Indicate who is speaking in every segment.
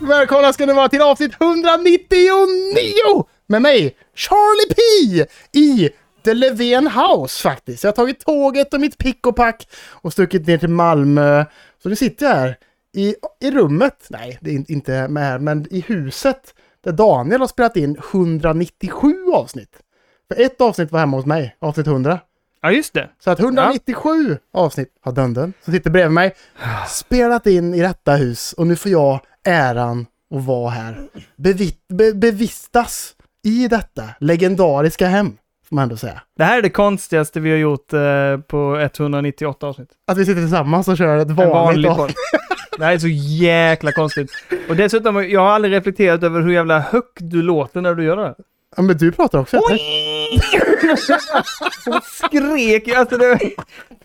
Speaker 1: välkomna ska ni vara till avsnitt 199! Med mig, Charlie P! I The Levén House faktiskt. Jag har tagit tåget och mitt pick och pack och stuckit ner till Malmö. Så nu sitter jag här i, i rummet, nej det är in- inte med här, men i huset där Daniel har spelat in 197 avsnitt. För ett avsnitt var hemma hos mig, avsnitt 100.
Speaker 2: Ja, just det.
Speaker 1: Så att 197 avsnitt har Dunden, som sitter bredvid mig, spelat in i detta hus och nu får jag äran att vara här. Bevit- be- bevistas i detta legendariska hem, får man ändå säga.
Speaker 2: Det här är det konstigaste vi har gjort eh, på 198 avsnitt.
Speaker 1: Att vi sitter tillsammans och kör ett
Speaker 2: En
Speaker 1: vanligt, vanligt
Speaker 2: podd. Det här är så jäkla konstigt. Och dessutom, jag har aldrig reflekterat över hur jävla högt du låter när du gör det. här.
Speaker 1: Ja, men du pratar också. Oj!
Speaker 2: Jag skrek ju, alltså det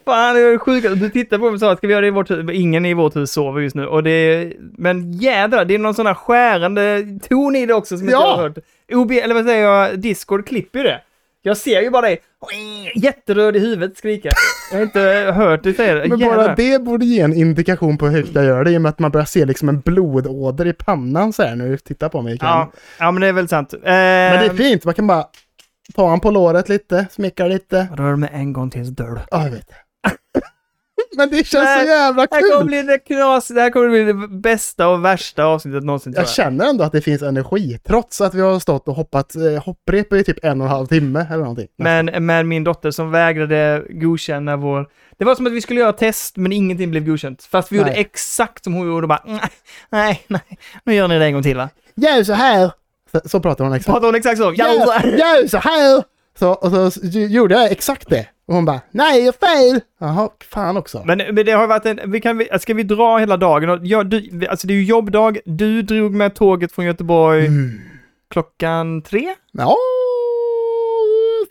Speaker 2: Fan, det är sjukt. Du tittade på mig och sa, ska vi göra det i vårt hus? Ingen i vårt hus sover just nu. Och det är, men jädrar, det är någon sån här skärande ton i det också som inte
Speaker 1: Ja.
Speaker 2: jag har hört. OB, eller vad säger jag, Discord klipper ju det. Jag ser ju bara dig, jätteröd i huvudet, skrika. Jag har inte hört dig säga det.
Speaker 1: Men
Speaker 2: Jädrar.
Speaker 1: bara det borde ge en indikation på hur högt jag gör det i och med att man börjar se liksom en blodåder i pannan så här när du tittar på mig. i kameran.
Speaker 2: Ja, ja, men det är väl sant. Eh,
Speaker 1: Men det är fint, man kan bara ta honom på låret lite, smeka lite.
Speaker 2: Rör mig en gång tills dörr.
Speaker 1: Ja, jag vet. Men det känns så
Speaker 2: Nej,
Speaker 1: jävla
Speaker 2: Det här kommer
Speaker 1: kul!
Speaker 2: bli det knas, det här kommer bli det bästa och värsta avsnittet någonsin tror
Speaker 1: Jag känner ändå att det finns energi, trots att vi har stått och hoppat eh, hopprep i typ en och en halv timme eller någonting.
Speaker 2: Men, men min dotter som vägrade godkänna vår... Det var som att vi skulle göra test, men ingenting blev godkänt. Fast vi
Speaker 1: Nej.
Speaker 2: gjorde exakt som hon gjorde och bara "Nej, nej, nej, nu gör ni det en gång till va?
Speaker 1: Gör så här! Så, så pratar hon exakt.
Speaker 2: Pratade hon exakt så? Ja,
Speaker 1: Gör, gör så här! Så, och så, s- ju- gjorde jag exakt det. Och hon bara, nej, jag är fel! Jaha, fan också.
Speaker 2: Men, men det har varit en... Vi kan, vi- ska vi dra hela dagen? Och Jag, du, vi- alltså det är ju jobbdag, du drog med tåget från Göteborg
Speaker 1: Mm.
Speaker 2: klockan tre?
Speaker 1: Ja,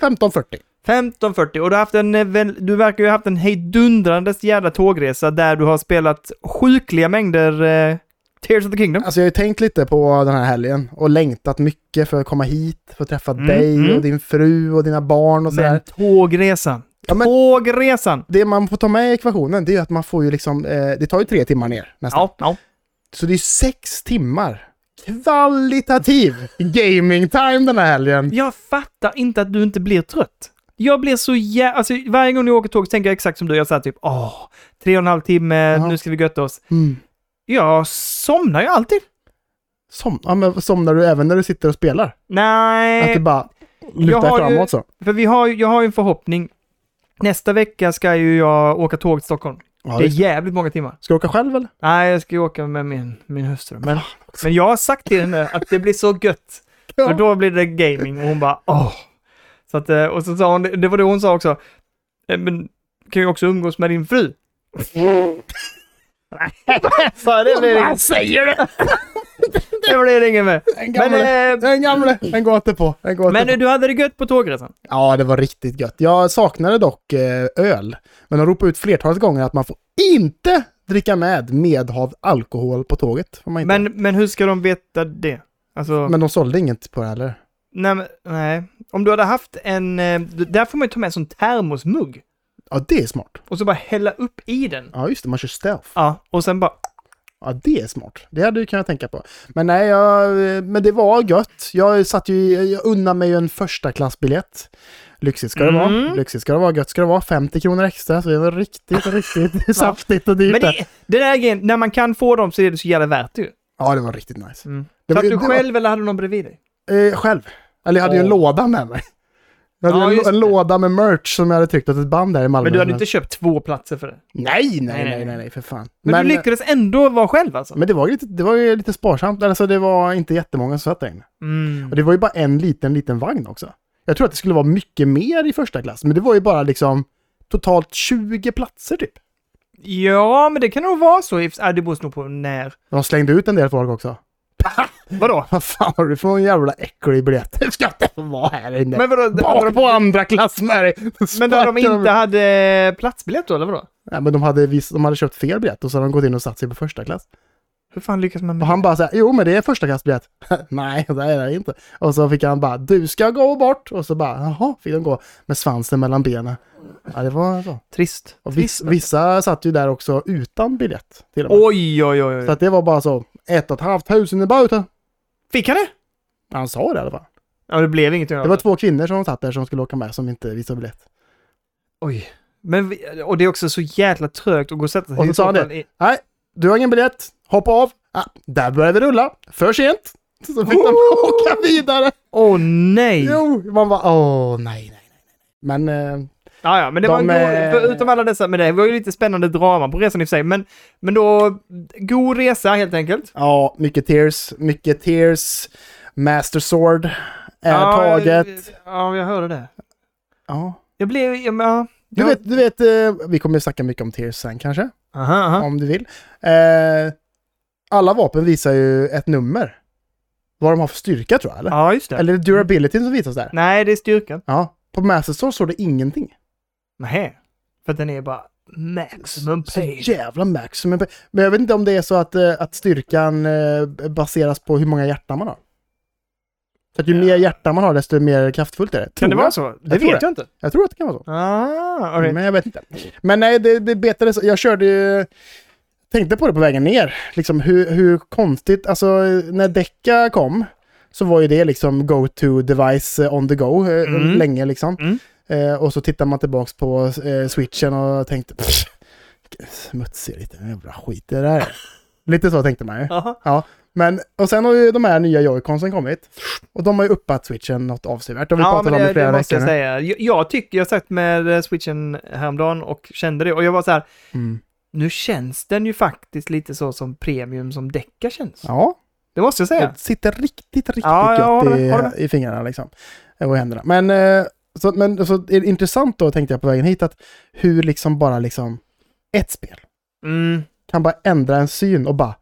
Speaker 1: 15.40.
Speaker 2: 15.40 och du, har haft en, eh, väl- du verkar ju ha haft en hejdundrandes jävla tågresa där du har spelat sjukliga mängder eh, Tears of the Kingdom.
Speaker 1: Alltså jag har ju tänkt lite på den här helgen och längtat mycket för att komma hit, för att träffa
Speaker 2: Mm,
Speaker 1: dig
Speaker 2: mm.
Speaker 1: och din fru och dina barn och sådär.
Speaker 2: Men tågresan.
Speaker 1: Ja, men-
Speaker 2: Tågresan!
Speaker 1: Det man får ta med i ekvationen det är ju att man får ju liksom, eh, det tar ju tre timmar ner nästan.
Speaker 2: Ja, ja.
Speaker 1: Så det är sex timmar kvalitativ gaming time den här helgen.
Speaker 2: Jag fattar inte att du inte blir trött. Jag blir så jä... Alltså varje gång jag åker tåg så tänker jag exakt som du. Jag säger typ åh, tre och en halv timme,
Speaker 1: Ja.
Speaker 2: nu ska vi götta oss.
Speaker 1: Mm.
Speaker 2: Jag somnar ju alltid.
Speaker 1: Som, ja, men somnar du även när du sitter och spelar? Att
Speaker 2: Nej,
Speaker 1: det bara
Speaker 2: Eh, jag
Speaker 1: lutar
Speaker 2: har ju-
Speaker 1: framåt så?
Speaker 2: för vi har, ju- jag har ju en förhoppning. Nästa vecka ska ju jag åka tåg till Stockholm.
Speaker 1: Ja,
Speaker 2: det är
Speaker 1: visst.
Speaker 2: jävligt många timmar.
Speaker 1: Ska du åka själv eller?
Speaker 2: Nej, jag ska ju åka med min, min hustru. Men,
Speaker 1: Fan Ah, också.
Speaker 2: men jag har sagt till henne att det blir så gött. För då blir det gaming och hon bara åh. Så att, eh, och så sa hon, det var det hon sa också, eh, men kan ju också umgås med din fru. Så det blir det,
Speaker 1: säger du?
Speaker 2: det blir det inget med.
Speaker 1: Den gamle,
Speaker 2: Men, eh,
Speaker 1: den gamle, den går inte på. Den går
Speaker 2: men
Speaker 1: inte på.
Speaker 2: du hade det gött på tågresan?
Speaker 1: Ja, det var riktigt gött. Jag saknade dock eh, öl, men de ropade ut flertalet gånger att man får inte dricka med medhavd alkohol på tåget. Får man inte.
Speaker 2: Men, men hur ska de veta det? Alltså,
Speaker 1: men de sålde inget på det heller.
Speaker 2: nej, men- nej. Om du hade haft en, eh, där får man ju ta med en sån termosmugg
Speaker 1: Ja, det är smart.
Speaker 2: och så bara hälla upp i den.
Speaker 1: Ja, just det, man kör stealth.
Speaker 2: Ja, och sen bara,
Speaker 1: Ja, det är smart. Det hade du kunnat tänka på. Men nej, jag, eh, men det var gött. Jag satt ju, jag unnade mig ju en första klassbiljett. Lyxigt ska det vara.
Speaker 2: Mm.
Speaker 1: Lyxigt ska det vara. Gött ska det vara. 50 kronor extra. Så det var riktigt, riktigt saftigt och dyrt.
Speaker 2: men
Speaker 1: Det...
Speaker 2: det, det där grejen, när man kan få dem så är det så jävla värt det ju.
Speaker 1: Ja, det var riktigt nice.
Speaker 2: Mm.
Speaker 1: Det var,
Speaker 2: Satt
Speaker 1: det
Speaker 2: du själv eller hade du någon bredvid dig?
Speaker 1: Var, eh, själv. Eller jag hade ju en
Speaker 2: Åh.
Speaker 1: låda med mig. Jag hade
Speaker 2: Ja,
Speaker 1: ju en,
Speaker 2: just
Speaker 1: lå- en
Speaker 2: det.
Speaker 1: låda med merch som jag hade tryckt åt ett band där i Malmö.
Speaker 2: Men du hade inte köpt två platser för det?
Speaker 1: Nej, nej,
Speaker 2: Nej,
Speaker 1: nej,
Speaker 2: nej,
Speaker 1: nej, nej, för fan. eh,
Speaker 2: Men, du lyckades ändå vara själv alltså?
Speaker 1: men det var ju lite, det var ju lite sparsamt. Alltså det var inte jättemånga som satt där inne.
Speaker 2: Mm.
Speaker 1: Och det var ju bara en liten, liten vagn också. Jag tror att det skulle vara mycket mer i första klass, men det var ju bara liksom totalt 20 platser typ.
Speaker 2: Ja, men det kan nog vara så. if- ah, Det beror nog på när.
Speaker 1: De slängde ut en del folk också.
Speaker 2: Vadå?
Speaker 1: Vad fan har du för en jävla äcklig biljett? Du ska inte få vara här inne.
Speaker 2: Men vadå?
Speaker 1: Bara
Speaker 2: vadå
Speaker 1: på andra klass med dig!
Speaker 2: men då de
Speaker 1: Sparkar
Speaker 2: inte hade platsbiljett då, eller vadå?
Speaker 1: Nej, men de hade, vis- de hade köpt fel biljett och så hade de gått in och satt sig på första klass.
Speaker 2: Hur fan lyckas man
Speaker 1: Och
Speaker 2: med
Speaker 1: han bara såhär, jo men det är första klassbiljett. Nej, det är det inte. Och så fick han bara, du ska gå bort! Och så bara, jaha, fick de gå med svansen mellan benen. Ja, det var så.
Speaker 2: Trist.
Speaker 1: Och viss,
Speaker 2: Trist. alltså.
Speaker 1: vissa satt ju där också utan biljett till och med.
Speaker 2: Oj, oj, oj.
Speaker 1: Så
Speaker 2: oj.
Speaker 1: att det var bara så, ett och ett halvt tusen i böter.
Speaker 2: Fick han det?
Speaker 1: Han sa det i alla fall.
Speaker 2: Ja, det blev inget.
Speaker 1: Det var två kvinnor som satt där som skulle åka med som inte visade biljett.
Speaker 2: Oj. Men, vi- och det är också så jävla trögt att gå och sätta sig
Speaker 1: Och så sa han det.
Speaker 2: soffan i-
Speaker 1: Nej, du har ingen biljett. Hoppa av. Ah, där började det rulla. För sent. Så fick de åka vidare.
Speaker 2: Åh nej!
Speaker 1: Jo, man bara åh nej, nej, nej. nej. Men eh,
Speaker 2: Ja, ja, men det
Speaker 1: De eh,
Speaker 2: var en
Speaker 1: är-
Speaker 2: god, förutom alla dessa, men det var ju lite spännande drama på resan i och för sig. Men, men då, god resa helt enkelt.
Speaker 1: ja, mycket tears, mycket tears. Master Sword är
Speaker 2: Ja, eh,
Speaker 1: taget.
Speaker 2: Ja, jag hörde det.
Speaker 1: Ja.
Speaker 2: Jag blev, ja, men, ja.
Speaker 1: Du
Speaker 2: Ja.
Speaker 1: vet, du vet eh, vi kommer ju snacka mycket om tears sen kanske.
Speaker 2: Aha, aha.
Speaker 1: Om du vill. Eh, alla vapen visar ju ett nummer. Vad de har för styrka tror jag, eller?
Speaker 2: Ja, just det.
Speaker 1: Eller durability som visas där.
Speaker 2: Nej, det är styrkan.
Speaker 1: Ja. På Master Sword står det ingenting.
Speaker 2: Nej, för att den är bara maximum
Speaker 1: Så
Speaker 2: pain.
Speaker 1: jävla maximum. Men jag vet inte om det är så att, eh, att styrkan eh, baseras på hur många hjärtan man har. Så att ju mer hjärtan man har desto mer kraftfullt är det.
Speaker 2: Kan
Speaker 1: Tror
Speaker 2: det vara
Speaker 1: jag.
Speaker 2: så? Det
Speaker 1: tror
Speaker 2: vet
Speaker 1: det.
Speaker 2: jag inte.
Speaker 1: Jag tror att det kan vara så.
Speaker 2: Ah, okej.
Speaker 1: Men jag vet inte. Men nej, det, det betades. Jag körde ju... Tänkte på det på vägen ner. Liksom hur, hur konstigt. Alltså när Decca kom så var ju det liksom go-to-device eh, on the go eh,
Speaker 2: Mm.
Speaker 1: länge liksom.
Speaker 2: Mm.
Speaker 1: Eh, och så tittar man tillbaks på eh, switchen och tänkte... "Pff, Smutsig liten jävla skit det där är." Lite så tänkte man ju.
Speaker 2: Aha.
Speaker 1: Men, och sen har ju de här nya joyconsen kommit. Och de har ju uppat switchen något avsevärt. De har vi
Speaker 2: Ja,
Speaker 1: pratat
Speaker 2: men
Speaker 1: om i
Speaker 2: det,
Speaker 1: flera
Speaker 2: det måste
Speaker 1: veckor
Speaker 2: jag
Speaker 1: nu.
Speaker 2: säga. Jag, jag tycker, jag satt med eh, switchen häromdagen och kände det. Och jag var så här,
Speaker 1: Mm.
Speaker 2: nu känns den ju faktiskt lite så som premium som Decca känns.
Speaker 1: Ja,
Speaker 2: Det måste jag säga.
Speaker 1: Det sitter riktigt, riktigt
Speaker 2: Ja, ja, har
Speaker 1: gött
Speaker 2: det, har
Speaker 1: i, i fingrarna liksom. Och i händerna. Men, eh, så, men så är det intressant då, tänkte jag på vägen hit, att hur liksom bara liksom ett spel
Speaker 2: Mm.
Speaker 1: kan bara ändra en syn och bara...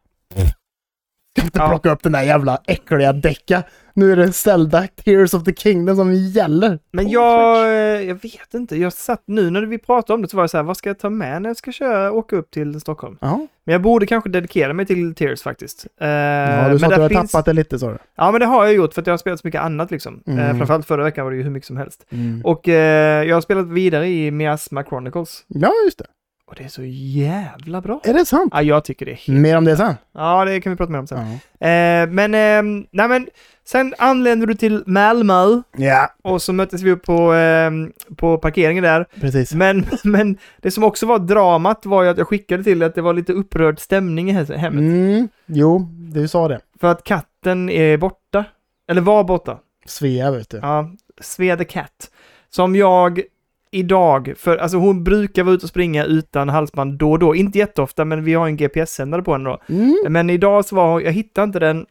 Speaker 1: Ska inte
Speaker 2: Ja.
Speaker 1: plocka upp den där jävla äckliga decka. Nu är det Zelda Tears of the Kingdom som gäller.
Speaker 2: Men
Speaker 1: På
Speaker 2: jag,
Speaker 1: Switch.
Speaker 2: eh, jag vet inte, jag satt nu när vi pratade om det så var jag så här, vad ska jag ta med när jag ska köra, åka upp till Stockholm?
Speaker 1: Ja,
Speaker 2: Men jag borde kanske dedikera mig till Tears faktiskt. Eh,
Speaker 1: ja du
Speaker 2: men
Speaker 1: sa att
Speaker 2: där
Speaker 1: du har
Speaker 2: finns-
Speaker 1: tappat det lite sa du.
Speaker 2: Ja men det har jag gjort för att jag har spelat så mycket annat liksom.
Speaker 1: Mm.
Speaker 2: Eh, framförallt förra veckan var det ju hur mycket som helst.
Speaker 1: Mm.
Speaker 2: Och eh, jag har spelat vidare i Miasma Chronicles.
Speaker 1: Ja, just det.
Speaker 2: Och det är så jävla bra.
Speaker 1: Är det sant?
Speaker 2: Ja, jag tycker det. är helt-
Speaker 1: Mer om det sen.
Speaker 2: Ja, det kan vi prata mer om sen.
Speaker 1: Ja.
Speaker 2: Eh, men, ehm, nej men, sen anländer du till Malmö
Speaker 1: ja,
Speaker 2: och så möttes vi upp på, ehm, på parkeringen där.
Speaker 1: precis.
Speaker 2: Men, men det som också var dramat var ju att jag skickade till att det var lite upprörd stämning i he- hemmet.
Speaker 1: Mm, jo, du sa det.
Speaker 2: För att katten är borta. Eller var borta.
Speaker 1: Svea vet du.
Speaker 2: Ja, Svea the Cat. Som jag idag, för alltså hon brukar vara ute och springa utan halsband då och då. Inte jätteofta, men vi har en GPS-sändare på henne då.
Speaker 1: Mm.
Speaker 2: Men idag så var hon, jag hittade inte den.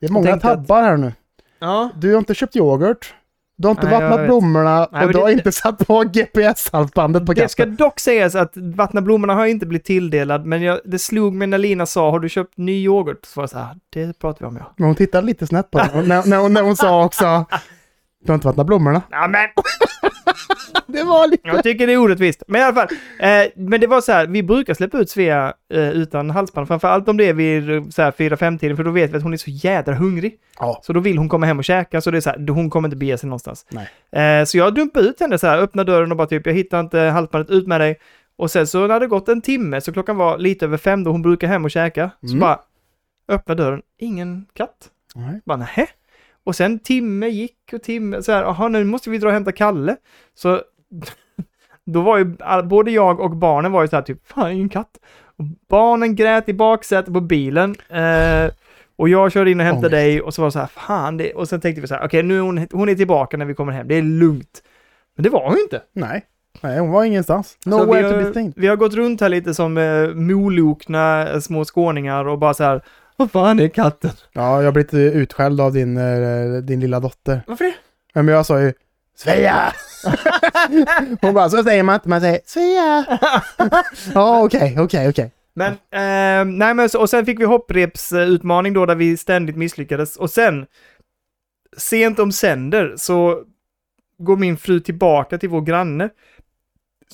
Speaker 1: Det är många
Speaker 2: tänkte att-
Speaker 1: tabbar här nu.
Speaker 2: Ja.
Speaker 1: Du har inte köpt yoghurt, du har inte
Speaker 2: Nej, jag
Speaker 1: vattnat
Speaker 2: vet.
Speaker 1: blommorna
Speaker 2: Nej,
Speaker 1: och
Speaker 2: men
Speaker 1: du
Speaker 2: det-
Speaker 1: har inte satt på GPS-halsbandet på
Speaker 2: Det
Speaker 1: katten.
Speaker 2: ska dock sägas att vattna blommorna har jag inte blivit tilldelad, men jag, det slog mig när Lina sa har du köpt ny yoghurt? Så var jag så här, det pratar vi om ja.
Speaker 1: Men hon tittade lite snett på det när, när, hon, när hon sa också du har inte vattnat blommorna.
Speaker 2: Ja, men
Speaker 1: Det var lite...
Speaker 2: jag tycker det är orättvist. Men i alla fall, eh, men det var så här, vi brukar släppa ut Svea eh, utan halsband, framförallt om det är vid eh, så här 4-5-tiden, för då vet vi att hon är så jädra hungrig.
Speaker 1: Ja.
Speaker 2: Så då vill hon komma hem och käka, så det är så här, hon kommer inte bege sig någonstans.
Speaker 1: Nej.
Speaker 2: Eh, så jag dumpade ut henne så här, öppnade dörren och bara typ, jag hittar inte halsbandet, ut med dig. Och sen så när det gått en timme, så klockan var lite över fem då hon brukar hem och käka, så
Speaker 1: Mm.
Speaker 2: bara öppna dörren, ingen katt.
Speaker 1: Nej.
Speaker 2: Bara nähä. Och sen timme gick och timme, så här, jaha nu måste vi dra och hämta Kalle. Så då var ju, all- både jag och barnen var ju så här typ, fan ingen katt. Och barnen grät i baksätet på bilen. Eh, och jag körde in och hämtade
Speaker 1: Ångest.
Speaker 2: dig och så var det så här, fan det, och sen tänkte vi så här, okej nu är hon, hon är tillbaka när vi kommer hem, det är lugnt. Men det var hon ju inte.
Speaker 1: Nej. Nej, hon var ingenstans.
Speaker 2: Så vi
Speaker 1: Nowhere to
Speaker 2: har-
Speaker 1: be seen.
Speaker 2: Vi har gått runt här lite som eh, molokna eh, små skåningar och bara så här, vad fan är katten?
Speaker 1: Ja, jag har blivit eh, utskälld av din, eh, din lilla dotter.
Speaker 2: Varför det?
Speaker 1: Men jag sa ju Svea! hon bara, så säger man inte, man säger Svea! Ja, okej, okej, okej.
Speaker 2: Men, eh, nej men, så- och sen fick vi hopprepsutmaning då där vi ständigt misslyckades. Och sen, sent om sänder, så går min fru tillbaka till vår granne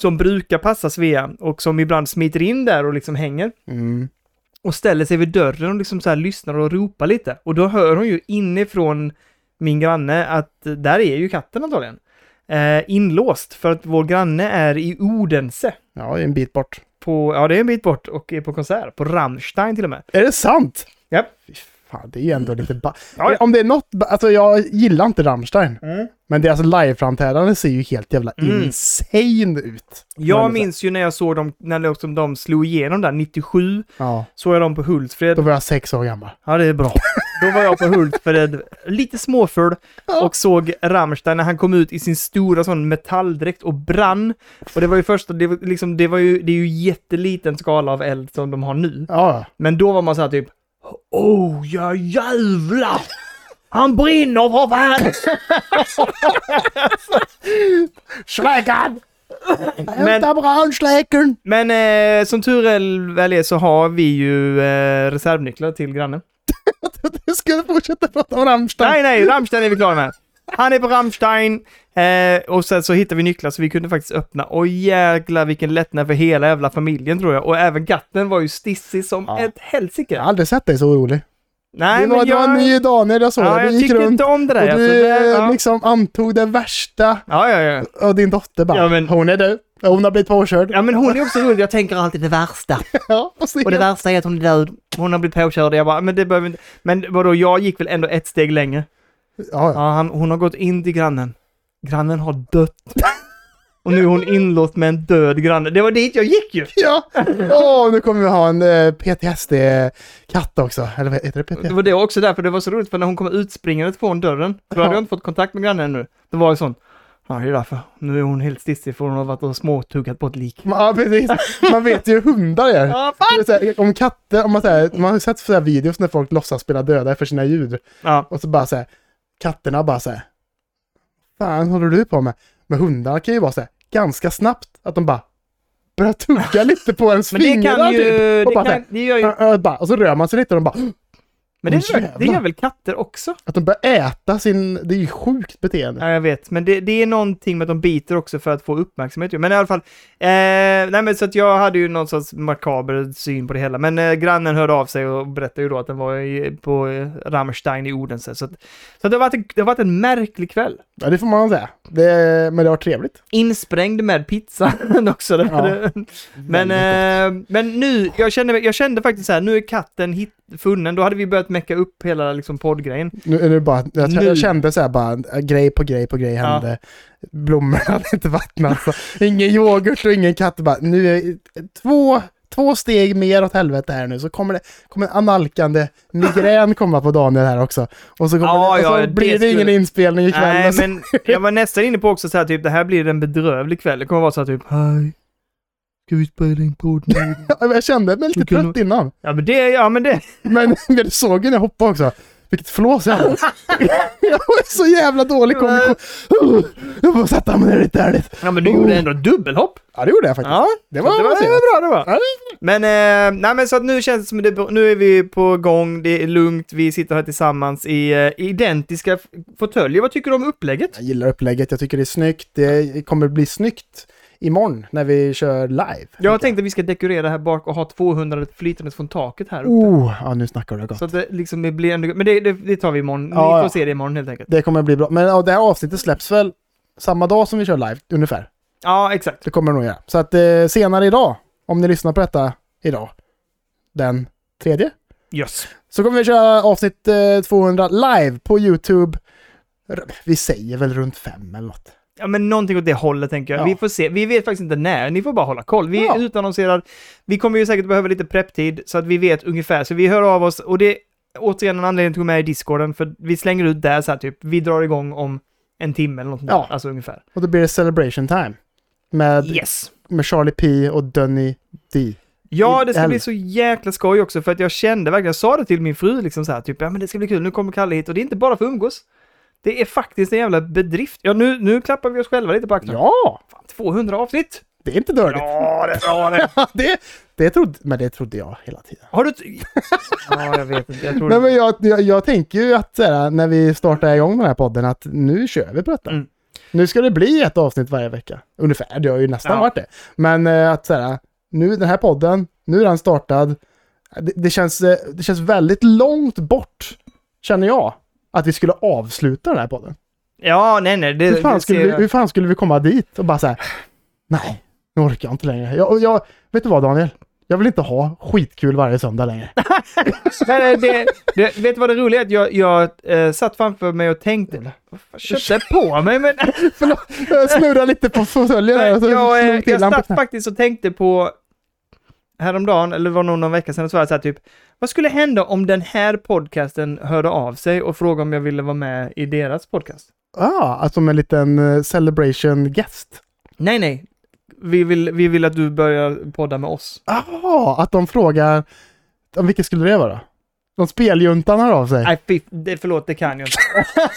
Speaker 2: som brukar passa Svea och som ibland smiter in där och liksom hänger
Speaker 1: Mm.
Speaker 2: och ställer sig vid dörren och liksom så här lyssnar och ropar lite. Och då hör hon ju inifrån min granne att eh, där är ju katten antagligen. Eh, inlåst för att vår granne är i Odense.
Speaker 1: Ja, det är en bit bort.
Speaker 2: På, ja, det är en bit bort och är på konsert. På Rammstein till och med.
Speaker 1: Är det sant?
Speaker 2: Japp.
Speaker 1: Fy fan, det är ju ändå lite ba-
Speaker 2: Ja, ja.
Speaker 1: Om det är något, ba- alltså jag gillar inte Rammstein.
Speaker 2: Mm.
Speaker 1: Men deras liveframträdande ser ju helt jävla
Speaker 2: Mm.
Speaker 1: insane ut.
Speaker 2: Jag minns ju när jag såg dem, när de, som de slog igenom där, 97,
Speaker 1: Ja,
Speaker 2: såg jag dem på Hultsfred.
Speaker 1: då var jag sex år gammal.
Speaker 2: Ja, det är bra. Då var jag på Hultsfred, lite småfull, och såg Rammstein när han kom ut i sin stora sån metalldräkt och brann. Och det var ju första, det var, liksom, det var ju, det är ju jätteliten skala av eld som de har nu.
Speaker 1: Ja,
Speaker 2: Men då var man så här typ, oh ja jävlar! Han brinner för fan!
Speaker 1: Schwägern!
Speaker 2: Men-
Speaker 1: Hämta branschläkaren!
Speaker 2: Men eh, som tur är- väl är så har vi ju eh, reservnycklar till grannen.
Speaker 1: Du skulle fortsätta prata om Rammstein.
Speaker 2: Nej, nej, Rammstein är vi klara med. Han är på Rammstein eh, och sen så hittade vi nycklar så vi kunde faktiskt öppna. Och jäklar vilken lättnad för hela jävla familjen tror jag. Och även gatten var ju stissig som
Speaker 1: Ja.
Speaker 2: ett helsike.
Speaker 1: Jag har aldrig sett dig så orolig.
Speaker 2: Nej,
Speaker 1: det var,
Speaker 2: men
Speaker 1: det var en
Speaker 2: jag...
Speaker 1: ny Daniel jag såg.
Speaker 2: ja,
Speaker 1: det.
Speaker 2: jag
Speaker 1: du gick
Speaker 2: tycker
Speaker 1: runt
Speaker 2: inte om det
Speaker 1: och
Speaker 2: där. alltså,
Speaker 1: du
Speaker 2: det, ja.
Speaker 1: liksom antog det värsta
Speaker 2: ja, ja, ja.
Speaker 1: av din dotter bara.
Speaker 2: Ja, men-
Speaker 1: Hon är du. Hon har blivit påkörd.
Speaker 2: Ja, men hon är också rolig. Jag tänker alltid det värsta.
Speaker 1: Ja, och så-
Speaker 2: Och det värsta är att hon är död. Hon har blivit påkörd. Jag bara, men det behöver vi inte. Men vadå, jag gick väl ändå ett steg längre.
Speaker 1: ja, ja.
Speaker 2: Ja, han, hon har gått in till grannen. Grannen har dött. Och nu är hon inlåst med en död granne. Det var dit jag gick ju!
Speaker 1: Ja, åh, nu kommer vi ha en eh, PTSD-katt också. Eller vad heter det? PTSD?
Speaker 2: Det var det också därför det var så roligt, för när hon kom utspringandet från dörren, då hade
Speaker 1: Ja.
Speaker 2: jag inte fått kontakt med grannen ännu. Det var ju sån, ja det är därför. Nu är hon helt stissig för hon har varit och småtuggat på ett lik.
Speaker 1: Ja, precis. Man vet ju hur hundar är.
Speaker 2: Ja,
Speaker 1: Det
Speaker 2: fan!
Speaker 1: är så här, Om katter, om man, så här, man har ju sett så här videos när folk låtsas spela döda för sina ljud.
Speaker 2: Ja,
Speaker 1: Och så bara så här, katterna bara så här. Fan håller du på med? Men hundarna kan ju vara så här, ganska snabbt att de bara börjar tugga lite på ens
Speaker 2: men det
Speaker 1: fingrar
Speaker 2: kan ju,
Speaker 1: typ.
Speaker 2: det,
Speaker 1: Och bara
Speaker 2: kan, det gör ju,
Speaker 1: Ö, ö, bara- Och så rör man sig lite och de bara,
Speaker 2: men det, gör- det gör
Speaker 1: Jävlar.
Speaker 2: väl katter också?
Speaker 1: att de börjar äta sin, det är ju sjukt beteende.
Speaker 2: Ja, jag vet, men det, det är någonting med att de biter också för att få uppmärksamhet. ju. Men i alla fall, eh, nej men så att jag hade ju någon sorts makaber syn på det hela. Men eh, grannen hörde av sig och berättade ju då att den var i, på eh, Rammstein i Odense. Så, att, så att det, har varit, en- det har varit en märklig kväll.
Speaker 1: Ja, det får man säga. Det, men det var trevligt.
Speaker 2: Insprängd med pizzan också. Det,
Speaker 1: Ja,
Speaker 2: det, men, eh, men nu, jag kände, jag kände faktiskt så här, nu är katten hit, funnen. Då hade vi börjat mecka upp hela liksom, poddgrejen.
Speaker 1: Nu är det bara, jag,
Speaker 2: Nu.
Speaker 1: jag kände så här bara, eh, grej på grej på grej hände. Blommorna hade inte vattnats. och Ingen yoghurt och ingen katt. Bara, nu är två, två steg mer åt helvete här nu. Så kommer det kommer en analkande migrän komma på Daniel här också. Och så, kommer
Speaker 2: Ja,
Speaker 1: det, och så
Speaker 2: ja, det
Speaker 1: blir det ingen
Speaker 2: skulle-
Speaker 1: inspelning ikväll.
Speaker 2: Nej,
Speaker 1: Alltså,
Speaker 2: men jag var nästan inne på också så här typ, det här blir en bedrövlig kväll. Det kommer vara så här typ, hej, ska vi spela in podd nu?
Speaker 1: Jag kände mig lite
Speaker 2: Du kan-
Speaker 1: trött innan.
Speaker 2: ja men det, ja men det.
Speaker 1: Men jag såg ju när jag hoppade också. Vilket flås jag hade. Jag var så jävla dålig kondition. Jag får sätta mig ner lite ärligt.
Speaker 2: Ja men du gjorde ändå dubbelhopp.
Speaker 1: Ja, det gjorde jag faktiskt.
Speaker 2: Oh. Ja,
Speaker 1: Det
Speaker 2: så
Speaker 1: var-
Speaker 2: det var, det var bra det var.
Speaker 1: Ja,
Speaker 2: Men, eh, nej men så att nu känns det som det, nu är vi på gång, det är lugnt, vi sitter här tillsammans i eh, identiska f- fåtöljer. Vad tycker du om upplägget?
Speaker 1: Jag gillar upplägget, jag tycker det är snyggt. Det kommer bli snyggt imorgon när vi kör live.
Speaker 2: Jag tänkte att vi ska dekorera här bak och ha 200 flytandes från taket här uppe.
Speaker 1: Oh, ja nu snackar du gott.
Speaker 2: Så att det liksom det blir ändå, men det, det, det tar vi imorgon.
Speaker 1: Ja,
Speaker 2: Ni får
Speaker 1: ja.
Speaker 2: se det imorgon helt enkelt.
Speaker 1: Det kommer bli bra. Men ja, det här avsnittet släpps väl samma dag som vi kör live, ungefär.
Speaker 2: Ja, exakt.
Speaker 1: Det kommer det nog göra. Så att eh, senare idag, om ni lyssnar på detta idag, den tredje,
Speaker 2: Yes.
Speaker 1: så kommer vi köra avsnitt eh, 200 live på YouTube. R- Vi säger väl runt fem eller något.
Speaker 2: Ja, men någonting åt det hållet tänker jag.
Speaker 1: Ja.
Speaker 2: Vi får se. Vi vet faktiskt inte när. Ni får bara hålla koll. Vi
Speaker 1: Ja.
Speaker 2: utannonserar. Vi kommer ju säkert behöva lite prepptid så att vi vet ungefär. Så vi hör av oss och det är återigen en anledning till att gå med i discorden för vi slänger ut där så här typ. Vi drar igång om en timme eller något sånt
Speaker 1: Ja.
Speaker 2: där. Alltså ungefär.
Speaker 1: Och då blir det celebration time. Med,
Speaker 2: Yes!
Speaker 1: med Charlie P och Dunny D.
Speaker 2: Ja, det ska
Speaker 1: Eller-
Speaker 2: bli så jäkla skoj också för att jag kände verkligen, jag sa det till min fru liksom så här typ, ja men det ska bli kul, nu kommer Kalle hit och det är inte bara för att umgås. Det är faktiskt en jävla bedrift. Ja, nu, nu klappar vi oss själva lite på axeln.
Speaker 1: Ja,
Speaker 2: Fan, 200 avsnitt!
Speaker 1: det är inte dåligt.
Speaker 2: Ja, det var det!
Speaker 1: det, det trodde, men det trodde jag hela tiden.
Speaker 2: Har du... t- ja, jag vet inte. Jag tror
Speaker 1: Nej, men jag, jag, jag tänker ju att så här, när vi startar igång den här podden att nu kör vi på detta.
Speaker 2: Mm.
Speaker 1: Nu ska det bli ett avsnitt varje vecka. Ungefär, det har ju nästan
Speaker 2: Ja.
Speaker 1: varit det. Men eh, att så här, nu den här podden, nu är den startad. Det, det, känns, eh, det känns väldigt långt bort, känner jag, att vi skulle avsluta den här podden.
Speaker 2: Ja, nej, nej. Det,
Speaker 1: Hur fan
Speaker 2: det
Speaker 1: skulle
Speaker 2: ser
Speaker 1: vi,
Speaker 2: jag.
Speaker 1: hur fan skulle vi komma dit och bara så här, nej, nu orkar jag inte längre. Jag, och jag, vet du vad Daniel? Jag vill inte ha skitkul varje söndag längre.
Speaker 2: Nej, nej, det, det, vet du vad det roliga är? Att Jag, jag eh, satt framför mig och tänkte, vad fan köpte jag på mig? Men,
Speaker 1: Förlåt, jag snurrar lite på fåtöljen här. och så
Speaker 2: jag, eh,
Speaker 1: slog till
Speaker 2: jag
Speaker 1: lampan.
Speaker 2: satt faktiskt och tänkte på häromdagen, eller det var nog någon vecka sedan, så var jag så här, typ, vad skulle hända om den här podcasten hörde av sig och frågade om jag ville vara med i deras podcast?
Speaker 1: ah, alltså som en liten eh, celebration guest.
Speaker 2: Nej, nej. Vi vill, vi vill att du börjar podda med oss.
Speaker 1: Ah, att de frågar, om vilka skulle det vara? De speljuntan hör av sig.
Speaker 2: Nej, fy, det, förlåt, det kan jag inte.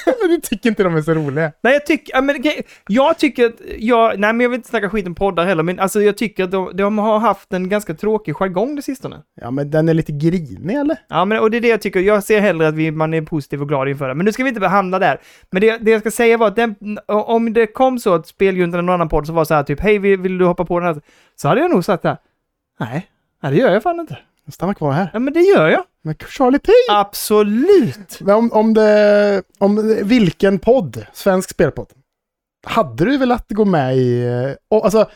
Speaker 1: Men du tycker inte de är så roliga.
Speaker 2: Nej, jag tycker, ja, men, okej, jag tycker att, jag, nej men jag vill inte snacka skit om poddar heller, men alltså jag tycker att de, de har haft en ganska tråkig jargong det sistone.
Speaker 1: Ja, men den är lite grinig eller?
Speaker 2: Ja, men och det är det jag tycker, jag ser hellre att vi, man är positiv och glad inför det, men nu ska vi inte hamna där. Men det, det jag ska säga var att den, om det kom så att speljuntan eller någon annan podd som var så här typ, hej vill, vill du hoppa på den här? Så hade jag nog sagt där, nej, nej det gör jag fan inte.
Speaker 1: Stanna kvar här.
Speaker 2: Ja, men det gör jag.
Speaker 1: Men Charlie P!
Speaker 2: Absolut.
Speaker 1: Men om, om det... Om vilken podd? Svensk spelpodd. Hade du velat gå med i... eh, Och, alltså,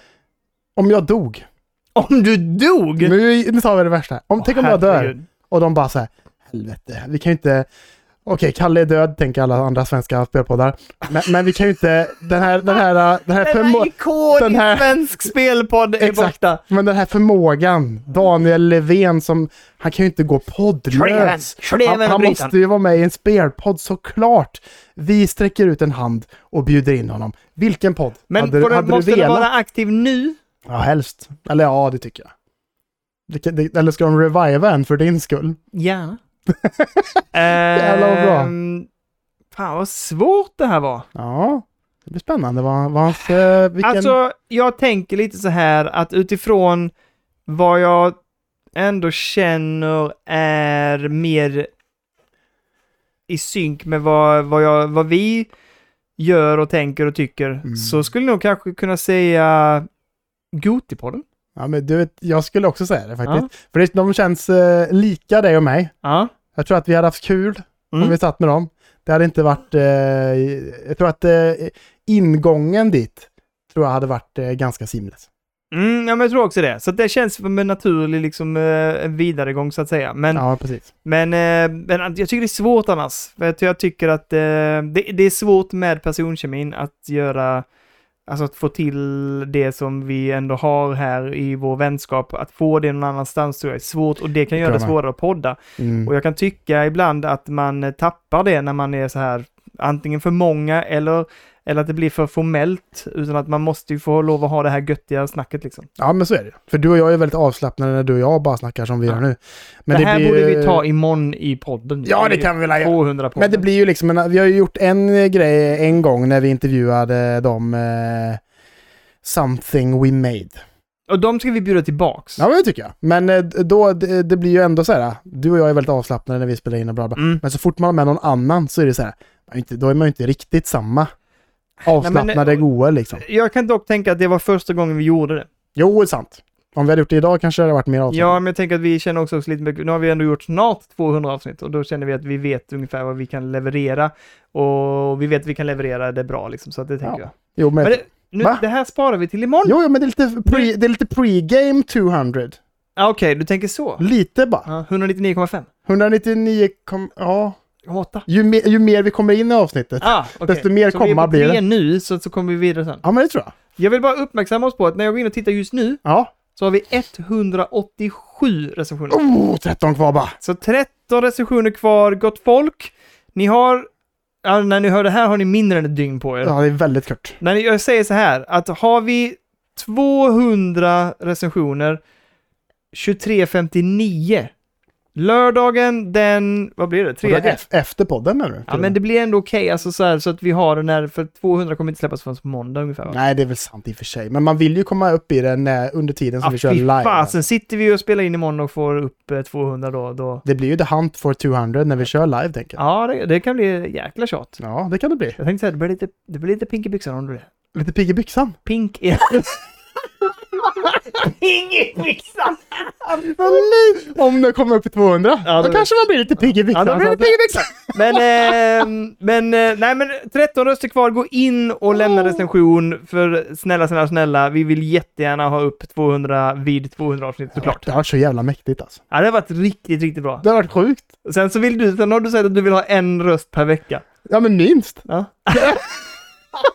Speaker 1: om jag dog.
Speaker 2: Om du dog!
Speaker 1: Nu, nu tar vi det värsta. Om, tänk om jag dör
Speaker 2: Herregud.
Speaker 1: och de bara så här, helvete, vi kan ju inte... Okej, Kalle är död, tänker alla andra svenska spelpoddar. Men, men vi kan ju inte... Den här, den här, den här,
Speaker 2: Den här
Speaker 1: förmå-
Speaker 2: ikonisk
Speaker 1: den här-
Speaker 2: svensk spelpodd är
Speaker 1: Exakt.
Speaker 2: borta.
Speaker 1: men den här förmågan, Daniel Levén som, han kan ju inte gå poddlös.
Speaker 2: Sleven,
Speaker 1: Han, han
Speaker 2: Brytan.
Speaker 1: måste ju vara med i en spelpodd såklart. Vi sträcker ut en hand och bjuder in honom. Vilken podd?
Speaker 2: Men
Speaker 1: hade,
Speaker 2: får
Speaker 1: du-
Speaker 2: du,
Speaker 1: hade
Speaker 2: måste
Speaker 1: du
Speaker 2: du,
Speaker 1: velat?
Speaker 2: vara aktiv nu?
Speaker 1: Ja, helst. Eller ja, det tycker jag. Det, kan- det, eller ska de reviva en för din skull?
Speaker 2: Gärna.
Speaker 1: Jävlar vad bra.
Speaker 2: Ehm, Fan vad svårt det här var.
Speaker 1: Ja, det blir spännande. Vad, vad hans, eh, vilken...
Speaker 2: Alltså, jag tänker lite så här att utifrån vad jag ändå känner är mer i synk med vad, vad, jag, vad vi gör och tänker och tycker,
Speaker 1: Mm.
Speaker 2: så skulle jag nog kanske kunna säga Gotipodden.
Speaker 1: ja, men du vet, jag skulle också säga det faktiskt. För det, de känns eh, lika dig och mig.
Speaker 2: Ja.
Speaker 1: Jag tror att vi hade haft kul
Speaker 2: Mm.
Speaker 1: om vi satt med dem. Det hade inte varit... Eh, jag tror att eh, ingången dit tror jag hade varit eh, ganska seamless.
Speaker 2: Mm, ja, men jag tror också det. Så att det känns som en naturlig liksom, eh, vidaregång så att säga. Men,
Speaker 1: Ja, precis.
Speaker 2: men, eh, men att- jag tycker det är svårt annars. För att jag tycker att eh, det, det är svårt med personkemin att göra, alltså att få till det som vi ändå har här i vår vänskap. Att få det någon annanstans tror jag är svårt och det kan göra det
Speaker 1: jag med.
Speaker 2: svårare att podda.
Speaker 1: Mm.
Speaker 2: Och jag kan tycka ibland att man eh, tappar det när man är så här antingen för många eller, eller att det blir för formellt utan att man måste ju få lov att ha det här göttiga snacket liksom.
Speaker 1: Ja, men så är det. För du och jag är väldigt avslappnade när du och jag bara snackar som vi gör nu. Men
Speaker 2: det, här
Speaker 1: blir
Speaker 2: borde
Speaker 1: ju-
Speaker 2: vi ta imorgon i podden.
Speaker 1: Ja, det kan vi väl göra.
Speaker 2: 200 podden.
Speaker 1: Men det blir ju liksom, en, vi har ju gjort en eh, grej en gång när vi intervjuade dem, eh, Something We Made.
Speaker 2: Och de ska vi bjuda tillbaks.
Speaker 1: Ja, men det tycker jag. Men eh, då, det, det blir ju ändå så här, ah, du och jag är väldigt avslappnade när vi spelar in och bla bla.
Speaker 2: Mm.
Speaker 1: Men så fort man har med någon annan så är det så här, man är inte, då är man ju inte riktigt samma
Speaker 2: Nej,
Speaker 1: avslappnade
Speaker 2: men- eh,
Speaker 1: goa liksom.
Speaker 2: Jag kan dock tänka att det var första gången vi gjorde det.
Speaker 1: Jo, det är sant. Om vi hade gjort det idag kanske det hade varit mer avslappnat.
Speaker 2: Ja, men jag tänker att vi känner också, också lite, mycket- nu har vi ändå gjort snart 200 avsnitt och då känner vi att vi vet ungefär vad vi kan leverera och vi vet att vi kan leverera det bra liksom, så att det tänker
Speaker 1: Ja,
Speaker 2: jag.
Speaker 1: Jo, men,
Speaker 2: Men det, nu,
Speaker 1: Va?
Speaker 2: det här sparar vi till imorgon.
Speaker 1: jo, jo, men det är lite pre, det är lite pre-game 200.
Speaker 2: Ah, Okej, du tänker så.
Speaker 1: Lite bara.
Speaker 2: Ja, 199,5.
Speaker 1: 199, kom, ja.
Speaker 2: 8.
Speaker 1: Ju, me, ju mer vi kommer in i avsnittet.
Speaker 2: Ah, okej.
Speaker 1: Desto mer
Speaker 2: så vi är
Speaker 1: komma
Speaker 2: på
Speaker 1: blir det.
Speaker 2: tre nu, så, så kommer vi vidare sen.
Speaker 1: Ja, men det tror jag.
Speaker 2: Jag vill bara uppmärksamma oss på att när jag går in och tittar just nu
Speaker 1: Ja.
Speaker 2: så har vi 187 recensioner.
Speaker 1: Oh, 13 kvar bara.
Speaker 2: Så 13 recensioner kvar, gott folk. Ni har, ja, när ni hör det här har ni mindre än ett dygn på er.
Speaker 1: Ja, det är väldigt kort.
Speaker 2: När ni, jag säger så här, att har vi 200 recensioner 23.59 lördagen den, vad blir det,
Speaker 1: Och då
Speaker 2: 3?
Speaker 1: ef- Efter podden menar du?
Speaker 2: Ja men det blir ändå okej, alltså så här så att vi har den här, för 200 kommer inte släppas förrän på måndag ungefär va?
Speaker 1: Nej, det är väl sant i och för sig. Men man vill ju komma upp i det när, under tiden som vi kör
Speaker 2: Ah, fy
Speaker 1: live.
Speaker 2: fasen, sitter vi och spelar in imorgon och får upp eh, 200 då, då.
Speaker 1: Det blir ju The Hunt for 200 när vi kör live, tänker jag.
Speaker 2: Ja, det, det kan bli jäkla tjat.
Speaker 1: Ja, det kan det bli.
Speaker 2: Jag tänkte säga, det blir lite, det blir lite pink i byxan om du det.
Speaker 1: Lite pigg i byxan.
Speaker 2: Pink i... pink i byxan!
Speaker 1: Vad liv- Om det kommer upp i 200,
Speaker 2: Ah, Ja,
Speaker 1: då
Speaker 2: då-
Speaker 1: kanske man blir lite pigg i
Speaker 2: Ja,
Speaker 1: veckan.
Speaker 2: då blir det pigg i Men, eh, men, eh, nej men 13 röster kvar, gå in och lämna recension för snälla, snälla, snälla. Vi vill jättegärna ha upp 200 vid 200 avsnitt såklart.
Speaker 1: Det har varit så jävla mäktigt alltså.
Speaker 2: Ja, det har varit riktigt, riktigt bra.
Speaker 1: Det har varit sjukt.
Speaker 2: Sen så vill du, sen har du sagt att du vill ha en röst per vecka.
Speaker 1: Ja, men minst.
Speaker 2: Ja.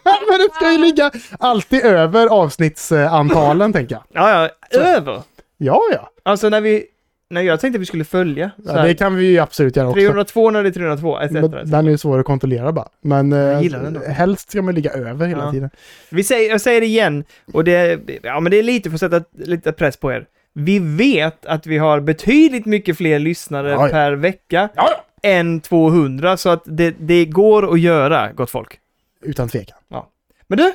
Speaker 1: Men det ska ju ligga alltid över avsnittsantalen, tänker jag.
Speaker 2: Ja, ja,
Speaker 1: Så.
Speaker 2: över!
Speaker 1: Ja, ja.
Speaker 2: Alltså när vi, när jag tänkte att vi skulle följa. Så
Speaker 1: ja det
Speaker 2: här,
Speaker 1: kan vi ju absolut göra också.
Speaker 2: 302 när det är 302, etc. etc.
Speaker 1: Men den är ju svår att kontrollera bara. Men eh,
Speaker 2: alltså. gillar den då.
Speaker 1: helst ska man ligga över hela
Speaker 2: Ja.
Speaker 1: tiden.
Speaker 2: Vi säger, jag säger det igen, och det, ja, men det är lite för att sätta lite press på er. Vi vet att vi har betydligt mycket fler lyssnare
Speaker 1: Ja, ja.
Speaker 2: per vecka
Speaker 1: Ja, ja.
Speaker 2: än 200, så att det, det går att göra, gott folk.
Speaker 1: Utan tvekan.
Speaker 2: Men du!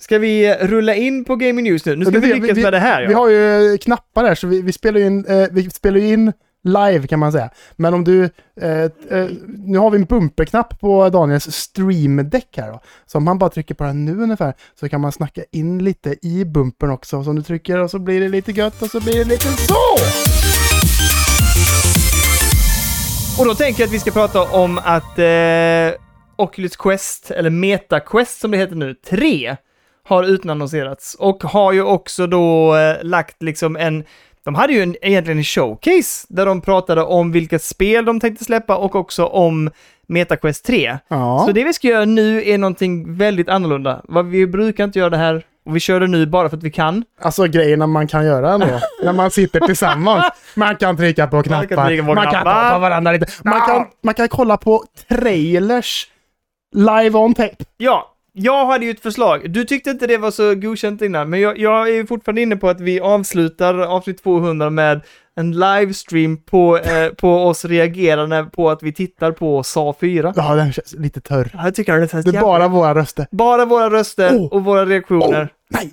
Speaker 2: Ska vi rulla in på Gaming News nu? Nu ska
Speaker 1: Ja, det-
Speaker 2: vi
Speaker 1: vi-
Speaker 2: lyckas med det här
Speaker 1: Vi
Speaker 2: ja.
Speaker 1: har ju eh, knappar här, så vi, vi spelar ju in, eh, vi spelar ju in live kan man säga. Men om du... Eh, eh, nu har vi en bumperknapp på Daniels streamdeck här då. Så om han bara trycker på den nu ungefär så kan man snacka in lite i bumpern också. Så om du trycker och så blir det lite gött och så blir det lite så!
Speaker 2: Och då tänker jag att vi ska prata om att eh, Oculus Quest, eller Meta Quest som det heter nu, 3 har utannonserats och har ju också då eh, lagt liksom en de hade ju en, egentligen en showcase där de pratade om vilka spel de tänkte släppa och också om Meta Quest 3.
Speaker 1: Ja.
Speaker 2: Så det vi ska göra nu är någonting väldigt annorlunda. Vad- Vi brukar inte göra det här och vi kör det nu bara för att vi kan.
Speaker 1: Alltså grejerna man kan göra ändå, när man sitter tillsammans. Man kan trycka på
Speaker 2: kan
Speaker 1: knappar,
Speaker 2: trycka på
Speaker 1: man kan
Speaker 2: knappar.
Speaker 1: ta på varandra lite. Man kan, man kan kolla på trailers live on tape.
Speaker 2: Ja, jag hade ju ett förslag. Du tyckte inte det var så godkänt innan, men jag, jag är ju fortfarande inne på att vi avslutar avsnitt 200 med en livestream på, eh, på oss reagerande på att vi tittar på SA 4.
Speaker 1: Ja, den känns lite törr.
Speaker 2: Jag tycker det känns
Speaker 1: Det är
Speaker 2: jävla...
Speaker 1: bara våra röster.
Speaker 2: Bara våra röster
Speaker 1: Oh.
Speaker 2: och våra reaktioner.
Speaker 1: Nej!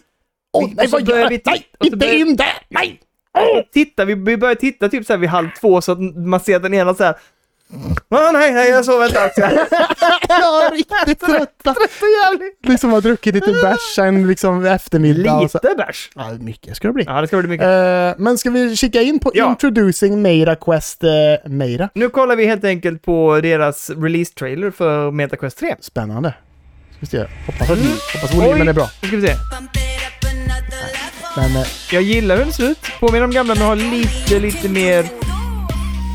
Speaker 1: Åh,
Speaker 2: Vi-
Speaker 1: nej,
Speaker 2: och så
Speaker 1: vad
Speaker 2: börjar
Speaker 1: gör
Speaker 2: vi-
Speaker 1: vi? Nej,
Speaker 2: och så
Speaker 1: inte
Speaker 2: börjar-
Speaker 1: in där! Nej!
Speaker 2: Oh. Titta, vi, vi börjar titta typ så här vid halv två så att man ser att den ena så här... "Åh, nej, nej, jag sov inte alls.
Speaker 1: Jag är riktigt trötta. Liksom har druckit lite bärs sen liksom eftermiddag. och så-
Speaker 2: Lite bärs.
Speaker 1: Ja, mycket ska det bli.
Speaker 2: Ja, det ska bli mycket.
Speaker 1: Eh, men ska vi kika in på
Speaker 2: Ja.
Speaker 1: Introducing Meira Quest uh, Meira?
Speaker 2: Nu kollar vi helt enkelt på deras release-trailer för MetaQuest 3.
Speaker 1: Spännande. Ska vi se. Hoppas, att, hoppas volymen
Speaker 2: Oj.
Speaker 1: är bra.
Speaker 2: Nu ska vi se.
Speaker 3: Bump it up another level.
Speaker 1: Men eh,
Speaker 2: Jag gillar hur den ser ut. Påminner om gamla men har lite, lite mer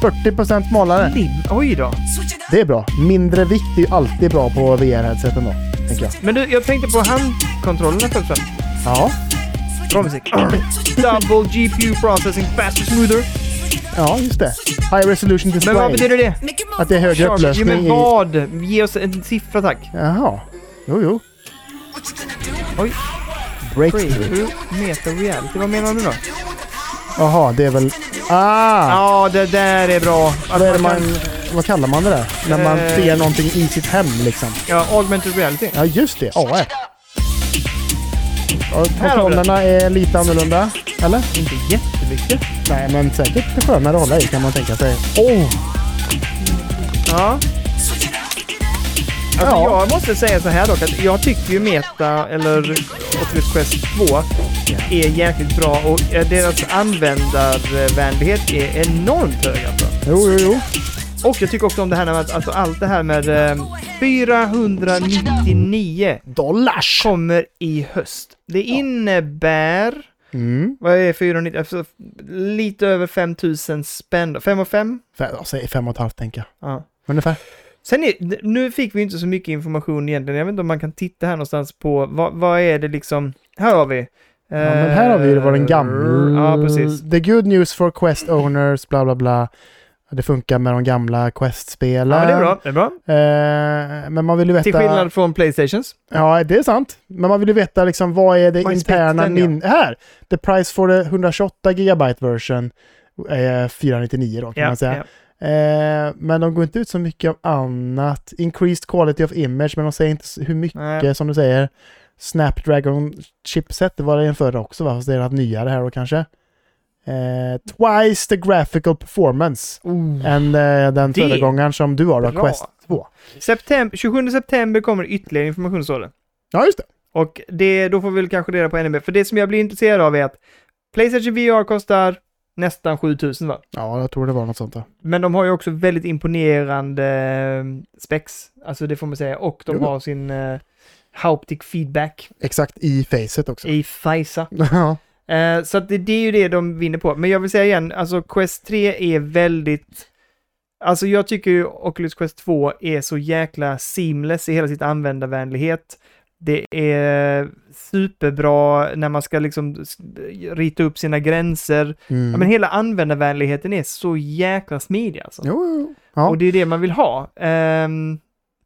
Speaker 1: 40% smalare.
Speaker 2: lim. Oj då.
Speaker 3: Switch it up.
Speaker 1: Det är bra. Mindre vikt är ju alltid bra på VR-headseten då, tänker jag.
Speaker 2: Men du, jag tänkte på handkontrollerna först. va?
Speaker 1: Ja,
Speaker 2: Bra musik. Double GPU processing faster smoother.
Speaker 1: ja just det. High resolution display.
Speaker 2: Men vad betyder det?
Speaker 3: Make it
Speaker 1: Att det är
Speaker 3: move.
Speaker 1: högre
Speaker 2: Charge. Jo, men
Speaker 1: upplösning i...
Speaker 2: vad? Ge oss en siffra tack.
Speaker 1: Jaha. Jo, jo.
Speaker 3: What you gonna do?
Speaker 2: Oj.
Speaker 1: Breakthrough.
Speaker 2: Breakthrough. Meta reality. Vad menar du då?
Speaker 1: Jaha, det är väl... Ah!
Speaker 2: Ja, det där är bra. Att
Speaker 1: Vad, är det
Speaker 2: man
Speaker 1: man,
Speaker 2: kan-
Speaker 1: vad kallar man det där? När man
Speaker 2: Eh.
Speaker 1: ser någonting i sitt hem liksom.
Speaker 2: Ja, augmented reality.
Speaker 1: Ja, just det. AR. Och
Speaker 2: Här har vi det.
Speaker 1: Kontrollerna är lite annorlunda, eller?
Speaker 2: Inte jättemycket.
Speaker 1: Nej, men säkert skönare att hålla i kan man tänka sig. Åh!
Speaker 2: Ja. Alltså,
Speaker 1: Ja.
Speaker 2: Jag måste säga så här dock, att jag tycker ju Meta, eller Oculus Quest 2, är jäkligt bra och eh, deras användarvänlighet är enormt hög alltså.
Speaker 1: Jo, jo, jo.
Speaker 2: Och jag tycker också om det här med att alltså, allt det här med eh, 499
Speaker 1: Dollars!
Speaker 2: kommer i höst. Det innebär,
Speaker 1: Mm.
Speaker 2: vad är 499, alltså, lite över 5000 spänn, 5 och 5?
Speaker 1: Fem, jag säger fem och ett halvt tänker jag.
Speaker 2: Ja.
Speaker 1: Ungefär.
Speaker 2: Sen är, nu fick vi inte så mycket information egentligen. Jag vet inte om man kan titta här någonstans på vad, vad är det liksom. Här har vi. Ja,
Speaker 1: Ja, men här har vi ju vad den gamla...
Speaker 2: Mm. Ja, precis.
Speaker 1: The good news for Quest owners, bla bla bla. Det funkar med de gamla Quest-spelen.
Speaker 2: Ja, men det är bra. Det är bra.
Speaker 1: Eh, men man vill ju veta...
Speaker 2: Till skillnad från Playstations.
Speaker 1: Ja, det är sant. Men man vill ju veta liksom vad är det
Speaker 2: Vad är
Speaker 1: interna
Speaker 2: spexen, ja.
Speaker 1: min... Här! The price for the 128 gigabyte version är 499 då kan
Speaker 2: Ja,
Speaker 1: man säga.
Speaker 2: ja.
Speaker 1: Eh, men de går inte ut så mycket om annat. Increased quality of image, men de säger inte s- hur mycket
Speaker 2: Nej.
Speaker 1: Eh, som du säger. Snapdragon chipset, det var det en förra också va? Fast det är något nyare här då kanske. Eh, twice the graphical performance än eh, den
Speaker 2: Det
Speaker 1: föregångaren som du har då,
Speaker 2: Oh, bra.
Speaker 1: Quest 2.
Speaker 2: September, 27 september kommer ytterligare information står det.
Speaker 1: Ja, just det.
Speaker 2: Och det, då får vi väl kanske reda på ännu mer. För det som jag blir intresserad av är att Playstation VR kostar nästan 7000 va?
Speaker 1: Ja, jag tror det var något sånt där.
Speaker 2: Men de har ju också väldigt imponerande eh, specs, alltså det får man säga, och de
Speaker 1: Jo.
Speaker 2: har sin eh, Hauptic feedback
Speaker 1: Exakt i facet också.
Speaker 2: i FISA.
Speaker 1: Ja.
Speaker 2: Eh, så att det, det är ju det de vinner på. Men jag vill säga igen, alltså Quest 3 är väldigt... Alltså jag tycker ju Oculus Quest 2 är så jäkla seamless i hela sitt användarvänlighet. Det är superbra när man ska liksom s- rita upp sina gränser.
Speaker 1: Mm.
Speaker 2: Ja, men hela användarvänligheten är så jäkla smidig alltså.
Speaker 1: Jo, jo, jo. Ja.
Speaker 2: Och det är det man vill ha. Ehm,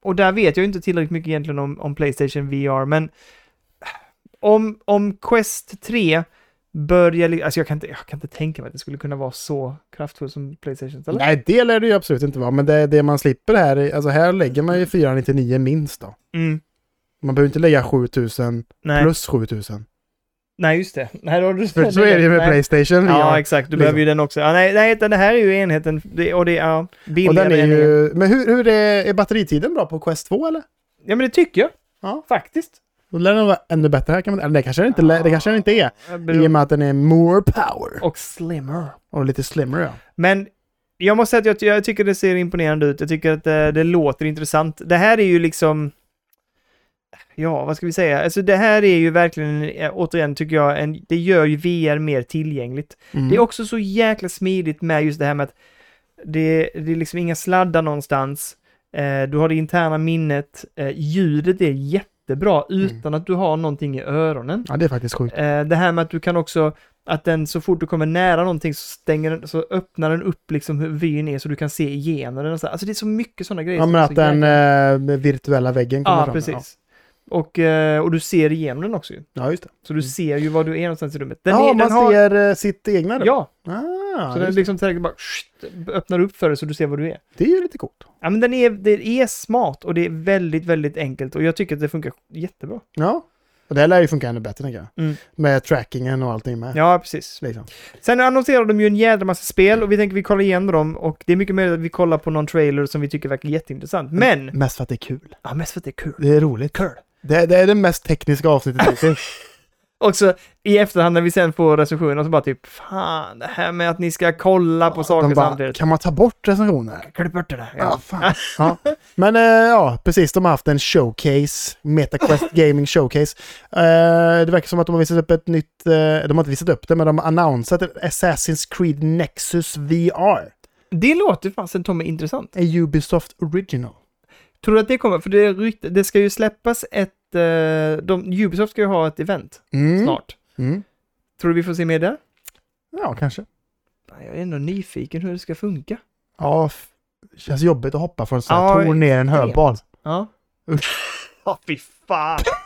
Speaker 2: och där vet jag ju inte tillräckligt mycket egentligen om, om Playstation VR, men om, om Quest 3 börjar... li- Alltså jag kan, inte, jag kan inte tänka mig att det skulle kunna vara så kraftfullt som Playstation. Eller?
Speaker 1: Nej, det lär det ju absolut inte vara. Men det, det man slipper här, är- alltså här lägger man ju 499 minst då.
Speaker 2: Mm,
Speaker 1: Man behöver inte lägga 7000
Speaker 2: nej.
Speaker 1: plus 7000.
Speaker 2: nej, just det. Nej, då har du
Speaker 1: För så är det ju med
Speaker 2: Nej.
Speaker 1: Playstation. vi
Speaker 2: Ja,
Speaker 1: har.
Speaker 2: exakt. Du
Speaker 1: liksom.
Speaker 2: behöver ju den också. Ja, nej, nej, utan det här är ju enheten det, och det är ja,
Speaker 1: och
Speaker 2: billigare.
Speaker 1: den är
Speaker 2: än en.
Speaker 1: ju... Men hur, hur är, är batteritiden bra på Quest 2 eller?
Speaker 2: Ja, men det tycker jag.
Speaker 1: Ja.
Speaker 2: Faktiskt.
Speaker 1: Då lär den vara ännu bättre här kan man... Eller det kanske den inte, lä- det kanske den inte är. I och med att den är more power.
Speaker 2: Och slimmer.
Speaker 1: Och lite slimmare ja.
Speaker 2: Men jag måste säga att jag, ty- jag tycker det ser imponerande ut. Jag tycker att eh, det, det låter intressant. Det här är ju liksom... Ja, vad ska vi säga? Alltså det här är ju verkligen, eh, återigen tycker jag, en, det gör ju VR mer tillgängligt.
Speaker 1: Mm.
Speaker 2: Det är också så jäkla smidigt med just det här med att det, det är liksom inga sladdar någonstans. Eh, du har det interna minnet. Eh, ljudet är jättebra utan att du har någonting i öronen.
Speaker 1: Ja, det är faktiskt sjukt.
Speaker 2: Eh, det här med att du kan också, att den så fort du kommer nära någonting så stänger den, så öppnar den upp liksom hur vyn är så du kan se igenom den. och så här. Alltså det är så mycket sådana grejer.
Speaker 1: Ja,
Speaker 2: som
Speaker 1: men
Speaker 2: är
Speaker 1: att
Speaker 2: så
Speaker 1: den
Speaker 2: jäkla-
Speaker 1: eh, virtuella väggen kommer
Speaker 2: Ja,
Speaker 1: fram.
Speaker 2: precis. Och, eh, och du ser igenom den också ju.
Speaker 1: Ja. ja, just det.
Speaker 2: Så du ser ju var du är någonstans i rummet. Den
Speaker 1: Mm. ja,
Speaker 2: är,
Speaker 1: man
Speaker 2: den har,
Speaker 1: ser eh, sitt egna då.
Speaker 2: Ja,
Speaker 1: Ah,
Speaker 2: så den
Speaker 1: just det.
Speaker 2: liksom tillräckligt bara sht, öppnar upp för dig så du ser var du är.
Speaker 1: det är ju lite coolt.
Speaker 2: Ja, men den är, det är smart och det är väldigt, väldigt enkelt och jag tycker att det funkar jättebra.
Speaker 1: Ja, och det här lär ju funka ännu bättre tänker jag.
Speaker 2: Mm.
Speaker 1: Med trackingen och allting med.
Speaker 2: Ja, precis.
Speaker 1: Liksom.
Speaker 2: Sen annonserar de ju en jädra massa spel och vi tänker vi kollar igenom dem och det är mycket möjligt att vi kollar på någon trailer som vi tycker verkar jätteintressant. Men!
Speaker 1: Mest för att det är kul.
Speaker 2: Ja, mest för att det är kul.
Speaker 1: Det är roligt. Kul. Det, det är det mest tekniska avsnittet hittills.
Speaker 2: Och så i efterhand när vi sen får recensionen så bara typ fan, det här med att ni ska kolla på saker
Speaker 1: De bara,
Speaker 2: samtidigt.
Speaker 1: kan man ta bort recensioner?
Speaker 2: Klipp bort det där.
Speaker 1: Ja,
Speaker 2: Ja.
Speaker 1: fan. Ja. Men eh, ja, precis. De har haft en showcase. MetaQuest Gaming Showcase. Eh, det verkar som att de har visat upp ett nytt... eh, de har inte visat upp det, men de har annonsat ett Assassin's Creed Nexus VR.
Speaker 2: Det låter fasen Tommy intressant.
Speaker 1: En Ubisoft Original.
Speaker 2: Tror du att det kommer? För det, är rykt- det ska ju släppas ett... eh, De, Ubisoft ska ju ha ett event
Speaker 1: Mm.
Speaker 2: snart.
Speaker 1: Mm.
Speaker 2: Tror du vi får se mer där?
Speaker 1: Ja, kanske.
Speaker 2: Nej, Jag är ändå nyfiken hur det ska funka.
Speaker 1: Ja, f- känns jobbigt att hoppa från så här
Speaker 2: Ja,
Speaker 1: torn ner en
Speaker 2: extremt.
Speaker 1: höboll.
Speaker 2: Ja.
Speaker 1: Usch.
Speaker 2: Ja, fy fan.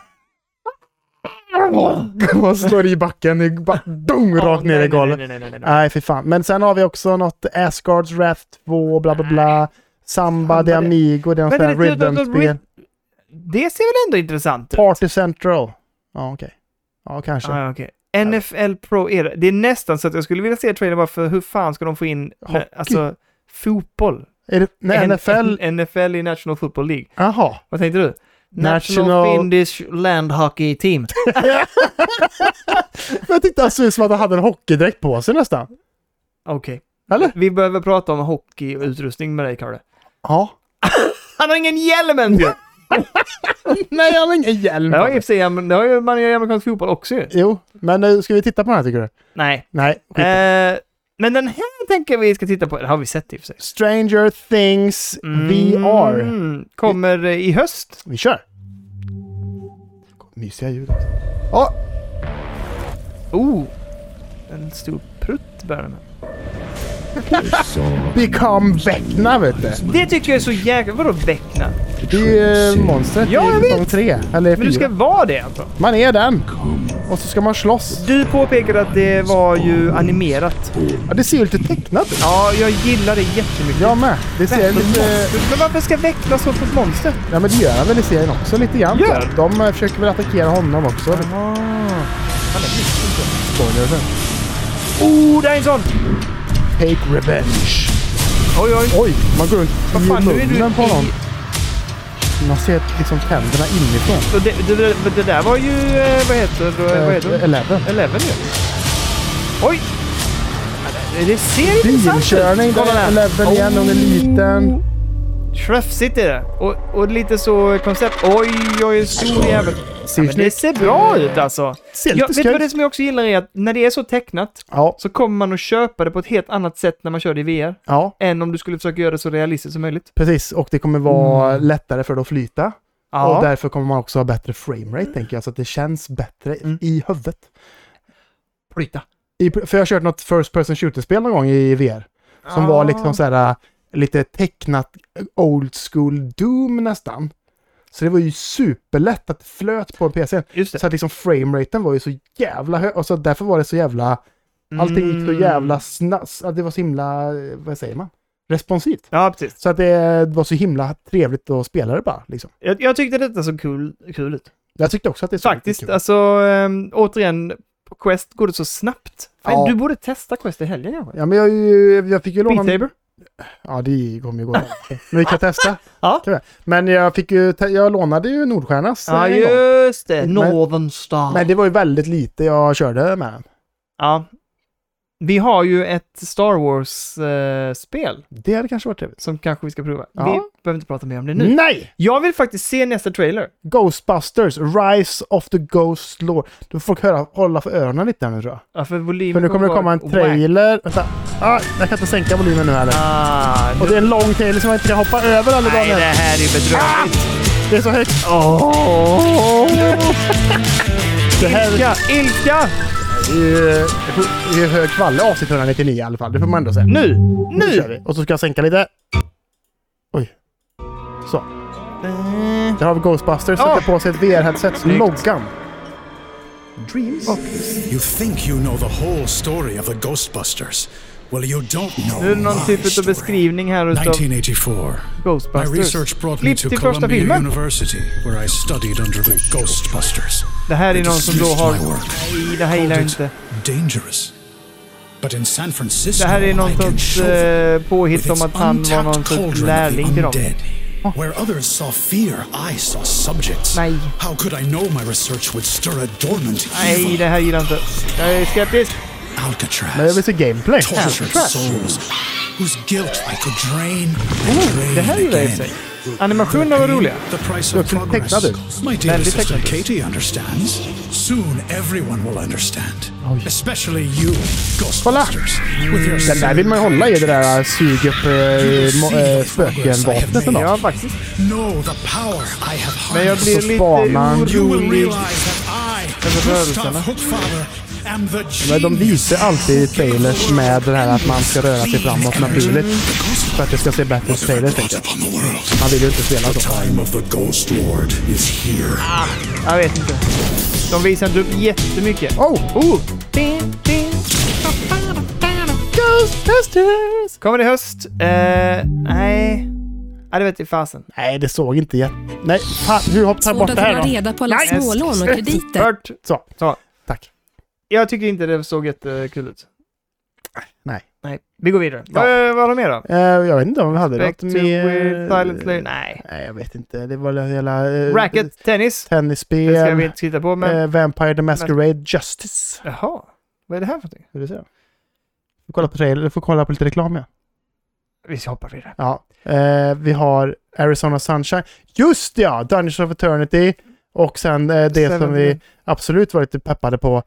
Speaker 1: Man slår i backen, det är bara dung rakt ner i golvet. Äh,
Speaker 2: Nej, nej, nej, nej, nej.
Speaker 1: Nej, för fan. Men sen har vi också något Asgards Wrath 2, bla bla bla. Samba
Speaker 2: Fan,
Speaker 1: de
Speaker 2: vad det-
Speaker 1: Amigo, det är något
Speaker 2: Vänta,
Speaker 1: sånt
Speaker 2: det- det- det- det-
Speaker 1: rhythmspel.
Speaker 2: Det ser väl ändå intressant ut?
Speaker 1: Party Central. Ja, okej. Ja, kanske.
Speaker 2: Ah, okej. NFL Pro är det. Det är nästan så att jag skulle vilja se trailern bara för hur fan ska de få in
Speaker 1: Hockey.
Speaker 2: nä- alltså, fotboll?
Speaker 1: Är det, nej,
Speaker 2: N-
Speaker 1: NFL?
Speaker 2: N- NFL i National Football League.
Speaker 1: Jaha.
Speaker 2: Vad tänkte du? National,
Speaker 1: National-
Speaker 2: Finnish Land Hockey Team.
Speaker 1: Jag tyckte han såg ut som att han hade en hockeydräkt på sig nästan.
Speaker 2: Okej.
Speaker 1: Eller?
Speaker 2: Vi behöver prata om hockeyutrustning med dig, Kalle.
Speaker 1: Ja.
Speaker 2: Han har ingen hjälm typ. ens ju!
Speaker 1: Nej, han har ingen hjälm.
Speaker 2: Det har ju i och för sig, men det har ju man i amerikansk fotboll också ju.
Speaker 1: Jo, men eh, ska vi titta på den här tycker du?
Speaker 2: Nej.
Speaker 1: Nej, skit i det.
Speaker 2: Eh, men den här tänker vi ska titta på. Det har vi sett i och för sig.
Speaker 1: Stranger Things VR.
Speaker 2: Mm, Kommer eh, i höst.
Speaker 1: Vi kör! Mysiga ljud. alltså. Ja,
Speaker 2: Oh! En stor prutt bär den med.
Speaker 1: Become Vecna vet du.
Speaker 2: Det tycker jag är så jäkla... Vadå väckna?
Speaker 1: Det är ju monstret
Speaker 2: Ja, jag
Speaker 1: i säsong
Speaker 2: vet.
Speaker 1: tre. Eller
Speaker 2: Men du ska
Speaker 1: fyra.
Speaker 2: vara det alltså?
Speaker 1: Man är den. Och så ska man slåss.
Speaker 2: Du påpekade att det var ju animerat.
Speaker 1: Ja, det ser ju lite tecknat ut.
Speaker 2: Ja, jag gillar det jättemycket.
Speaker 1: Jag med. Det ser lite...
Speaker 2: Men varför ska väckna så på ett monster?
Speaker 1: Ja men det gör han väl i serien också lite grann.
Speaker 2: Gör
Speaker 1: tror jag. De eh, försöker väl attackera honom också.
Speaker 2: Ah.
Speaker 1: Spoilers.
Speaker 2: Oh, där är en sån!
Speaker 1: Take revenge.
Speaker 2: Oj, oj.
Speaker 1: Oj, man går runt
Speaker 2: Vad fan, nu är
Speaker 1: i
Speaker 2: du...
Speaker 1: munnen på honom.
Speaker 2: i-
Speaker 1: Man ser liksom tänderna inifrån.
Speaker 2: Så det, det, det, det där var ju... eh, Vad heter, vad heter
Speaker 1: Eh,
Speaker 2: det?
Speaker 1: Eleven.
Speaker 2: Eleven ju. Oj! Ja, Det ser intressant
Speaker 1: Bilkörning,
Speaker 2: ut.
Speaker 1: där är
Speaker 2: Oh.
Speaker 1: leveln igen, hon är liten.
Speaker 2: Träffsigt är det. Och, och lite så koncept. Oj, oj, stor jävel. Ja, men det
Speaker 1: snyggt.
Speaker 2: ser bra ut alltså.
Speaker 1: Ser
Speaker 2: Ja,
Speaker 1: lite
Speaker 2: vet du vad
Speaker 1: skoj.
Speaker 2: det som jag också gillar är att när det är så tecknat
Speaker 1: Ja,
Speaker 2: så kommer man att köpa det på ett helt annat sätt när man kör det i VR
Speaker 1: ja,
Speaker 2: än om du skulle försöka göra det så realistiskt som möjligt.
Speaker 1: precis. Och det kommer vara
Speaker 2: Mm.
Speaker 1: lättare för det att flyta. Och
Speaker 2: Ja,
Speaker 1: därför kommer man också ha bättre framerate, tänker jag. Så att det känns bättre
Speaker 2: Mm.
Speaker 1: i huvudet.
Speaker 2: flyta.
Speaker 1: I, för jag har kört något first person shooter-spel någon gång i VR. Som
Speaker 2: Ah.
Speaker 1: var liksom så här äh, lite tecknat äh, old school Doom nästan. Så det var ju superlätt att det flöt på PCn.
Speaker 2: Just det.
Speaker 1: Så att liksom frameraten var ju så jävla hög. Och så därför var det så jävla... Allting gick så
Speaker 2: Mm.
Speaker 1: jävla snabbt. Det var så himla, eh, vad säger man? Responsivt.
Speaker 2: Ja, precis.
Speaker 1: Så att det var så himla trevligt att spela det bara. Liksom.
Speaker 2: Jag, jag tyckte detta såg kul, kul ut.
Speaker 1: Jag tyckte också att det såg
Speaker 2: Faktiskt,
Speaker 1: lite kul.
Speaker 2: alltså ehm, återigen, på Quest går det så snabbt. Fan,
Speaker 1: Ja.
Speaker 2: Du borde testa Quest i helgen kanske?
Speaker 1: Ja men jag, är ju- jag fick ju låna...
Speaker 2: Beat Saber?
Speaker 1: Ja det kommer ju gå. men vi kan testa.
Speaker 2: Ja.
Speaker 1: Kan vi. Men jag fick ju, te- jag lånade ju Nordstjärnas
Speaker 2: Ja,
Speaker 1: eh, en gång.
Speaker 2: just det.
Speaker 1: Men-
Speaker 2: Northern Star.
Speaker 1: Men det var ju väldigt lite jag körde med den.
Speaker 2: Ja. Vi har ju ett Star Wars-spel
Speaker 1: Det hade kanske varit trevligt.
Speaker 2: som kanske vi ska prova.
Speaker 1: Ja. Mm.
Speaker 2: Vi behöver inte prata mer om det nu.
Speaker 1: Nej!
Speaker 2: Jag vill faktiskt se nästa trailer.
Speaker 1: Ghostbusters, Rise of the Ghost Lord. Du får höra, hålla för öronen lite nu tror jag.
Speaker 2: Ja, för volymen
Speaker 1: För nu kommer det komma
Speaker 2: vara
Speaker 1: en
Speaker 2: wack.
Speaker 1: trailer. Vänta. Ah, jag kan inte sänka volymen nu heller.
Speaker 2: Ah,
Speaker 1: Och
Speaker 2: nu,
Speaker 1: det är en lång trailer som jag inte kan hoppa över alla
Speaker 2: nej, det
Speaker 1: dagar.
Speaker 2: här är Ah! ju bedrövligt.
Speaker 1: Det är så högt.
Speaker 2: Åh!
Speaker 1: Det här
Speaker 2: Ilka, ilka!
Speaker 1: det är ju- det är hög kvalitet avsnitt 199 i alla fall. Det får man ändå säga.
Speaker 2: Nu!
Speaker 1: Nu kör
Speaker 2: Nu!
Speaker 1: vi. Och så ska jag sänka lite. Oj. Så. Där har vi Ghostbusters.
Speaker 2: Ja.
Speaker 1: Sätter på sig ett VR-headset. Loggan. Dreams.
Speaker 4: You think you know the whole story of the Ghostbusters. Well, you don't know
Speaker 2: Nu är det någon
Speaker 4: my
Speaker 2: typ av
Speaker 4: story.
Speaker 2: beskrivning här utav
Speaker 4: 1984. My
Speaker 2: Ghostbusters.
Speaker 4: research brought me
Speaker 2: Klipp
Speaker 4: to
Speaker 2: till första
Speaker 4: Columbia
Speaker 2: filmen.
Speaker 4: University, where I studied under the Ghostbusters.
Speaker 2: Det här är
Speaker 4: They
Speaker 2: någon som då
Speaker 4: dismissed
Speaker 2: har...
Speaker 4: my work.
Speaker 2: Nej, det här gillar jag
Speaker 4: Called
Speaker 2: inte.
Speaker 4: it dangerous. But in San Francisco,
Speaker 2: Det här är någon
Speaker 4: I can
Speaker 2: sorts
Speaker 4: show them
Speaker 2: eh,
Speaker 4: with
Speaker 2: påhitt
Speaker 4: its
Speaker 2: om att han var någon
Speaker 4: untapped
Speaker 2: sorts
Speaker 4: cauldron of the
Speaker 2: lärling till dem.
Speaker 4: undead. Where others saw fear, I saw subjects.
Speaker 2: Nej.
Speaker 4: How could I know my research would stir a dormant
Speaker 2: Nej,
Speaker 4: evil?
Speaker 2: det här gillar jag inte. Jag är skeptisk.
Speaker 4: Alcatraz.
Speaker 1: Men jag vill se gameplay.
Speaker 4: tortured
Speaker 2: Alcatraz.
Speaker 4: souls whose guilt I could drain and drain
Speaker 2: Det här gillar jag i och för
Speaker 4: again.
Speaker 2: sig. Animationerna var roliga.
Speaker 4: The price
Speaker 1: Jag
Speaker 4: of
Speaker 1: tror
Speaker 4: progress.
Speaker 1: tecknade.
Speaker 4: My dear
Speaker 2: Väldigt
Speaker 4: sister
Speaker 2: tecknade.
Speaker 4: Katie understands. Soon everyone will understand.
Speaker 1: Oj.
Speaker 4: Especially you, Ghostbusters. With your
Speaker 1: Den där vill man ju hålla i, det där sug upp eh, mo- eh, spöken-vapnet ändå.
Speaker 2: Ja, faktiskt.
Speaker 4: Know the power I have
Speaker 2: Men jag
Speaker 4: harnessed.
Speaker 2: blir
Speaker 1: Så
Speaker 2: lite
Speaker 1: spanar.
Speaker 4: You will
Speaker 2: orolig.
Speaker 4: realize that I,
Speaker 2: rörelserna.
Speaker 4: Gustav Hookfather, am the
Speaker 1: Men de visar
Speaker 4: genius
Speaker 1: alltid i
Speaker 4: who gave
Speaker 1: trailers
Speaker 4: the
Speaker 1: med det här att man
Speaker 4: world
Speaker 1: ska röra sig framåt
Speaker 4: clean
Speaker 1: naturligt.
Speaker 4: energy. The Ghostbusters
Speaker 1: För att det ska se bättre ut i trailers, tänker jag.
Speaker 4: upon the world.
Speaker 1: Man vill ju inte spela så.
Speaker 4: Time of the Ghost Lord is here.
Speaker 5: Ah,
Speaker 2: Jag vet inte. De visar inte upp jättemycket.
Speaker 1: Oh!
Speaker 2: Oh!
Speaker 1: Ghostbusters!
Speaker 2: Kommer det i höst? Eh, nej. Ja, det vet jag fasen.
Speaker 1: Nej, det såg inte jätte... Nej, fan, hur hoppar jag
Speaker 6: svårt
Speaker 1: bort
Speaker 6: att
Speaker 1: det här
Speaker 6: hålla
Speaker 1: då?
Speaker 6: reda på alla smålån och krediter.
Speaker 2: Hört.
Speaker 1: Så,
Speaker 2: Så.
Speaker 1: tack.
Speaker 2: Jag tycker inte det såg jättekul ut.
Speaker 1: Nej.
Speaker 2: Nej. Vi går vidare.
Speaker 1: Ja.
Speaker 2: Vad, vad har de mer då?
Speaker 1: Eh, jag vet inte om vi hade
Speaker 2: Back to
Speaker 1: något mer...
Speaker 2: weird, silent Play. Nej.
Speaker 1: Nej, jag vet inte. Det var hela... eh,
Speaker 2: Racket, tennis.
Speaker 1: Tennisspel.
Speaker 2: Det ska vi inte titta på, men...
Speaker 1: eh, Vampire the Masquerade Justice.
Speaker 2: Jaha. Vad är det här för någonting?
Speaker 1: Vill du se? den? Får kolla på trailer, får kolla på lite reklam ja.
Speaker 2: Vi hoppar vidare.
Speaker 1: ja. Eh, vi har Arizona Sunshine. Just det, ja! Dungeons of Eternity. Och sen eh, det som
Speaker 2: Seven-
Speaker 1: vi absolut var lite peppade på.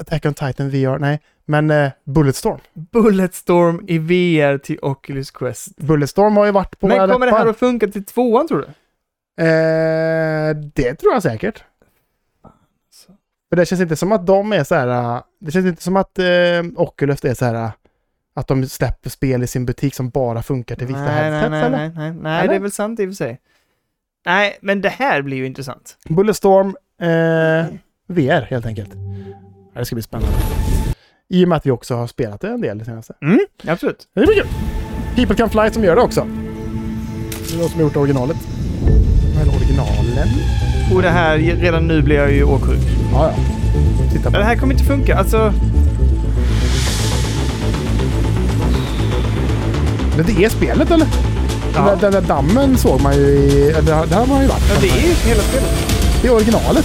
Speaker 1: Attack on Titan VR, nej. Men eh, Bulletstorm.
Speaker 2: Bulletstorm i VR till Oculus Quest.
Speaker 1: Bulletstorm har ju varit på
Speaker 2: Men
Speaker 1: våra
Speaker 2: kommer det här
Speaker 1: läppar.
Speaker 2: att funka till tvåan tror du?
Speaker 1: Eh, det tror jag säkert. För det känns inte som att de är så här... äh, Det känns inte som att eh, Oculus är så här... äh, Att de släpper spel i sin butik som bara funkar till vissa
Speaker 2: nej,
Speaker 1: headsets
Speaker 2: nej, nej,
Speaker 1: eller?
Speaker 2: nej, nej, nej,
Speaker 1: Eller?
Speaker 2: det är väl sant i och för sig. Nej, men det här blir ju intressant.
Speaker 1: Bulletstorm eh, VR helt enkelt. Ja, det ska bli spännande. I och med att vi också har spelat det en del det senaste.
Speaker 2: Mm, absolut.
Speaker 1: Men Det blir kul! People Can Fly som gör det också. Det är de som har gjort originalet. Eller originalen?
Speaker 2: Och det här, redan nu blir jag ju åksjuk.
Speaker 1: Ja, ja. Titta på
Speaker 2: Men det här kommer inte funka, alltså.
Speaker 1: Men det är spelet eller? Den, där, den där dammen såg man ju i... eller Där, där har man ju varit.
Speaker 2: Ja, det är ju hela spelet.
Speaker 1: Det är originalet.
Speaker 2: Men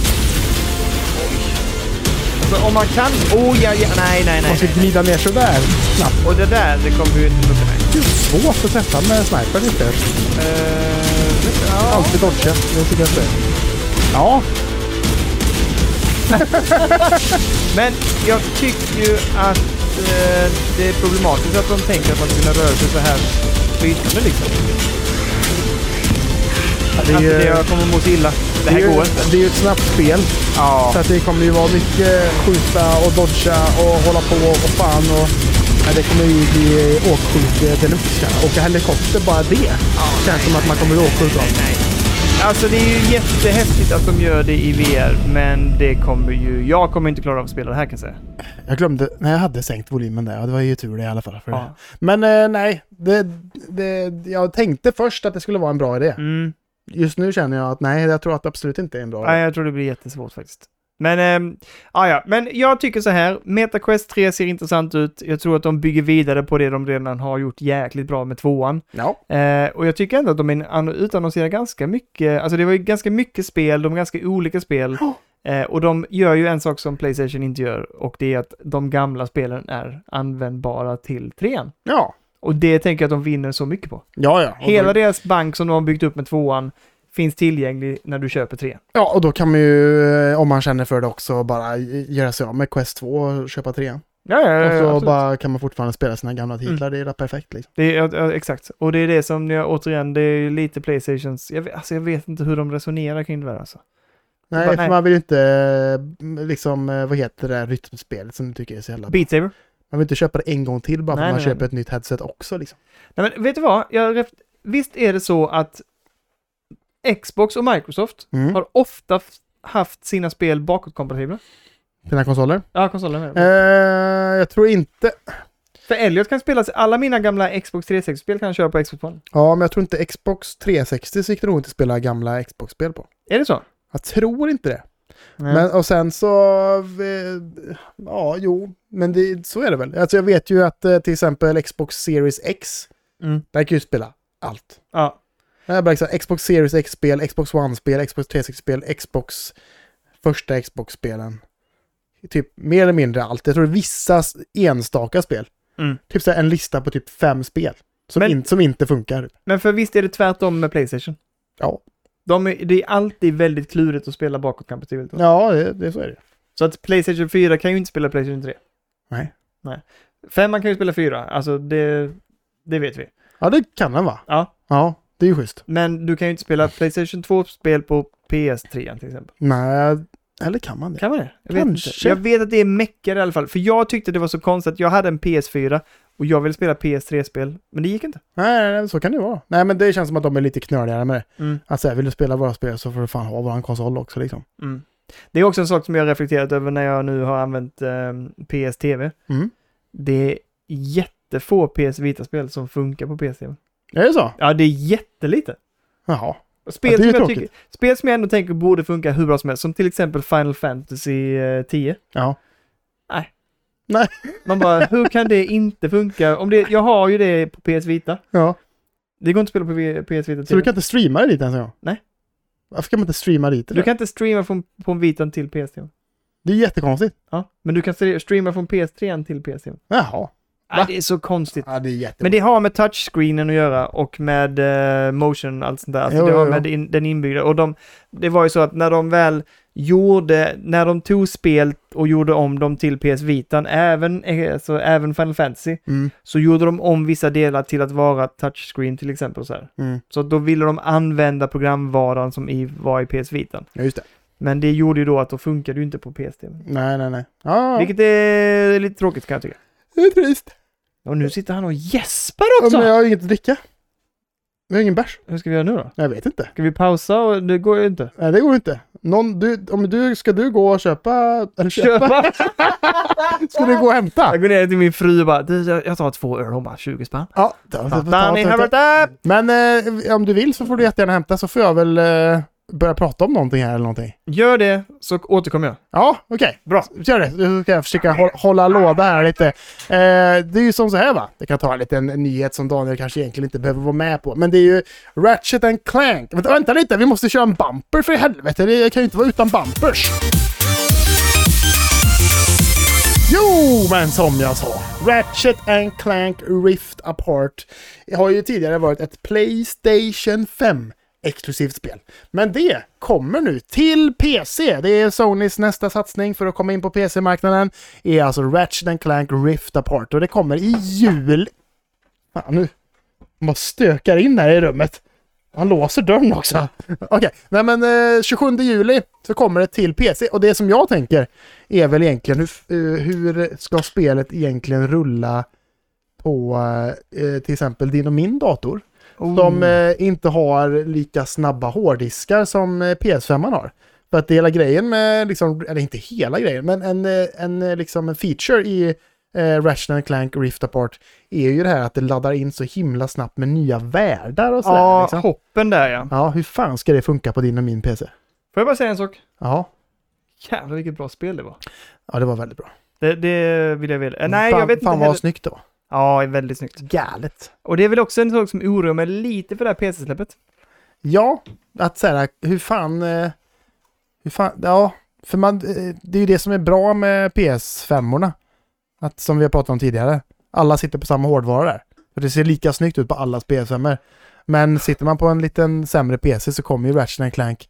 Speaker 2: Alltså, om man kan... Oh, ja, ja. Nej, nej,
Speaker 1: Man
Speaker 2: nej.
Speaker 1: ska glida ner sådär snabbt.
Speaker 2: Och det där, det kommer ju inte funka.
Speaker 1: Det är svårt att träffa med sniper inte.
Speaker 2: Uh, ja.
Speaker 1: Alltid dodga. Det tycker jag inte. Ja,
Speaker 2: Men jag tycker ju att eh, det är problematiskt att de tänker att man ska kunna röra sig så här flytande liksom.
Speaker 1: det är
Speaker 2: Alltså, det,
Speaker 1: ju...
Speaker 2: jag kommer må så illa. Det
Speaker 1: är
Speaker 2: här
Speaker 1: ju,
Speaker 2: går inte.
Speaker 1: Det är ju ett snabbt spel.
Speaker 2: Ja.
Speaker 1: Så att det kommer ju vara mycket skjuta och dodga och hålla på och fan och... Nej, det kommer ju bli åksjuk deluxe. kan- Åka helikopter, bara det. Känns som att man kommer bli åksjuk av.
Speaker 2: Alltså det är ju jättehäftigt att de gör det i VR, men det kommer ju... Jag kommer inte klara av att spela det här kan jag säga.
Speaker 1: Jag glömde, nej jag hade sänkt volymen där. Ja, det var ju tur det i alla fall. För
Speaker 2: Ja.
Speaker 1: det. Men eh, nej, det, det, jag tänkte först att det skulle vara en bra idé.
Speaker 2: Mm.
Speaker 1: Just nu känner jag att nej, jag tror att det absolut inte är en bra idé.
Speaker 2: Nej, jag tror det blir jättesvårt faktiskt. Men, ähm, ah, ja. men jag tycker så här, MetaQuest 3 ser intressant ut. Jag tror att de bygger vidare på det de redan har gjort jäkligt bra med tvåan.
Speaker 1: Ja.
Speaker 2: Eh, och jag tycker ändå att de in- an- utannonserar ganska mycket, alltså det var ju ganska mycket spel, de är ganska olika spel. Eh, och de gör ju en sak som Playstation inte gör och det är att de gamla spelen är användbara till trean.
Speaker 1: Ja.
Speaker 2: Och det tänker jag att de vinner så mycket på.
Speaker 1: Ja, ja. Och
Speaker 2: Hela
Speaker 1: då,
Speaker 2: deras bank som de har byggt upp med tvåan finns tillgänglig när du köper trean.
Speaker 1: ja, och då kan man ju, eh, om man känner för det också, bara göra sig av med Quest 2 och köpa 3.
Speaker 2: Ja, ja,
Speaker 1: Och
Speaker 2: ja,
Speaker 1: så
Speaker 2: Eh, absolut. Mm.
Speaker 1: bara kan man fortfarande spela sina gamla titlar. Det är rätt perfekt liksom.
Speaker 2: Det är, ja, ja, exakt. Och det är det som, jag, återigen, det är lite Playstations, jag vet, alltså jag vet inte hur de resonerar kring det där alltså.
Speaker 1: Nej, för
Speaker 2: bara, nej.
Speaker 1: man vill ju inte, eh, liksom, eh, vad heter det där rytmspelet som du tycker är så jävla...
Speaker 2: Beat Saber.
Speaker 1: Man vill inte köpa det en gång till bara för
Speaker 2: Nej,
Speaker 1: att man
Speaker 2: nej,
Speaker 1: köper
Speaker 2: nej.
Speaker 1: ett nytt headset också liksom.
Speaker 2: Nej, men vet du vad? Jag, ref- visst är det så att Xbox och Microsoft
Speaker 1: Mm.
Speaker 2: har ofta f- haft sina spel bakåtkompatibla?
Speaker 1: Sina konsoler.
Speaker 2: Ja, konsolen med.
Speaker 1: Eh, jag tror inte...
Speaker 2: För Elliot kan spela, alla mina gamla Xbox 360-spel kan han köra på Xbox One.
Speaker 1: Ja, men jag tror inte Xbox 360 så gick det nog inte att spela gamla Xbox-spel på.
Speaker 2: Är det så?
Speaker 1: Jag tror inte det.
Speaker 2: Nej.
Speaker 1: Men, och sen så... eh, Ja, jo. Men det, så är det väl. Alltså jag vet ju att eh, till exempel Xbox Series X,
Speaker 2: Mm.
Speaker 1: där kan ju spela allt.
Speaker 2: Ja.
Speaker 1: Jag har bara liksom Xbox Series X-spel, Xbox One-spel, Xbox 360-spel, Xbox... Första Xbox-spelen. Typ mer eller mindre allt. Jag tror vissa s- enstaka spel.
Speaker 2: Mm.
Speaker 1: Typ så här en lista på typ fem spel. Som,
Speaker 2: Men-
Speaker 1: in, som inte funkar.
Speaker 2: Men för visst är det tvärtom med Playstation?
Speaker 1: Ja,
Speaker 2: De är, det är alltid väldigt klurigt att spela bakåtkompatibelt.
Speaker 1: ja det, det, så är det.
Speaker 2: Så att Playstation 4 kan ju inte spela Playstation 3.
Speaker 1: Nej.
Speaker 2: Nej. Femman kan ju spela 4, alltså det, det vet vi.
Speaker 1: Ja, det kan den va?
Speaker 2: Ja.
Speaker 1: Ja, det är ju schysst.
Speaker 2: Men du kan ju inte spela Playstation 2-spel på PS3 till exempel.
Speaker 1: Nej, eller kan man det?
Speaker 2: Kan man det? Jag vet, inte.
Speaker 1: Kanske.
Speaker 2: jag vet att det är meckar i alla fall. För jag tyckte det var så konstigt. Jag hade en PS4 och jag ville spela PS3-spel, men det gick inte.
Speaker 1: Nej, nej, nej, så kan det vara. Nej, men det känns som att de är lite knöligare med det.
Speaker 2: Mm.
Speaker 1: Alltså, här, vill du spela våra spel så får du fan ha våran konsol också liksom.
Speaker 2: Det är också en sak som jag har reflekterat över när jag nu har använt eh, PS-TV.
Speaker 1: Mm.
Speaker 2: Det är jättefå PS Vita-spel som funkar på PS-TV.
Speaker 1: Är det så?
Speaker 2: Ja, det är jättelite.
Speaker 1: Jaha.
Speaker 2: Spel,
Speaker 1: Ja, det är
Speaker 2: som jag
Speaker 1: tråkigt.
Speaker 2: tycker, spel som jag ändå tänker borde funka hur bra som helst, som till exempel Final Fantasy eh, 10.
Speaker 1: Ja.
Speaker 2: Man bara, hur kan det inte funka? Om det, jag har ju det på PS Vita.
Speaker 1: ja.
Speaker 2: Det går inte att spela på V- PS Vita.
Speaker 1: Så du kan inte streama det dit ens en gång?
Speaker 2: Nej.
Speaker 1: Varför kan man inte streama dit? det
Speaker 2: Du
Speaker 1: där?
Speaker 2: kan inte streama från, från vitan till PS3.
Speaker 1: Det är jättekonstigt.
Speaker 2: Ja, men du kan stre- streama från PS3 till PS3.
Speaker 1: Jaha.
Speaker 2: Nej, det är så konstigt.
Speaker 1: Ja, det är jätte...
Speaker 2: Men det har med touchscreenen att göra och med eh, motion och allt sånt där. Alltså,
Speaker 1: Jo,
Speaker 2: det
Speaker 1: jo,
Speaker 2: har
Speaker 1: jo.
Speaker 2: med in, den inbyggda. Och de, det var ju så att när de väl gjorde, när de tog spel och gjorde om dem till PS Vitan, även, eh, alltså, även Final Fantasy,
Speaker 1: Mm.
Speaker 2: så gjorde de om vissa delar till att vara touchscreen till exempel. och Så, här.
Speaker 1: Mm.
Speaker 2: så att då ville de använda programvaran som i, var i PS Vitan.
Speaker 1: Ja, just det.
Speaker 2: Men det gjorde ju då att då funkade ju inte på PS3.
Speaker 1: Nej, nej, nej. Ja,
Speaker 2: Vilket är lite tråkigt kan jag tycka.
Speaker 1: det är trist.
Speaker 2: Och nu sitter han och gäspar
Speaker 1: Ja,
Speaker 2: också!
Speaker 1: men jag har inget att dricka. Jag har ingen bärs.
Speaker 2: Hur ska vi göra nu då?
Speaker 1: Jag vet inte.
Speaker 2: Ska vi pausa? Och det går ju inte.
Speaker 1: Nej, det går inte. Någon, du, om du, ska du gå och köpa... Eller köpa? Ska du gå och hämta?
Speaker 2: Jag går ner till min fru och bara, "Du, jag jag tar två öl. Hon bara, 20 spänn.
Speaker 1: Ja, ta- ta- ta-
Speaker 2: Fattar ni
Speaker 1: ta- ta-
Speaker 2: helvete?
Speaker 1: Men eh, om du vill så får du jättegärna hämta så får jag väl eh, börja prata om någonting här eller någonting.
Speaker 2: Gör det så återkommer jag.
Speaker 1: Ja, okej. Bra. Kör det. Nu ska jag försöka hå- hålla låda här lite. Eh, det är ju som så här va. Jag kan ta en liten nyhet som Daniel kanske egentligen inte behöver vara med på. Men det är ju Ratchet and Clank. Vänta, vänta lite, vi måste köra en bumper för i helvete. Det jag kan ju inte vara utan bumpers. Jo, men som jag sa. Ratchet and Clank Rift Apart har ju tidigare varit ett Playstation 5 exklusivt spel. Men det kommer nu till PC. Det är Sonys nästa satsning för att komma in på PC-marknaden. är alltså Ratchet and Clank Rift Apart och det kommer i jul... Fan, nu han bara stökar in här i rummet. Han låser dörren också. Okej, nej men eh, 27 juli så kommer det till PC och det som jag tänker är väl egentligen hur, eh, hur ska spelet egentligen rulla på eh, till exempel din och min dator? Som eh, inte har lika snabba hårddiskar som eh, PS5 har. För att hela grejen med, liksom, eller inte hela grejen, men en, eh, en, eh, liksom en feature i eh, Ratchet Clank Rift Apart är ju det här att det laddar in så himla snabbt med nya världar och sådär.
Speaker 2: Ja,
Speaker 1: liksom.
Speaker 2: hoppen där ja.
Speaker 1: Ja, hur fan ska det funka på din och min PC?
Speaker 2: Får jag bara säga en sak?
Speaker 1: Ja,
Speaker 2: Jävlar vilket bra spel det var.
Speaker 1: ja det var väldigt bra.
Speaker 2: Det, det vill jag väl. eh, Nej,
Speaker 1: Mm, fan,
Speaker 2: jag vet inte
Speaker 1: fan
Speaker 2: heller.
Speaker 1: vad snyggt det var.
Speaker 2: Ja, det är väldigt snyggt.
Speaker 1: Galet.
Speaker 2: Och det är väl också en sak som oroar mig lite för det här PC-släppet.
Speaker 1: Ja, att så här, hur fan... eh, Hur fan, ja. För man, eh, det är ju det som är bra med PS5-orna. Att, som vi har pratat om tidigare. Alla sitter på samma hårdvara där. För det ser lika snyggt ut på allas PS5-er. Men sitter man på en liten sämre PC så kommer ju Ratchet Clank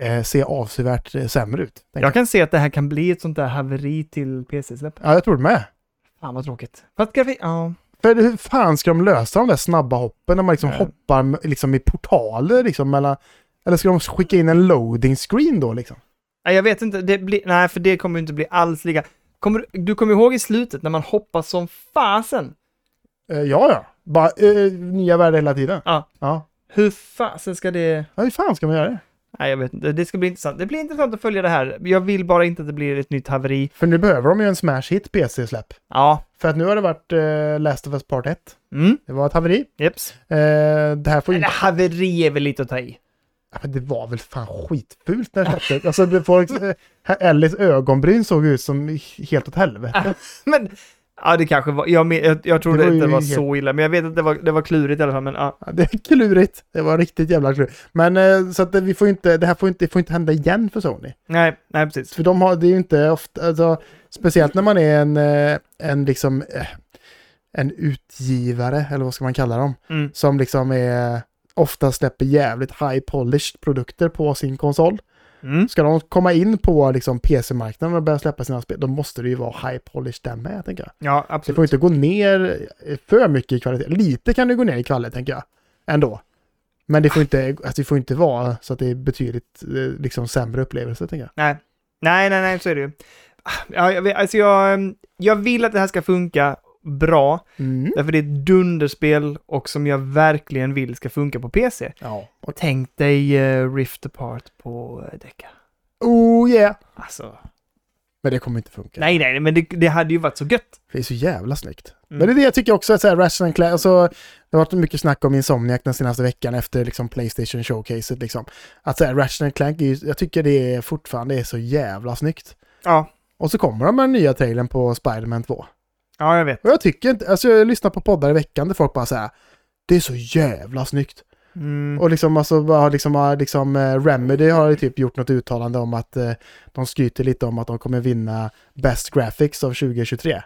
Speaker 1: eh, se avsevärt eh, sämre ut. tänker
Speaker 2: Jag kan se att det här kan bli ett sånt där haveri till PC-släpp.
Speaker 1: jag. Ja, jag tror det med.
Speaker 2: Fan vad tråkigt. Fast grafik, ja.
Speaker 1: För hur fan ska de lösa de där snabba hoppen när man liksom hoppar m- liksom i portaler liksom mellan... Eller ska de skicka in en loading screen då liksom?
Speaker 2: Nej, jag vet inte. Det blir, nej, för det kommer ju inte bli alls lika. Kommer, du- du kommer ihåg i slutet när man hoppas som fasen.
Speaker 1: Eh, ja, ja. Bara eh, nya världar hela tiden.
Speaker 2: Ja.
Speaker 1: Ja.
Speaker 2: Hur fasen ska det...
Speaker 1: ja, hur fan ska man göra det?
Speaker 2: Nej, jag vet inte. Det ska bli intressant. Det blir intressant att följa det här. Jag vill bara inte att det blir ett nytt haveri.
Speaker 1: För nu behöver de ju en smash hit PC-släpp.
Speaker 2: Ja.
Speaker 1: För att nu har det varit eh, Last of Us Part 1.
Speaker 2: Mm.
Speaker 1: Det var ett haveri.
Speaker 2: Jeps.
Speaker 1: Eh, det här får ju
Speaker 2: Eller
Speaker 1: inte...
Speaker 2: haveri är väl lite att ta i.
Speaker 1: Ja, men Det var väl fan skitfult när det släpptes. Alltså, det- folk... Eh, Ellis ögonbryn såg ut som helt åt helvete.
Speaker 2: Men... Ja, det kanske var... Jag, men- jag, jag tror
Speaker 1: Det var
Speaker 2: det inte
Speaker 1: ju
Speaker 2: var
Speaker 1: helt-
Speaker 2: så illa, men jag vet att det var, det var klurigt i alla fall. Men, ja.
Speaker 1: Ja, det är klurigt. Det var riktigt jävla klurigt. Men eh, så att vi får ju inte, det här får inte, det får inte hända igen för Sony.
Speaker 2: Nej, nej, precis.
Speaker 1: För de har, det är ju inte ofta, alltså, speciellt när man är en, eh, en liksom, eh, en utgivare, eller vad ska man kalla dem,
Speaker 2: Mm.
Speaker 1: som liksom är, ofta släpper jävligt high polished produkter på sin konsol.
Speaker 2: Mm.
Speaker 1: Ska de komma in på liksom PC-marknaden och börja släppa sina spel, då måste det ju vara high polished den med, tänker jag.
Speaker 2: Ja,
Speaker 1: Det
Speaker 2: absolut.
Speaker 1: får inte gå ner eh, för mycket i kvalitet. Lite kan det gå ner i kvalitet, tänker jag. Ändå. Men det får inte, alltså, det får inte vara så att det är betydligt eh, liksom, sämre upplevelse, tänker jag.
Speaker 2: Nej. nej, nej, nej, så är det ju. Ja, jag, vet- alltså jag, ehm, jag vill att det här ska funka bra,
Speaker 1: Mm.
Speaker 2: därför det är ett dunderspel och som jag verkligen vill ska funka på PC.
Speaker 1: Ja.
Speaker 2: Och tänk dig eh, Rift Apart på uh, Deca.
Speaker 1: Oh yeah!
Speaker 2: Alltså,
Speaker 1: Men det kommer inte funka.
Speaker 2: nej, nej, men det, det hade ju varit så gött.
Speaker 1: Det är så jävla snyggt.
Speaker 2: Mm.
Speaker 1: Men det är det jag tycker också, att så här, Ratchet Clank, alltså, det har varit mycket snack om Insomniac den senaste veckan efter liksom, Playstation showcaset. Liksom. Att så här, Ratchet Clank, är ju- jag tycker det är fortfarande är så jävla snyggt.
Speaker 2: Ja,
Speaker 1: Och så kommer de med den nya trailern på Spider-Man 2.
Speaker 2: ja, jag vet.
Speaker 1: Och jag tycker inte, alltså jag lyssnar på poddar i veckan där folk bara säger det är så jävla snyggt.
Speaker 2: Mm.
Speaker 1: Och liksom, alltså, bara liksom, har liksom, eh, Remedy har ju typ gjort något uttalande om att eh, de skryter lite om att de kommer vinna Best Graphics av 2023.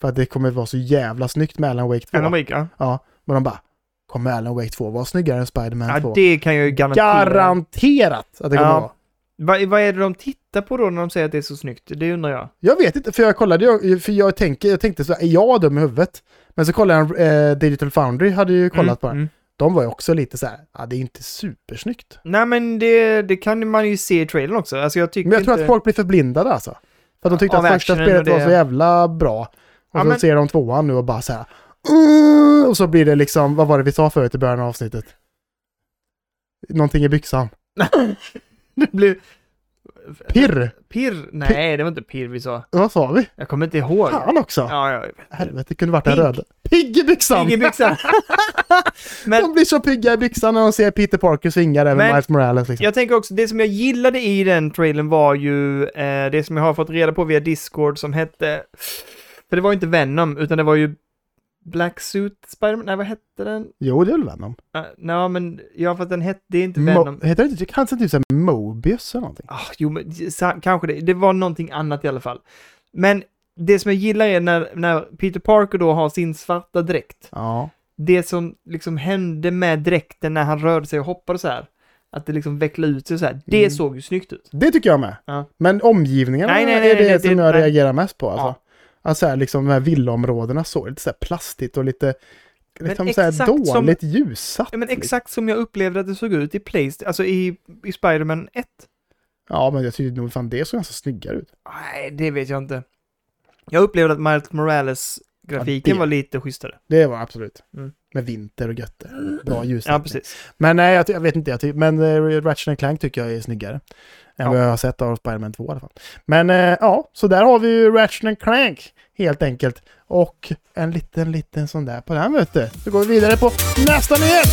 Speaker 1: För att det kommer vara så jävla snyggt med Alan Wake 2.
Speaker 2: Alan Wake, ja.
Speaker 1: Ja, men de bara, kommer Alan Wake 2 vara snyggare än Spider-Man
Speaker 2: ja,
Speaker 1: 2?
Speaker 2: det kan jag ju garantera.
Speaker 1: Garanterat att det kommer
Speaker 2: Ja.
Speaker 1: vara.
Speaker 2: Vad vad är det de tittar på då när de säger att det är så snyggt? Det undrar jag.
Speaker 1: Jag vet inte, för jag kollade ju, för jag, tänker, jag tänkte så här, är jag dum i huvudet? Men så kollade jag, eh, Digital Foundry hade ju kollat på den.
Speaker 2: Mm.
Speaker 1: de var ju också lite så här, ja, det är inte supersnyggt.
Speaker 2: Nej men det, det kan man ju se i trailern också. Alltså jag tycker
Speaker 1: Men jag tror
Speaker 2: inte...
Speaker 1: att folk blir förblindade alltså. För att de tyckte
Speaker 2: Av
Speaker 1: att första
Speaker 2: actionen och
Speaker 1: spelet var
Speaker 2: det.
Speaker 1: så jävla bra. Och
Speaker 2: Ja,
Speaker 1: så
Speaker 2: men-
Speaker 1: ser de tvåan nu och bara så här, "Åh!" och så blir det liksom, vad var det vi sa förut i början av avsnittet? Någonting i byxan.
Speaker 2: det blev...
Speaker 1: Pirr!
Speaker 2: Pirr? Nej, det var inte pirr vi sa.
Speaker 1: Vad sa vi?
Speaker 2: Jag kommer inte ihåg.
Speaker 1: Fan också!
Speaker 2: Ja, ja.
Speaker 1: Helvete, det kunde varit en
Speaker 2: Pigg.
Speaker 1: röd. Pigg i byxan!
Speaker 2: Pigg i byxan.
Speaker 1: De blir så pigga i byxan när de ser Peter Parker svinga där med
Speaker 2: Men-
Speaker 1: Miles Morales liksom.
Speaker 2: Jag tänker också, det som jag gillade i den trailern var ju eh, det som jag har fått reda på via Discord som hette... För det var ju inte Venom, utan det var ju Black Suit Spiderman. Nej, vad hette den?
Speaker 1: Jo, det är väl Venom?
Speaker 2: Uh, Nej, men ja, för att den hette... Det är inte Venom.
Speaker 1: Mo- heter det inte, han ser typ såhär Mobius eller någonting.
Speaker 2: Ah, jo, men sa- kanske det. Det var någonting annat i alla fall. Men det som jag gillar är när, när Peter Parker då har sin svarta dräkt.
Speaker 1: Ja.
Speaker 2: Det som liksom hände med dräkten när han rörde sig och hoppade så här. Att det liksom vecklade ut sig så här.
Speaker 1: Mm.
Speaker 2: Det såg ju snyggt ut.
Speaker 1: Det tycker jag med.
Speaker 2: Ja.
Speaker 1: Men omgivningarna
Speaker 2: Nej, nej,
Speaker 1: är det
Speaker 2: nej, nej,
Speaker 1: som
Speaker 2: det-
Speaker 1: jag
Speaker 2: nej.
Speaker 1: reagerar mest på. Alltså.
Speaker 2: Ja.
Speaker 1: Alltså här, liksom de här villaområdena så, lite så här plastigt och lite liksom så här
Speaker 2: exakt som-
Speaker 1: dåligt ljussatt.
Speaker 2: Ja, men
Speaker 1: liksom.
Speaker 2: exakt som jag upplevde att det såg ut i Playst- alltså i, i Spider-Man 1.
Speaker 1: Ja, men jag tyckte nog fan det såg ganska snyggare ut.
Speaker 2: Nej, det vet jag inte. Jag upplevde att Miles Morales-grafiken
Speaker 1: Ja, det-
Speaker 2: var lite schysstare.
Speaker 1: Det var absolut.
Speaker 2: Mm.
Speaker 1: Med vinter och götter. Bra
Speaker 2: Ja,
Speaker 1: ljussättning.
Speaker 2: precis.
Speaker 1: Men nej, jag, ty- jag vet inte. Jag ty- men eh, Ratchet and Clank tycker jag är snyggare. Än
Speaker 2: Ja.
Speaker 1: vad jag har sett av Spider-Man 2 i alla fall. Men eh, ja, så där har vi ju Ratchet and Clank helt enkelt. Och en liten, liten sån där på den vet du. Så går vi vidare på nästa nyhet!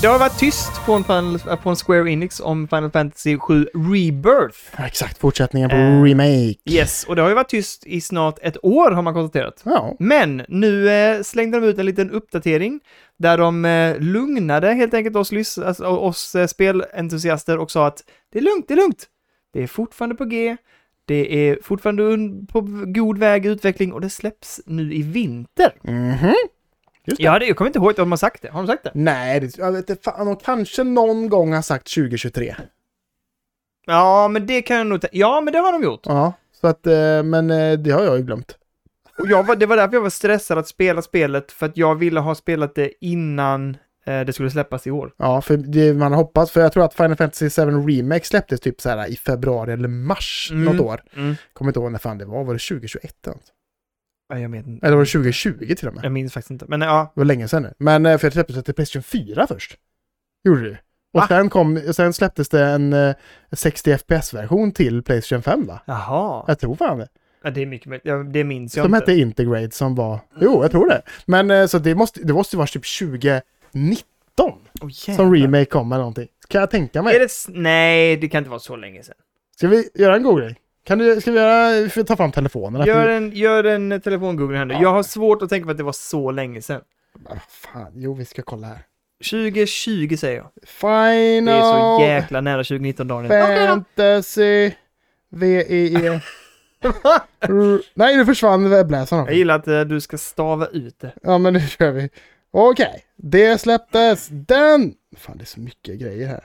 Speaker 2: Det har varit tyst på en, Final, på en Square Enix om Final Fantasy 7 Rebirth.
Speaker 1: Ja, exakt, fortsättningen på
Speaker 2: Eh.
Speaker 1: Remake.
Speaker 2: Yes, och det har ju varit tyst i snart ett år har man konstaterat.
Speaker 1: Ja,
Speaker 2: Men nu eh, slängde de ut en liten uppdatering där de eh, lugnade helt enkelt oss, lys- alltså, oss eh, spelentusiaster och sa att det är lugnt, det är lugnt. Det är fortfarande på G, det är fortfarande un- på god väg i utveckling och det släpps nu i vinter.
Speaker 1: mhm. Just det.
Speaker 2: Ja, det, jag kommer inte ihåg om de har sagt det. Har de sagt det?
Speaker 1: Nej, det, jag vet inte fan. De kanske någon gång har sagt 2023.
Speaker 2: Ja, men det kan jag nog... ta- Ja, men det har de gjort.
Speaker 1: Ja, så att, eh, men eh, det har jag ju glömt.
Speaker 2: Och jag var, det var därför jag var stressad att spela spelet, för att jag ville ha spelat det innan eh, det skulle släppas i år.
Speaker 1: Ja, för det man har hoppats, för jag tror att Final Fantasy 7 Remake släpptes typ så här i februari eller mars
Speaker 2: Mm.
Speaker 1: något år.
Speaker 2: Mm.
Speaker 1: Kommer inte ihåg när fan det var, var det 2021 eller något?
Speaker 2: Ja, jag, vet, inte.
Speaker 1: Eller var det 2020 till och med?
Speaker 2: jag minns faktiskt inte, men ja.
Speaker 1: Det var länge sedan nu. Men eh, för jag släpptes det till Playstation 4 först. Gjorde det. Och
Speaker 2: Va?
Speaker 1: sen, kom, och sen släpptes det en eh, 60 FPS-version till Playstation 5 va?
Speaker 2: Jaha.
Speaker 1: Jag tror fan det.
Speaker 2: Ja, det är mycket möjligt. Ja, det minns jag
Speaker 1: Som
Speaker 2: inte.
Speaker 1: hette Integrate som var... Jo, jag tror det. Men eh, så det måste, det måste ju vara typ 2019
Speaker 2: Åh, jävlar.
Speaker 1: som remake kom eller någonting. Kan jag tänka mig.
Speaker 2: Är det... s- Nej, det kan inte vara så länge sedan.
Speaker 1: Ska vi göra en god grej? Kan du, ska vi göra, vi får ta fram telefonerna?
Speaker 2: Gör en, gör en telefongoogling här nu. Jag har svårt att tänka på att det var så länge sedan.
Speaker 1: Ah, fan, jo vi ska kolla här.
Speaker 2: 2020 säger jag.
Speaker 1: Final
Speaker 2: Det är så jäkla nära 2019 dagen.
Speaker 1: Fantasy VEE. R- Nej, nu försvann webbläsaren också.
Speaker 2: Jag gillar att eh, du ska stava ut det.
Speaker 1: Ja, men nu kör vi. Okej, det släpptes den... Fan, det är så mycket grejer här.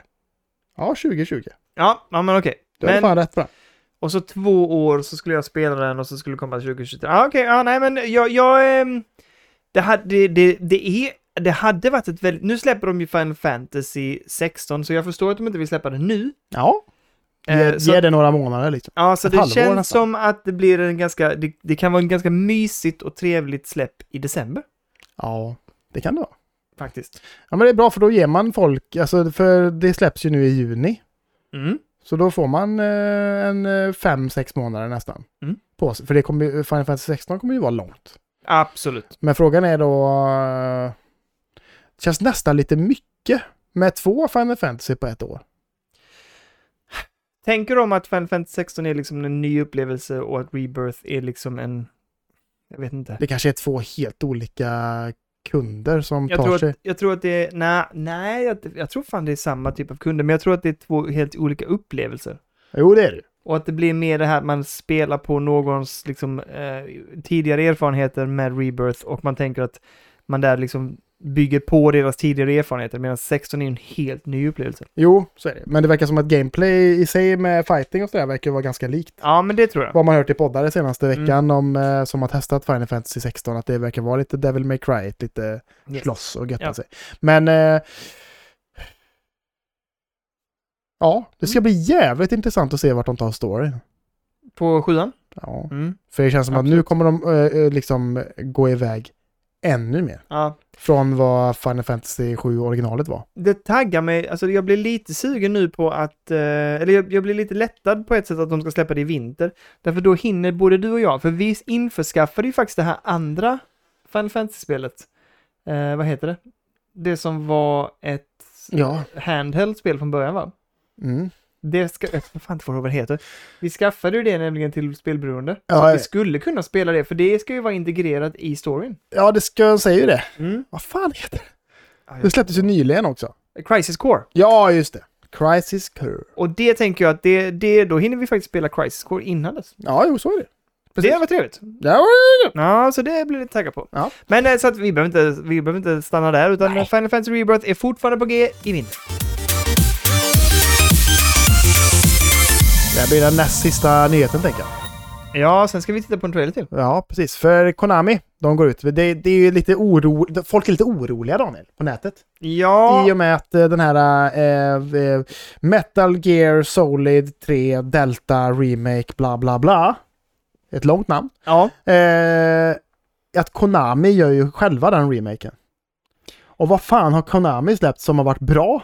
Speaker 1: Ja, 2020.
Speaker 2: Ja, ja men okej.
Speaker 1: Det var
Speaker 2: Men,
Speaker 1: fan rätt bra.
Speaker 2: och så två år så skulle jag spela den och så skulle det komma 2023. Ja, okej. Ja, nej, men jag... jag ehm, det, hade, det, det, det är... Det hade varit ett väldigt... Nu släpper de ju Final Fantasy 16, så jag förstår att de inte vill släppa det nu.
Speaker 1: Ja,
Speaker 2: Eh,
Speaker 1: ge,
Speaker 2: så-
Speaker 1: ge det några månader liksom.
Speaker 2: Ja, så
Speaker 1: Ett
Speaker 2: det
Speaker 1: halvår
Speaker 2: känns
Speaker 1: nästan.
Speaker 2: som att det blir en ganska, det, det kan vara en ganska mysigt och trevligt släpp i december,
Speaker 1: Ja, det kan det vara.
Speaker 2: faktiskt.
Speaker 1: Ja, men det är bra för då ger man folk, alltså för det släpps ju nu i juni.
Speaker 2: Mm.
Speaker 1: Så då får man eh, en eh, fem, sex månader nästan.
Speaker 2: Mm.
Speaker 1: På sig. För det kommer, ju- Final Fantasy 16 kommer ju vara långt.
Speaker 2: Absolut.
Speaker 1: Men frågan är då... eh, Det känns nästan lite mycket med två Final Fantasy på ett år.
Speaker 2: Tänker de att Final Fantasy 16 är liksom en ny upplevelse och att Rebirth är liksom en, jag vet inte.
Speaker 1: Det kanske är två helt olika kunder som
Speaker 2: Jag
Speaker 1: tar
Speaker 2: tror,
Speaker 1: sig...
Speaker 2: att, jag tror att det är, nej, nej, jag, jag tror fan det är samma typ av kunder, men jag tror att det är två helt olika upplevelser.
Speaker 1: Jo, det är det ju.
Speaker 2: Och att det blir mer det här att man spelar på någons liksom, eh, tidigare erfarenheter med Rebirth och man tänker att man där liksom bygger på deras tidigare erfarenheter medan 16 är en helt ny upplevelse.
Speaker 1: Jo, så är det. Men det verkar som att gameplay i sig med fighting och sådär verkar vara ganska likt.
Speaker 2: Ja, Mm. men det tror jag.
Speaker 1: Vad man hört i poddar den senaste veckan om, eh, som har testat Final Fantasy 16, att det verkar vara lite Devil May Cry, lite
Speaker 2: Yes.
Speaker 1: slåss och götta
Speaker 2: Ja.
Speaker 1: sig. Men... Eh, ja, det
Speaker 2: Mm.
Speaker 1: ska bli jävligt intressant att se vart de tar storyn.
Speaker 2: På sjuan?
Speaker 1: Ja.
Speaker 2: Mm.
Speaker 1: För det känns som att nu kommer de eh, eh, liksom gå iväg ännu mer.
Speaker 2: Ja.
Speaker 1: Från vad Final Fantasy 7 originalet var.
Speaker 2: Det taggar mig, alltså jag blir lite sugen nu på att, eh, eller jag, jag blir lite lättad på ett sätt att de ska släppa det i vinter. Därför då hinner både du och jag, för vi införskaffade ju faktiskt det här andra Final Fantasy-spelet. Eh, vad heter det? Det som var ett
Speaker 1: Ja.
Speaker 2: handheld spel från början va?
Speaker 1: Mm.
Speaker 2: Det ska, jag kommer fan inte ihåg vad det heter. Vi skaffade ju det nämligen till spelberoende.
Speaker 1: Ja,
Speaker 2: Vi skulle kunna spela det, för det ska ju vara integrerat i storyn.
Speaker 1: ja, det ska jag säga ju det.
Speaker 2: Mm.
Speaker 1: Vad fan heter det? Det släpptes ju nyligen också.
Speaker 2: Crisis Core.
Speaker 1: Ja, just det. Crisis Core.
Speaker 2: Och det tänker jag att det, det, då hinner vi faktiskt spela Crisis Core innan dess.
Speaker 1: Ja, jo, så är det.
Speaker 2: Det var trevligt.
Speaker 1: Ja, ja, ja.
Speaker 2: Ja, så det blir jag lite taggad på.
Speaker 1: Ja.
Speaker 2: Men eh, så att vi behöver inte, vi behöver inte stanna där, utan Final Fantasy Rebirth är fortfarande på G i vinter.
Speaker 1: Det här blir den näst sista nyheten, tänker jag.
Speaker 2: Ja, sen ska vi titta på en trailer till.
Speaker 1: Ja, precis. För Konami, de går ut. Det, det är ju lite oro... Folk är lite oroliga, Daniel, på nätet.
Speaker 2: Ja,
Speaker 1: I och med att eh, den här eh, eh, Metal Gear Solid 3 Delta Remake bla bla bla. Ett långt namn.
Speaker 2: ja.
Speaker 1: Eh, att Konami gör ju själva den remaken. Och vad fan har Konami släppt som har varit bra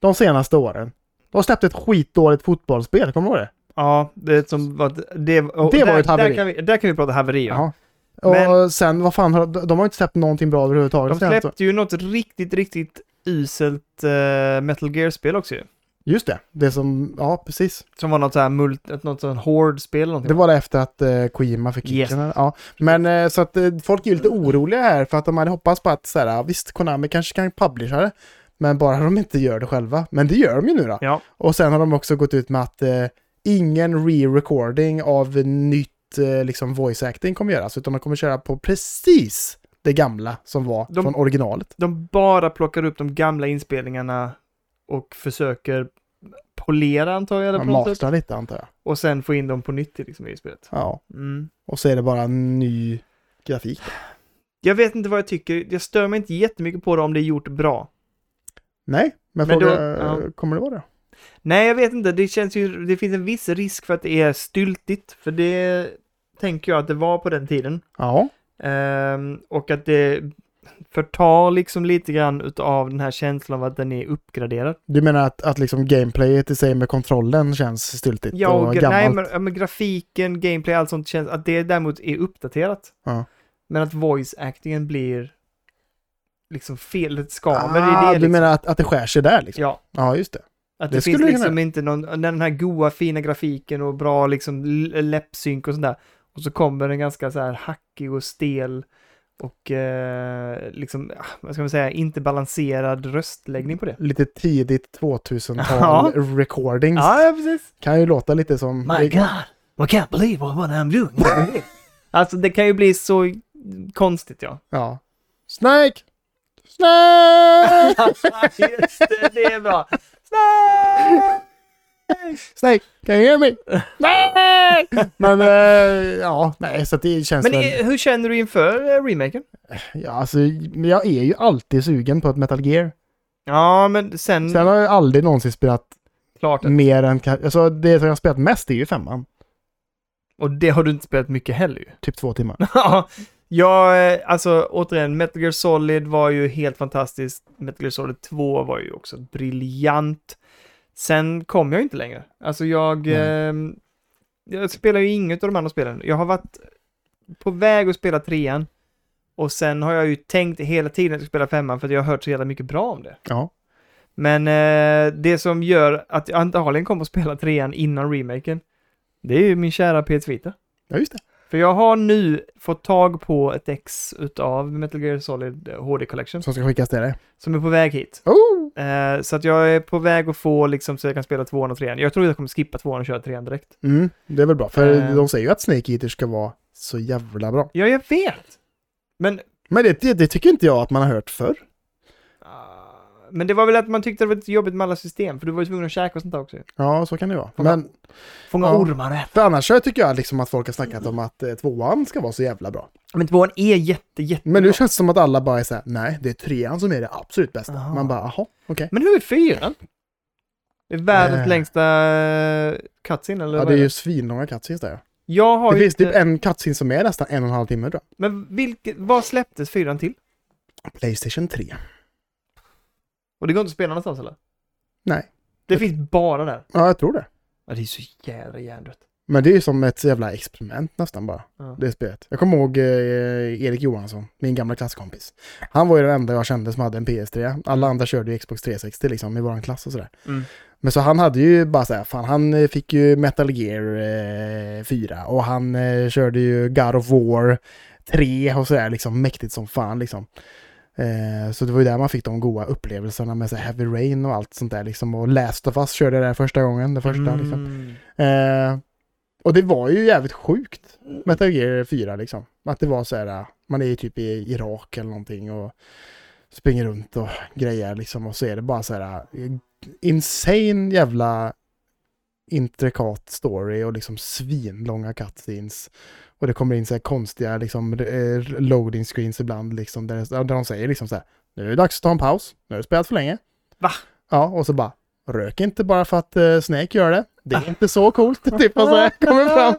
Speaker 1: de senaste åren? De har släppt ett skitdåligt fotbollsspel, kommer du ihåg det?
Speaker 2: ja det, som var, det, och
Speaker 1: Det
Speaker 2: där,
Speaker 1: var ett haveri.
Speaker 2: Där kan, vi, där kan vi prata haveri. Ja.
Speaker 1: Jaha. Och sen, vad fan, har, de de har ju inte släppt någonting bra överhuvudtaget.
Speaker 2: De släppte ju något riktigt, riktigt uselt eh, Metal Gear-spel också ju.
Speaker 1: Just det, det som, ja precis.
Speaker 2: Som var något sånt här mult, ett- något sånt Horde-spel eller
Speaker 1: Det
Speaker 2: någonting.
Speaker 1: var det efter att eh, Kojima fick
Speaker 2: Yes.
Speaker 1: kicken. eller? Ja. Men eh, så att eh, folk är ju lite oroliga här för att de hade hoppats på att så här, ja, visst, Konami kanske kan publisha det. Men bara de inte gör det själva. Men det gör de ju nu då.
Speaker 2: Ja.
Speaker 1: Och sen har de också gått ut med att eh, ingen re-recording av nytt eh, liksom voice acting kommer göras. Utan de kommer köra på precis det gamla som var
Speaker 2: De-
Speaker 1: från originalet.
Speaker 2: De bara plockar upp de gamla inspelningarna och försöker polera antar jag det
Speaker 1: Man
Speaker 2: på något sätt.
Speaker 1: masterar lite antar jag.
Speaker 2: Och sen få in dem på nytt i, liksom, i spelet.
Speaker 1: Ja.
Speaker 2: Mm.
Speaker 1: Och så är det bara en ny grafik. då.
Speaker 2: Jag vet inte vad jag tycker. Jag stör mig inte jättemycket på det om det är gjort bra.
Speaker 1: Nej, men,
Speaker 2: Men då-
Speaker 1: fråga, eh,
Speaker 2: ja.
Speaker 1: kommer det vara det?
Speaker 2: Nej, jag vet inte. Det känns ju... Det finns en viss risk för att det är styltigt. För det tänker jag att det var på den tiden.
Speaker 1: Ja.
Speaker 2: Ehm, och att det förtar liksom lite grann utav den här känslan av att den är uppgraderad.
Speaker 1: Du menar att, att liksom gameplayet i sig med kontrollen känns styltigt
Speaker 2: Ja, och
Speaker 1: och
Speaker 2: gra- nej,
Speaker 1: gammalt?
Speaker 2: men, ja, men grafiken, gameplay, allt sånt känns... Att det däremot är uppdaterat.
Speaker 1: Ja.
Speaker 2: Men att voice-actingen blir liksom fel,
Speaker 1: ah,
Speaker 2: skaver i det.
Speaker 1: Du
Speaker 2: Liksom.
Speaker 1: menar att, att det skär sig där liksom?
Speaker 2: Ja.
Speaker 1: Ja, just det.
Speaker 2: Att
Speaker 1: Det
Speaker 2: det, finns
Speaker 1: skulle det kunna
Speaker 2: liksom inte någon, när den här goa fina grafiken och bra liksom l- läppsynk och sådär. Och så kommer den ganska så här hackig och stel och eh, liksom, ah, vad ska man säga, inte balanserad röstläggning på det.
Speaker 1: Lite tidigt 2000-tal
Speaker 2: Ja.
Speaker 1: recordings.
Speaker 2: Ja, ja, precis.
Speaker 1: Kan ju låta lite som...
Speaker 2: I can't believe what I'm doing. alltså det kan ju bli så konstigt ja.
Speaker 1: Ja. Snake! Snake!
Speaker 2: Just det, det är bra. Snäll!
Speaker 1: Snake! Can you hear me? Snake! Men eh, ja, nej, så att det känns
Speaker 2: Men
Speaker 1: väl...
Speaker 2: eh, hur känner du inför eh, remaken?
Speaker 1: Ja, alltså, men jag är ju alltid sugen på ett Metal Gear.
Speaker 2: Mm. Ja, men sen,
Speaker 1: Sen har jag aldrig någonsin spelat
Speaker 2: klart. att-
Speaker 1: mer än... ka- Alltså det som jag har spelat mest är ju femman.
Speaker 2: Och det har du inte spelat mycket heller ju.
Speaker 1: Typ två timmar.
Speaker 2: Ja, jag, eh, alltså återigen, Metal Gear Solid var ju helt fantastiskt. Metal Gear Solid 2 var ju också briljant. Sen kom jag inte längre. Alltså jag, eh, jag spelar ju inget av de andra spelen. Jag har varit på väg att spela trean och sen har jag ju tänkt hela tiden att jag ska spela femman för att jag har hört så jävla mycket bra om det.
Speaker 1: Ja.
Speaker 2: Men eh, det som gör att jag antagligen kommer att spela trean innan remaken, det är ju min kära PS Vita.
Speaker 1: Ja, just det.
Speaker 2: För jag har nu fått tag på ett ex utav Metal Gear Solid HD Collection
Speaker 1: Som ska skickas till dig.
Speaker 2: som är på väg hit.
Speaker 1: Oh!
Speaker 2: Eh, så att jag är på väg att få liksom så jag kan spela tvåan och trean. Jag tror jag kommer skippa tvåan och köra trean direkt.
Speaker 1: Mm, det är väl bra, för
Speaker 2: Eh.
Speaker 1: de säger ju att Snake Eater ska vara så jävla bra.
Speaker 2: Ja, jag vet! Men,
Speaker 1: Men det, det, det tycker inte jag att man har hört förr.
Speaker 2: ah, men det var väl att man tyckte det var lite jobbigt med alla system, för du var ju tvungen att käka och sånt där också. ju.
Speaker 1: Ja, så kan det vara. Men
Speaker 2: Fånga
Speaker 1: Ja.
Speaker 2: ormar och äta.
Speaker 1: för annars så tycker jag liksom att folk har snackat om att eh, tvåan ska vara så jävla bra.
Speaker 2: Men tvåan är jätte, jätte...
Speaker 1: Men nu känns det som att alla bara är såhär, nej, det är trean som är det absolut bästa.
Speaker 2: Aha.
Speaker 1: Man bara, aha, okej.
Speaker 2: Men hur är fyran? Det är världens
Speaker 1: Eh.
Speaker 2: längsta eh, cutscene, eller
Speaker 1: Ja,
Speaker 2: vad
Speaker 1: det är
Speaker 2: är
Speaker 1: ju svinlånga cutscenes där.
Speaker 2: Jag har
Speaker 1: Det
Speaker 2: ju
Speaker 1: finns
Speaker 2: inte...
Speaker 1: typ en cutscene som är nästan en och en halv timme då.
Speaker 2: Men vilket, vad släpptes fyran till?
Speaker 1: Playstation 3.
Speaker 2: Och det går inte att spela någonstans eller?
Speaker 1: Nej.
Speaker 2: Det finns bara där.
Speaker 1: Ja, jag tror det.
Speaker 2: Ja, det är så jävla hjärndött.
Speaker 1: Men det är ju som ett jävla experiment nästan bara.
Speaker 2: Ja.
Speaker 1: det spelet. Jag kommer ihåg eh, Erik Johansson, min gamla klasskompis. Han var ju den enda jag kände som hade en PS3. Alla andra körde ju Xbox 360 liksom i våran klass och sådär.
Speaker 2: Mm.
Speaker 1: Men så han hade ju bara såhär, fan han eh, fick ju Metal Gear eh, 4 och han eh, körde ju God of War 3 och sådär liksom mäktigt som fan liksom. Eh, Eh, så det var ju där man fick de goa upplevelserna med så här Heavy Rain och allt sånt där liksom. Och Last of Us körde jag där första gången, det första liksom.
Speaker 2: Mm.
Speaker 1: Eh, och det var ju jävligt sjukt, Metal Gear 4 liksom. Att det var så här, eh, man är ju typ i Irak eller någonting och springer runt och grejer liksom. Och så är det bara så här eh, insane jävla intrikat story och liksom svinlånga cutscenes. Och det kommer in så här konstiga liksom eh, loading screens ibland liksom där, där de säger liksom så här nu är det dags att ta en paus, nu har du spelat för länge.
Speaker 2: Va?
Speaker 1: Ja, och så bara rök inte bara för att eh, Snake gör det. Det är inte så coolt, typ och så här kommer fram.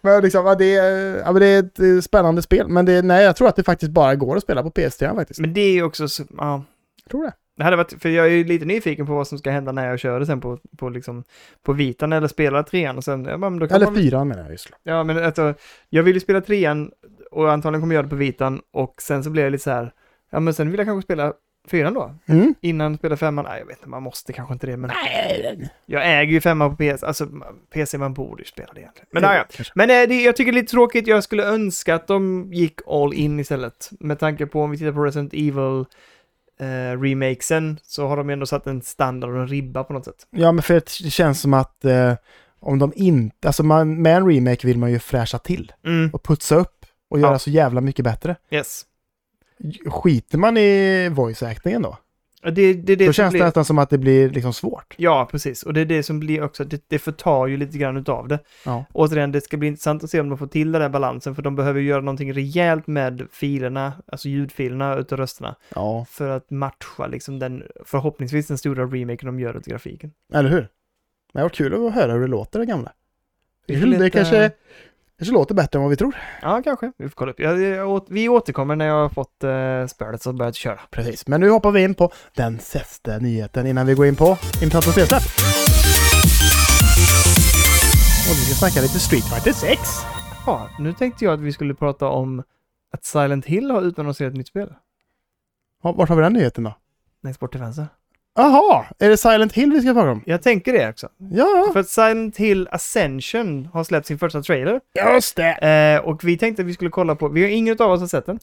Speaker 1: Men liksom, ja, det, är, ja, men det är ett eh, spännande spel, men det, nej, jag tror att det faktiskt bara går att spela på PS3 faktiskt.
Speaker 2: Men det är ju också så, ja.
Speaker 1: Jag Mm. tror det.
Speaker 2: Det hade varit, för jag är ju lite nyfiken på vad som ska hända när jag kör det sen på, på, liksom, på vitan eller spelar trean och sen, ja, men då kan
Speaker 1: Eller
Speaker 2: man,
Speaker 1: fyran menar jag just.
Speaker 2: Ja, men alltså, jag vill ju spela trean och antagligen kommer jag göra det på vitan och sen så blir jag lite så här, ja men sen vill jag kanske spela fyran då,
Speaker 1: Mm.
Speaker 2: innan spela femman, nej jag vet inte, man måste kanske inte det men jag äger ju femman på PS, alltså PC man borde ju spela det egentligen. Men, ja, ja.
Speaker 1: Kanske.
Speaker 2: men eh, det, jag tycker det är lite tråkigt, jag skulle önska att de gick all in istället. Med tanke på om vi tittar på Resident Evil eh, remakesen så har de ändå satt en standard och en ribba på något sätt.
Speaker 1: Ja, men för det känns som att eh, om de inte, alltså man, med en remake vill man ju fräscha till
Speaker 2: Mm,
Speaker 1: och putsa upp och göra
Speaker 2: Ja.
Speaker 1: så jävla mycket bättre.
Speaker 2: yes.
Speaker 1: Skiter man i voice-actingen då?
Speaker 2: Ja, Det, det, det
Speaker 1: Då
Speaker 2: som
Speaker 1: känns det
Speaker 2: blir-
Speaker 1: nästan som att det blir liksom svårt.
Speaker 2: Ja, precis. Och det är det som blir också, det, det förtar ju lite grann utav det.
Speaker 1: Ja.
Speaker 2: Återigen, det ska bli intressant att se om de får till den där balansen, för de behöver ju göra någonting rejält med filerna, alltså ljudfilerna utav rösterna,
Speaker 1: Ja,
Speaker 2: för att matcha liksom den, förhoppningsvis den stora remaken de gör utav grafiken.
Speaker 1: eller hur? Men det var kul att höra hur det låter det gamla. Det,
Speaker 2: Vi får
Speaker 1: det
Speaker 2: leta-
Speaker 1: kanske, kanske låter bättre än vad vi tror.
Speaker 2: Ja, kanske. Vi får kolla upp. Jag, jag, åt- vi återkommer när jag har fått eh, spelet och börjat köra.
Speaker 1: Precis, men nu hoppar vi in på den sista nyheten innan vi går in på Intressant att spelsläpp. Och vi ska snacka lite Street Fighter 6.
Speaker 2: Ja, nu tänkte jag att vi skulle prata om att Silent Hill har utannonserat ett nytt spel.
Speaker 1: Ja, Vart har vi den nyheten då?
Speaker 2: Längst bort till vänster.
Speaker 1: Jaha, är det Silent Hill vi ska prata om?
Speaker 2: Jag tänker det också.
Speaker 1: Ja,
Speaker 2: För att Silent Hill Ascension har släppt sin första trailer.
Speaker 1: just det!
Speaker 2: Eh, och vi tänkte att vi skulle kolla på, vi har ingen av oss har sett den.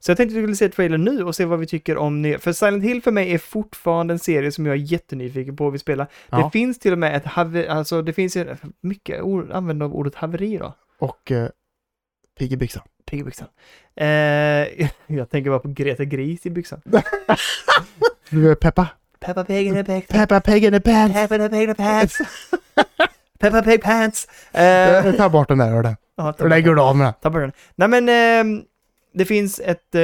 Speaker 2: Så jag tänkte att vi skulle se trailern nu och se vad vi tycker om det. För Silent Hill för mig är fortfarande en serie som jag är jättenyfiken på att vi spelar.
Speaker 1: Ja.
Speaker 2: Det finns till och med ett haveri, alltså det finns ju mycket ord, användande av ordet haveri då.
Speaker 1: Och eh, Pigg i byxan.
Speaker 2: Pigg i byxan. Eh, jag tänker bara på Greta Gris i byxan.
Speaker 1: Du är Peppa.
Speaker 2: Peppa Pig in a bag,
Speaker 1: Peppa Pig in the pants!
Speaker 2: Peppa Pig in a pants. Peppa Pig pants. Eh,
Speaker 1: Eh, Ta bort den där hörden.
Speaker 2: ja, ta-
Speaker 1: Lägger du av med den?
Speaker 2: Ta bort den. Nej men, ehm, det finns ett, eh,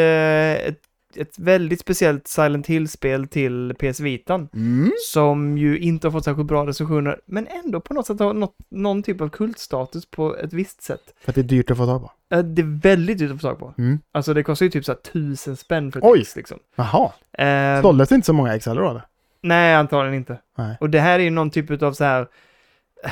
Speaker 2: ett, ett väldigt speciellt Silent Hill-spel till PS Vitan.
Speaker 1: Mm.
Speaker 2: Som ju inte har fått särskilt bra recensioner, men ändå på något sätt har nått någon typ av kultstatus på ett visst sätt.
Speaker 1: För att det är dyrt att få tag på.
Speaker 2: Eh, Det är väldigt dyrt att få tag på.
Speaker 1: Mm.
Speaker 2: Alltså det kostar ju typ så här tusen spänn för ett
Speaker 1: Oj.
Speaker 2: ex liksom.
Speaker 1: Jaha,
Speaker 2: Ehm,
Speaker 1: såldes inte så många ex heller då? eller?
Speaker 2: Nej, antagligen inte.
Speaker 1: Nej.
Speaker 2: Och det här är ju någon typ av så här, eh,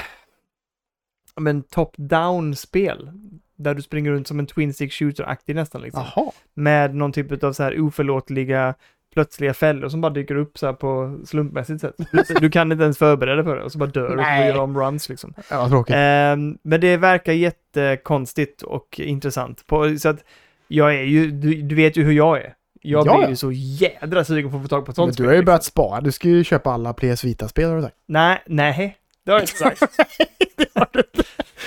Speaker 2: ja, men top-down spel. Där du springer runt som en twin stick shooter-aktig nästan liksom.
Speaker 1: Jaha.
Speaker 2: Med någon typ av så här oförlåtliga plötsliga fällor som bara dyker upp så här på slumpmässigt sätt. Du, du kan inte ens förbereda dig för det och så bara dör du och får
Speaker 1: Nej.
Speaker 2: göra om runs liksom.
Speaker 1: Ja, vad tråkigt.
Speaker 2: Ehm, men det verkar jättekonstigt och intressant. På, så att jag är ju, du, du vet ju hur jag är. Jag
Speaker 1: Ja,
Speaker 2: blir
Speaker 1: ja.
Speaker 2: ju så jädra sugen på att få tag på ett sånt
Speaker 1: Men
Speaker 2: spel,
Speaker 1: du har ju
Speaker 2: liksom.
Speaker 1: börjat spara. Du ska ju köpa alla PS Vita-spel har du sagt.
Speaker 2: Nej, nej. Det har jag inte sagt.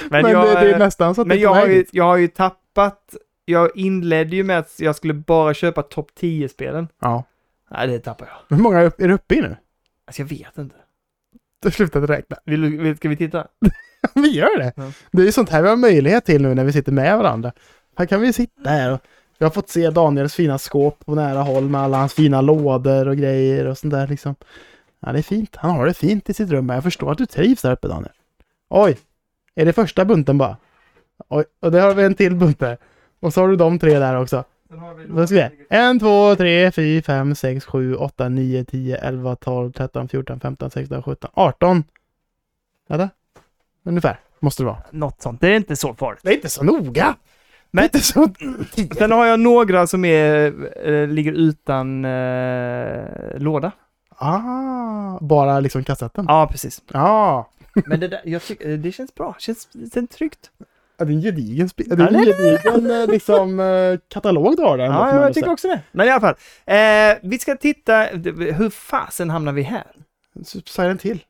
Speaker 2: Men,
Speaker 1: Men,
Speaker 2: jag,
Speaker 1: det, det är nästan så att
Speaker 2: men
Speaker 1: det är
Speaker 2: jag,
Speaker 1: på
Speaker 2: har
Speaker 1: väg
Speaker 2: ju,
Speaker 1: dit.
Speaker 2: jag har ju tappat... Jag inledde ju med att jag skulle bara köpa topp 10-spelen.
Speaker 1: Ja.
Speaker 2: Nej, det tappar jag.
Speaker 1: Hur många är upp- är du uppe i nu?
Speaker 2: Alltså jag vet inte.
Speaker 1: Du slutade räkna.
Speaker 2: Vill, du- vill, ska vi titta?
Speaker 1: Vi gör det!
Speaker 2: Ja.
Speaker 1: Det är ju sånt här vi har möjlighet till nu när vi sitter med varandra. Här kan vi sitta här och jag har fått se Daniels fina skåp på nära håll med alla hans fina lådor och grejer och sånt där liksom. Ja, det är fint. Han har det fint i sitt rum här. Jag förstår att du trivs där uppe Daniel. Oj! Är det första bunten bara? Oj, och där har vi en till bunt där. Och så har du de tre där också. Då ska vi se. 1, 2, 3, 4, 5, 6, 7, 8, 9, 10, 11, 12, 13, 14, 15, 16, 17, 18. Eller? Ungefär. Måste det vara.
Speaker 2: Något sånt. Det är inte så farligt.
Speaker 1: Det är inte så noga. Men inte så...
Speaker 2: Sen har jag några som är, eh, ligger utan eh, låda.
Speaker 1: Ah, bara liksom kassetten.
Speaker 2: Ja, precis.
Speaker 1: Ja.
Speaker 2: Men det, där, jag tyck, eh, det känns bra. Känns, känns tryggt.
Speaker 1: Ja, det är en gedigen, spe- det är en gedigen eh, liksom, eh, katalog du har där. ändå, får
Speaker 2: Ja,
Speaker 1: man
Speaker 2: jag
Speaker 1: väl
Speaker 2: tycker
Speaker 1: säga.
Speaker 2: också det. Men i alla fall, eh, vi ska titta, hur fasen hamnar vi här?
Speaker 1: Silent Hill,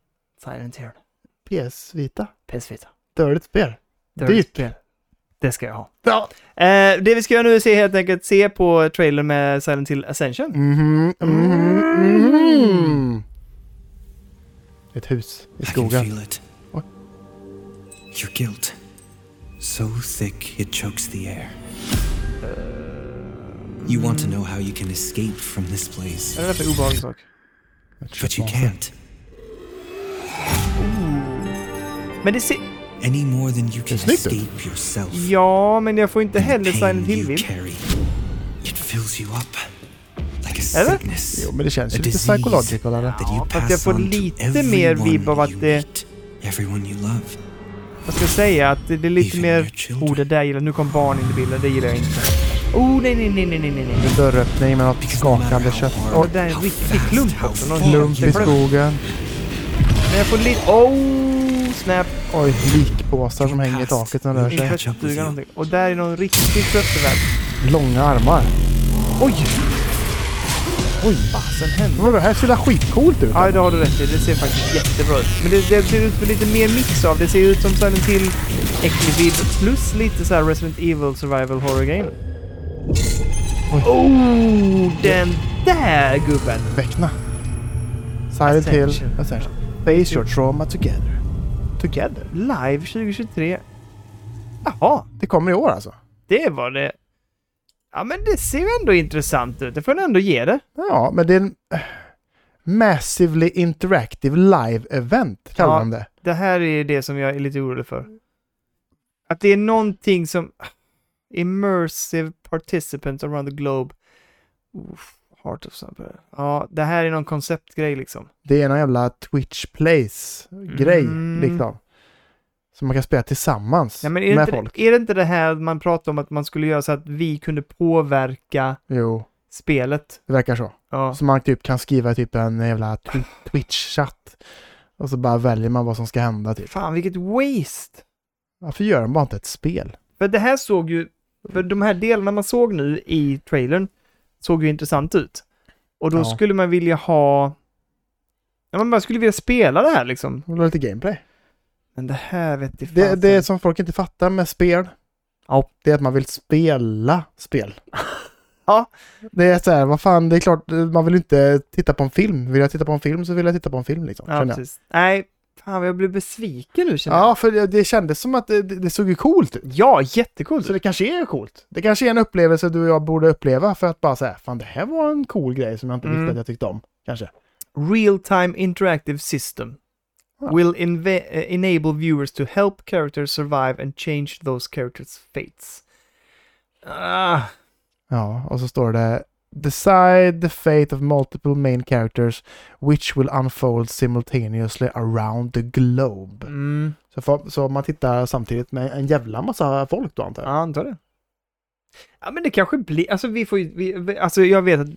Speaker 2: Silent Hill,
Speaker 1: PS Vita,
Speaker 2: PS Vita.
Speaker 1: dåligt spel.
Speaker 2: Dirty
Speaker 1: Dyrt.
Speaker 2: Spel. Det ska jag ha.
Speaker 1: Ja.
Speaker 2: Eh, det vi ska göra nu är se, helt enkelt se på trailern med Silent Hill
Speaker 5: Mm.
Speaker 2: Ascension.
Speaker 1: Mhm, mhm, mhm. Ett hus i
Speaker 5: I can
Speaker 1: skogen.
Speaker 5: feel it.
Speaker 1: What?
Speaker 5: Your guilt. So thick it chokes the air. You want to know how you can escape from this place,
Speaker 2: Vad är det för obehaglig sak?
Speaker 5: but you can't.
Speaker 2: Men det ser...
Speaker 5: Any more than you can
Speaker 1: snyggt ut.
Speaker 5: escape yourself.
Speaker 2: Ja, men jag får inte heller
Speaker 5: The
Speaker 2: Silent
Speaker 5: pain you
Speaker 2: Hill-vibb.
Speaker 5: carry. It fills you up like a
Speaker 2: Eller?
Speaker 5: sickness.
Speaker 1: Jo, men det känns ju
Speaker 5: A
Speaker 1: lite
Speaker 5: disease
Speaker 1: psychological. Eller?
Speaker 5: that you
Speaker 2: fast jag
Speaker 5: pass
Speaker 2: får
Speaker 5: on to
Speaker 2: lite mer
Speaker 5: everyone
Speaker 2: vibb av att
Speaker 5: you
Speaker 2: det-
Speaker 5: meet, everyone you love.
Speaker 2: Jag ska säga att det är lite
Speaker 5: Even
Speaker 2: mer...
Speaker 5: your children.
Speaker 2: Oh, det där gillar Nu kom barn in i bilden. Det gillar jag inte. Oh, nej, nej, nej, nej, nej, nej, nej.
Speaker 1: Dörröppning med något skakande kött.
Speaker 2: Och det där är en riktig klump också. Någon
Speaker 1: Lump i
Speaker 2: liten klump.
Speaker 1: skogen.
Speaker 2: Men jag får lite... Oh, snap.
Speaker 1: Oj, likpåsar som hänger i taket när de rör
Speaker 2: I
Speaker 1: sig.
Speaker 2: tvättstugan någonting. Och där är någon riktig köttförvärv.
Speaker 1: Långa armar.
Speaker 2: Oj!
Speaker 1: Oj,
Speaker 2: Fasen hände.
Speaker 1: vadå? Det här ser väl skitcoolt ut?
Speaker 2: Ja, det har du rätt i. Det ser faktiskt jättebra ut. Men det, det ser ut för lite mer mix av. Det ser ut som Silent Hill, Equilibrium plus lite så här Resident Evil survival horror game. Oh, den där gubben!
Speaker 1: Väckna. Silent
Speaker 2: Ascension.
Speaker 1: Hill. Ascension. Face your trauma together. Together?
Speaker 2: Live 2023. Jaha,
Speaker 1: Det kommer i år alltså?
Speaker 2: det var det. Ja, men det ser ju ändå intressant ut. Det får jag ändå ge det.
Speaker 1: Ja, men det är en eh, Massively Interactive Live Event kallar
Speaker 2: Ja.
Speaker 1: de det.
Speaker 2: Det här är det som jag är lite orolig för. Att det är någonting som... Immersive participants around the globe. Oof, heart of something. Ja, det här är någon konceptgrej liksom.
Speaker 1: Det är någon jävla Twitch Plays-grej
Speaker 2: Mm.
Speaker 1: liksom. Som man kan spela tillsammans
Speaker 2: Nej, men är, det
Speaker 1: med
Speaker 2: inte,
Speaker 1: folk.
Speaker 2: är det inte det här man pratar om att man skulle göra så att vi kunde påverka
Speaker 1: Jo,
Speaker 2: spelet?
Speaker 1: det verkar så.
Speaker 2: Ja.
Speaker 1: Så man typ kan skriva typ en jävla twi- Twitch-chatt. Och så bara väljer man vad som ska hända typ.
Speaker 2: Fan, vilket waste!
Speaker 1: Varför gör de bara inte ett spel?
Speaker 2: För det här såg ju... För de här delarna man såg nu i trailern såg ju intressant ut. Och då
Speaker 1: Ja.
Speaker 2: skulle man vilja ha... Ja, man skulle vilja spela det här liksom.
Speaker 1: De vill ha lite gameplay.
Speaker 2: Men det här vet jag
Speaker 1: Det, det är som folk inte fattar med spel.
Speaker 2: Ja.
Speaker 1: Det är att man vill spela spel.
Speaker 2: Ja.
Speaker 1: Det är så här, vad fan, det är klart, man vill inte titta på en film. Vill jag titta på en film så vill jag titta på en film liksom.
Speaker 2: Ja,
Speaker 1: känner jag.
Speaker 2: precis. Nej, fan jag blev besviken nu känner jag.
Speaker 1: ja för det, det kändes som att det, det det såg ju coolt ut.
Speaker 2: Ja, jättekul.
Speaker 1: Så det kanske är coolt. Det kanske är en upplevelse du och jag borde uppleva för att bara säga, fan det här var en cool grej som jag inte
Speaker 2: Mm.
Speaker 1: visste att jag tyckte om. Kanske.
Speaker 2: Real time interactive system.
Speaker 1: Ja.
Speaker 2: Will inve- eh, enable viewers to help characters survive and change those characters fates. Ah,
Speaker 1: Ja, och så står det Decide the fate of multiple main characters which will unfold simultaneously around the globe.
Speaker 2: mm,
Speaker 1: Så, fa- så man tittar samtidigt med en jävla massa folk då antar
Speaker 2: ja,
Speaker 1: jag.
Speaker 2: antar det. Ja, men det kanske blir, alltså vi får ju, vi- vi, alltså jag vet att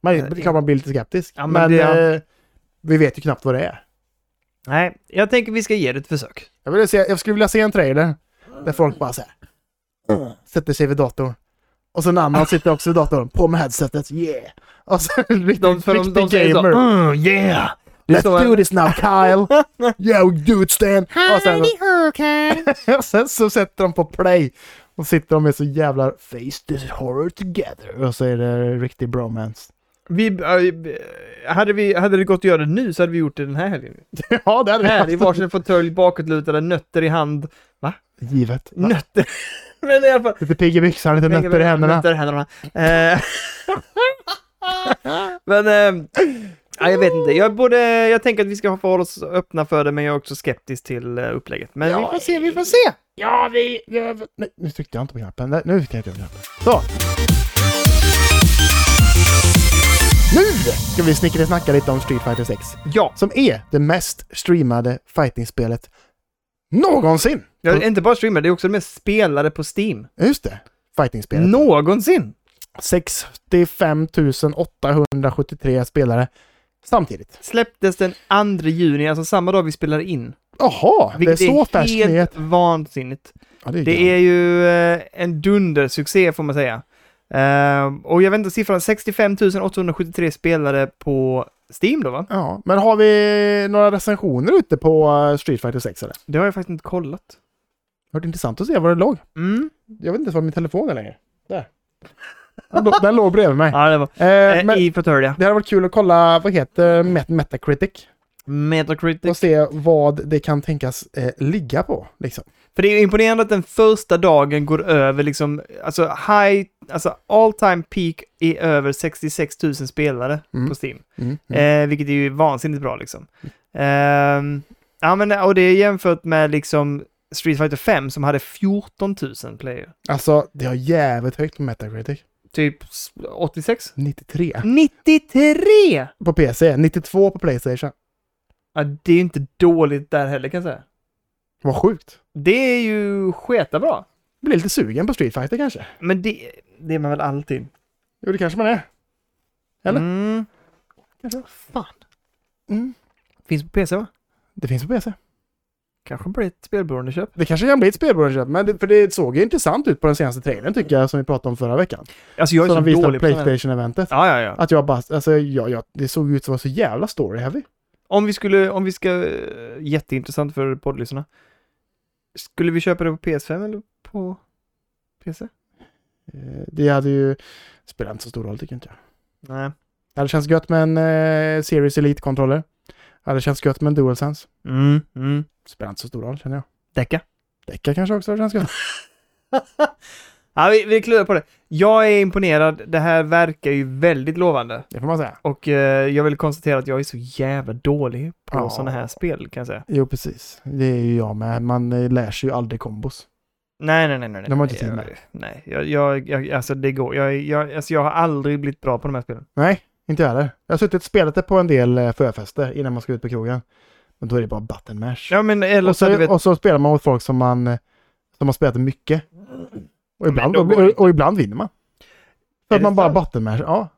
Speaker 1: Man, det är klart man blir lite skeptisk.
Speaker 2: Ja, men
Speaker 1: men
Speaker 2: det-
Speaker 1: eh, vi vet ju knappt vad det är.
Speaker 2: Nej, jag tänker vi ska ge det ett försök.
Speaker 1: Jag, vill se, jag skulle vilja se en trailer där folk bara så här, sätter sig vid datorn. Och så en annan sitter också vid datorn, på med headsetet, yeah! Och så en riktig,
Speaker 2: De, för de,
Speaker 1: riktig
Speaker 2: de säger så,
Speaker 1: gamer.
Speaker 2: "Mm, yeah! Det
Speaker 1: Let's
Speaker 2: står-
Speaker 1: do this now Kyle! yeah we do it Stan! Och sen, och sen så sätter de på play. Och sitter de med så jävla face this horror together. Och så är det riktig bromance.
Speaker 2: Vi, eh, hade, vi, hade det gått att göra det nu så hade vi gjort det den här helgen.
Speaker 1: ja det hade vi
Speaker 2: Här
Speaker 1: haft.
Speaker 2: i varsin fåtölj, bakåtlutade, nötter i hand.
Speaker 1: Givet.
Speaker 2: Nötter! Men i alla fall.
Speaker 1: Lite pigg i byxan, lite nötter i händerna.
Speaker 2: Nötter i händerna. Eh, men, eh, ja, jag vet inte. Jag, borde, jag tänker att vi ska förhålla oss öppna för det, men jag är också skeptisk till eh, upplägget. Men vi får se, vi får se!
Speaker 1: Ja vi... jag- Nej, nu tryckte jag inte på knappen. Nej, Nu tryckte jag inte på knappen. Så! Nu ska vi snickra snacka lite om Street Fighter 6.
Speaker 2: Ja,
Speaker 1: Som är det mest streamade fightingspelet någonsin.
Speaker 2: jag är inte bara streamer, det är också de mest spelade på Steam.
Speaker 1: Just det. Fightingspelet.
Speaker 2: Någonsin!
Speaker 1: 65 873 spelare samtidigt.
Speaker 2: Släpptes den 2 juni, alltså samma dag vi spelar in.
Speaker 1: Jaha, det är
Speaker 2: Vilket
Speaker 1: så färsk
Speaker 2: helt
Speaker 1: nyhet.
Speaker 2: vansinnigt.
Speaker 1: Ja, det är
Speaker 2: Det är ju eh, en dundersuccé får man säga. Eh, och jag vet inte siffran, 65 873 spelare på Steam då va?
Speaker 1: Ja, men har vi några recensioner ute på eh, Street Fighter 6 eller?
Speaker 2: Det har jag faktiskt inte kollat.
Speaker 1: Det varit intressant att se vad det låg.
Speaker 2: Mm.
Speaker 1: Jag vet inte ens var min telefon är längre. Där. Den, lå- den låg bredvid mig.
Speaker 2: Ja, det var.
Speaker 1: Eh,
Speaker 2: Eh,
Speaker 1: men
Speaker 2: I Proterdia.
Speaker 1: det hade varit kul att kolla, vad heter Met- Metacritic? Och
Speaker 2: Metacritic.
Speaker 1: se vad det kan tänkas eh, ligga på. Liksom.
Speaker 2: För det är ju imponerande att den första dagen går över liksom, alltså high, alltså all time peak är över 66 000 spelare
Speaker 1: Mm.
Speaker 2: på Steam.
Speaker 1: Mm. Mm.
Speaker 2: Eh, vilket är ju vansinnigt bra liksom. Ehm, ja men och det är jämfört med liksom Street Fighter 5 som hade 14 000 player.
Speaker 1: Alltså, det har jävligt högt på Metacritic.
Speaker 2: Typ s- 86?
Speaker 1: 93
Speaker 2: 93!
Speaker 1: på PC, 92 på Playstation.
Speaker 2: Ja, det är ju inte dåligt där heller kan jag säga.
Speaker 1: Vad sjukt.
Speaker 2: Det är ju sketa bra.
Speaker 1: Blir lite sugen på Street Fighter kanske.
Speaker 2: Men det, det är man väl alltid.
Speaker 1: Jo, det kanske man är. Eller?
Speaker 2: Mm. Fan.
Speaker 1: Mm.
Speaker 2: Finns på PC va?
Speaker 1: Det finns på PC.
Speaker 2: Kanske blir ett spelberoende köp.
Speaker 1: Det kanske kan bli ett spelbolagsköp, men det, för det såg ju intressant ut på den senaste trailern tycker jag, som vi pratade om förra veckan.
Speaker 2: Alltså jag är
Speaker 1: Som
Speaker 2: så,
Speaker 1: de visade på
Speaker 2: dålig på sådana här-
Speaker 1: Playstation-eventet.
Speaker 2: Ja, ja, ja.
Speaker 1: Att jag bara, alltså jag, jag, det såg ut som att det var så jävla story-heavy.
Speaker 2: Om vi skulle, om vi ska, eh, jätteintressant för poddlyssnarna. Skulle vi köpa det på PS5 eller på PC?
Speaker 1: Eh, Det hade ju spelat inte så stor roll tycker inte jag.
Speaker 2: Nej.
Speaker 1: Det hade känts gött med en eh, Series Elite-kontroller. Det hade känts gött med en DualSense.
Speaker 2: Mm, mm.
Speaker 1: Spelar inte så stor roll känner jag.
Speaker 2: Däcka.
Speaker 1: Däckar kanske också hade känts gött.
Speaker 2: Ja, vi, vi klurar på det. Jag är imponerad. Det här verkar ju väldigt lovande.
Speaker 1: Det får man säga.
Speaker 2: Och eh, jag vill konstatera att jag är så jävla dålig på
Speaker 1: Ja.
Speaker 2: sådana här spel kan jag säga.
Speaker 1: Jo, precis. Det är ju jag med. Man eh, lär sig ju aldrig kombos.
Speaker 2: Nej, nej, nej. nej. nej.
Speaker 1: De har inte tid
Speaker 2: Jag-
Speaker 1: med.
Speaker 2: Nej, jag, jag, jag, alltså det går. Jag, jag, alltså, jag har aldrig blivit bra på de här spelen.
Speaker 1: Nej, inte jag heller. Jag har suttit och spelat det på en del eh, förfester innan man ska ut på krogen. Men då är det bara button mash.
Speaker 2: Ja, men eller
Speaker 1: och,
Speaker 2: så, du
Speaker 1: så,
Speaker 2: vet,
Speaker 1: och så spelar man mot folk som man eh, som har spelat det mycket. Och ibland,
Speaker 2: då
Speaker 1: och,
Speaker 2: går det
Speaker 1: och, och ibland vinner man. För
Speaker 2: Är
Speaker 1: att
Speaker 2: det
Speaker 1: man bara
Speaker 2: sant?
Speaker 1: button mash. Ja.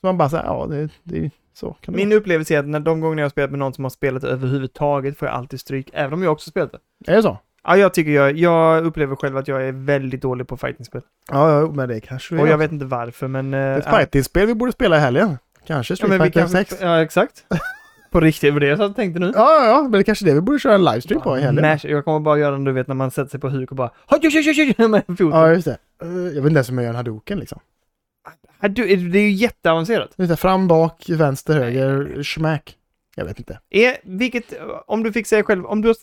Speaker 1: Så man bara säger ja, det, det, så kan det
Speaker 2: Min upplevelse är att när de gånger jag har spelat med någon som har spelat överhuvudtaget får jag alltid stryk, även om jag också spelat det.
Speaker 1: vara. Är det så?
Speaker 2: Ja, jag tycker jag, jag upplever själv att jag är väldigt dålig på fightingspel.
Speaker 1: Ja, ja men det kanske
Speaker 2: Och jag vet inte varför, men... eh,
Speaker 1: Det är
Speaker 2: ja.
Speaker 1: ett fighting-spel vi borde spela i helgen. Kanske
Speaker 2: ja,
Speaker 1: Street
Speaker 2: men vi
Speaker 1: Fighter
Speaker 2: kan,
Speaker 1: 6.
Speaker 2: Ja, exakt. på riktigt, var det jag satt och tänkte nu.
Speaker 1: Ja, ja, ja, men det kanske är det vi borde köra en livestream på i helgen.
Speaker 2: Mash, jag kommer bara göra den du vet när man sätter sig på huk och bara "Hoj, hoj, hoj, hoj, hoj", med foten.
Speaker 1: Ja, just det. Eh, Jag vet inte ens hur man gör en hadoken liksom.
Speaker 2: Ja, du, det är ju jätteavancerat.
Speaker 1: Lite fram, bak, vänster, höger, smack. Jag vet inte.
Speaker 2: Är, vilket, om du fick säga själv, om du har,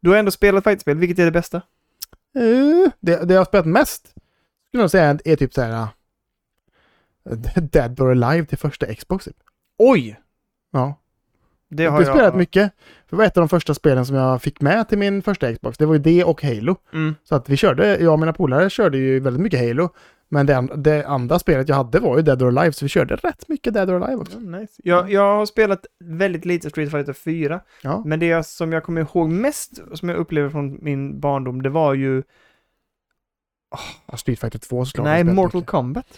Speaker 2: du har ändå spelat fightingspel, vilket är det bästa?
Speaker 1: Eh, Det, det jag har spelat mest skulle jag nog säga är typ så här. eh, Dead or Alive till första Xbox. Typ.
Speaker 2: Oj!
Speaker 1: Ja,
Speaker 2: Det
Speaker 1: det
Speaker 2: har
Speaker 1: har
Speaker 2: jag.
Speaker 1: spelat mycket. För det var ett av de första spelen som jag fick med till min första Xbox. Det var ju det och Halo.
Speaker 2: Mm.
Speaker 1: Så att vi körde, jag och mina polare körde ju väldigt mycket Halo. Men det, an- det andra spelet jag hade var ju Dead or Alive, så vi körde rätt mycket Dead or Alive också.
Speaker 2: Ja, nice. jag, jag har spelat väldigt lite Street Fighter 4,
Speaker 1: Ja.
Speaker 2: men det jag, som jag kommer ihåg mest, och som jag upplever från min barndom, det var ju,
Speaker 1: Och Street Fighter 2 såklart. har
Speaker 2: nej,
Speaker 1: jag spelat
Speaker 2: Mortal
Speaker 1: mycket.
Speaker 2: Kombat.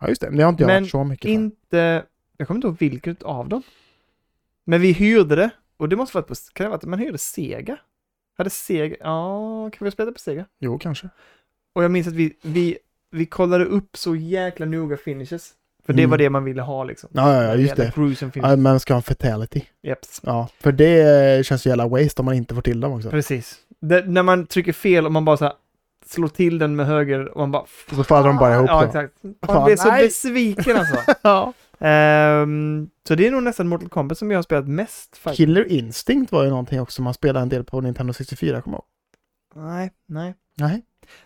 Speaker 1: Ja, just det. Men det har inte jag
Speaker 2: Men
Speaker 1: varit så mycket för.
Speaker 2: Inte, jag kommer inte ihåg vilket av dem. Men vi hyrde det, och det måste varit på, kan det vara att man hyrde Sega? Hade Sega, ja, kan vi spela på Sega?
Speaker 1: Jo, kanske.
Speaker 2: Och jag minns att vi, vi, vi kollade upp så jäkla noga finishes. För det
Speaker 1: Mm.
Speaker 2: var det man ville ha liksom.
Speaker 1: Ja, ja, ja just det.
Speaker 2: Gruesome
Speaker 1: Ja,
Speaker 2: finishes.
Speaker 1: man ska ha en fatality.
Speaker 2: Jeps.
Speaker 1: Ja, för det känns ju jävla waste om man inte får till dem också.
Speaker 2: Precis. Det, när man trycker fel och man bara så här slår till den med höger och man bara...
Speaker 1: Och så faller de bara ihop
Speaker 2: Ja,
Speaker 1: då.
Speaker 2: exakt. Man
Speaker 1: Fan,
Speaker 2: blir så
Speaker 1: nej.
Speaker 2: besviken alltså.
Speaker 1: Ja.
Speaker 2: Ehm, så det är nog nästan Mortal Kombat som jag har spelat mest. Fight.
Speaker 1: Killer Instinct var ju någonting också man spelade en del på Nintendo 64, kommer jag ihåg.
Speaker 2: Nej, nej.
Speaker 1: Nej.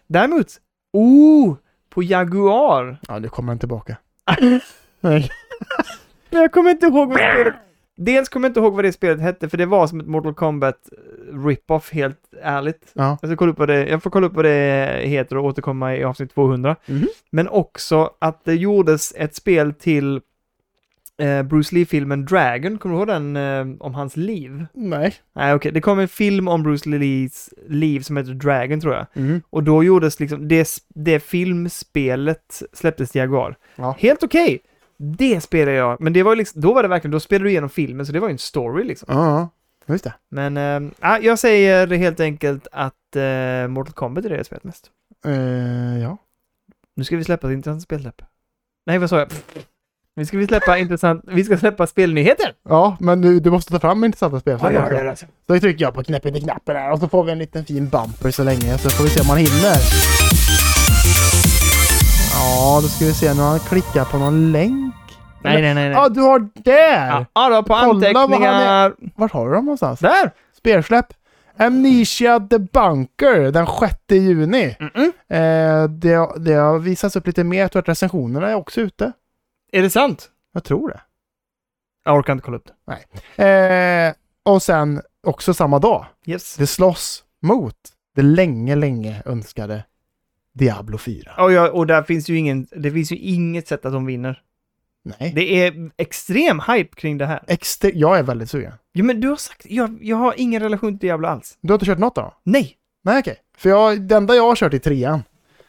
Speaker 2: Däremot, oh! På Jaguar.
Speaker 1: Ja, nu kommer den tillbaka.
Speaker 2: Men jag kommer inte ihåg vad spelet... Dels kommer jag inte ihåg vad det spelet hette, för det var som ett Mortal Kombat eh, rip-off, helt ärligt.
Speaker 1: Ja.
Speaker 2: Jag, ska kolla upp vad det, jag får kolla upp vad det heter och återkomma i avsnitt 200.
Speaker 1: Mhm.
Speaker 2: Men också att det gjordes ett spel till eh, Bruce Lee-filmen Dragon. Kommer du ihåg den eh, om hans liv?
Speaker 1: Nej.
Speaker 2: Nej, okej. Det kom en film om Bruce Lees liv som heter Dragon, tror jag.
Speaker 1: Mm.
Speaker 2: Och då gjordes liksom, det, det filmspelet släpptes till Jaguar.
Speaker 1: Ja.
Speaker 2: Helt okej! Det spelade jag, men det var ju liksom, då var det verkligen, då spelade du igenom filmen, så det var ju en story liksom.
Speaker 1: Ja. Just det.
Speaker 2: Men eh, ja, jag säger helt enkelt att eh, Mortal Kombat är det jag spelat mest.
Speaker 1: Eh, ja.
Speaker 2: Nu ska vi släppa intressant spelsläpp. Nej, vad sa jag? Nu ska vi släppa intressant... Vi ska släppa spelnyheter!
Speaker 1: Ja, men du, du måste ta fram intressanta spel. Då trycker jag på knäppen i knappen här och så får vi en liten fin bumper så länge. Så får vi se om man hinner. Ja, då ska vi se. Nu har han klickat på någon länk.
Speaker 2: Nej, nej, nej. nej.
Speaker 1: Ja, ah, du har där!
Speaker 2: Ja, ja då, på
Speaker 1: Kolla vad han är-
Speaker 2: anteckningar.
Speaker 1: Vart har du dem någonstans?
Speaker 2: Där!
Speaker 1: Spelsläpp. Amnesia The Bunker den 6 juni.
Speaker 2: Mm,
Speaker 1: Eh, det, har- det har visats upp lite mer. Jag tror att recensionerna är också ute.
Speaker 2: Är det sant?
Speaker 1: Jag tror det.
Speaker 2: Jag orkar inte kolla upp det.
Speaker 1: Eh, och sen också samma dag.
Speaker 2: Yes.
Speaker 1: Det slåss mot det länge, länge önskade Diablo 4.
Speaker 2: Och, ja, och där finns ju ingen... Det finns ju inget sätt att de vinner.
Speaker 1: Nej.
Speaker 2: Det är extrem hype kring det här.
Speaker 1: Exter- jag är väldigt sugen.
Speaker 2: Jo, men du har sagt... Jag, jag har ingen relation till Diablo alls.
Speaker 1: Du har inte kört något då?
Speaker 2: Nej!
Speaker 1: Nej, okej. För jag, det enda jag har kört är trean.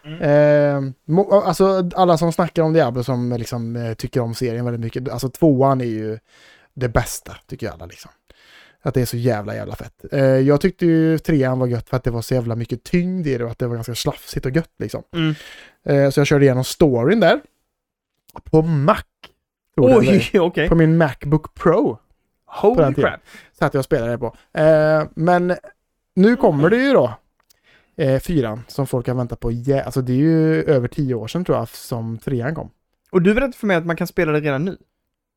Speaker 2: Mm.
Speaker 1: Eh, mo- alltså alla som snackar om Diablo som liksom, eh, tycker om serien väldigt mycket. Alltså tvåan är ju det bästa, tycker ju alla liksom. Att det är så jävla, jävla fett. Eh, jag tyckte ju trean var gött för att det var så jävla mycket tyngd i det och att det var ganska slafsigt och gött liksom.
Speaker 2: Mm.
Speaker 1: Eh, så jag körde igenom storyn där. På Mac. tror jag det är.
Speaker 2: Oj, okej.
Speaker 1: På min Macbook Pro. på den
Speaker 2: Holy
Speaker 1: tiden.
Speaker 2: crap.
Speaker 1: Så att jag spelade på. Eh, men nu kommer det ju då. Eh, fyran som folk har väntat på. jä- Alltså det är ju över tio år sedan tror jag som trean kom.
Speaker 2: Och du berättade för mig att man kan spela det redan nu.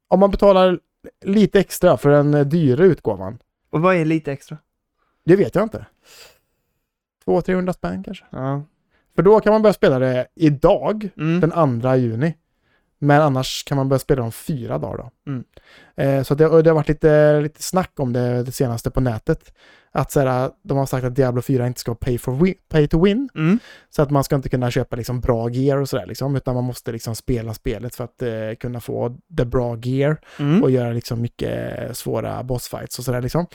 Speaker 1: Om man betalar lite extra för den eh, dyra utgåvan.
Speaker 2: Och vad är lite extra?
Speaker 1: Det vet jag inte. 200-300 spänn kanske.
Speaker 2: Ja.
Speaker 1: För då kan man börja spela det idag.
Speaker 2: Mm.
Speaker 1: den andra juni. Men annars kan man börja spela om fyra dagar då.
Speaker 2: Mm.
Speaker 1: Eh, så att det, och det har varit lite, lite snack om det, det senaste på nätet. Att så här, de har sagt att Diablo 4 inte ska ha pay, for win, pay to win.
Speaker 2: Mm.
Speaker 1: Så att man ska inte kunna köpa liksom bra gear och sådär liksom. Utan man måste liksom spela spelet för att eh, kunna få det bra gear
Speaker 2: Mm.
Speaker 1: och göra liksom mycket svåra bossfights och sådär liksom.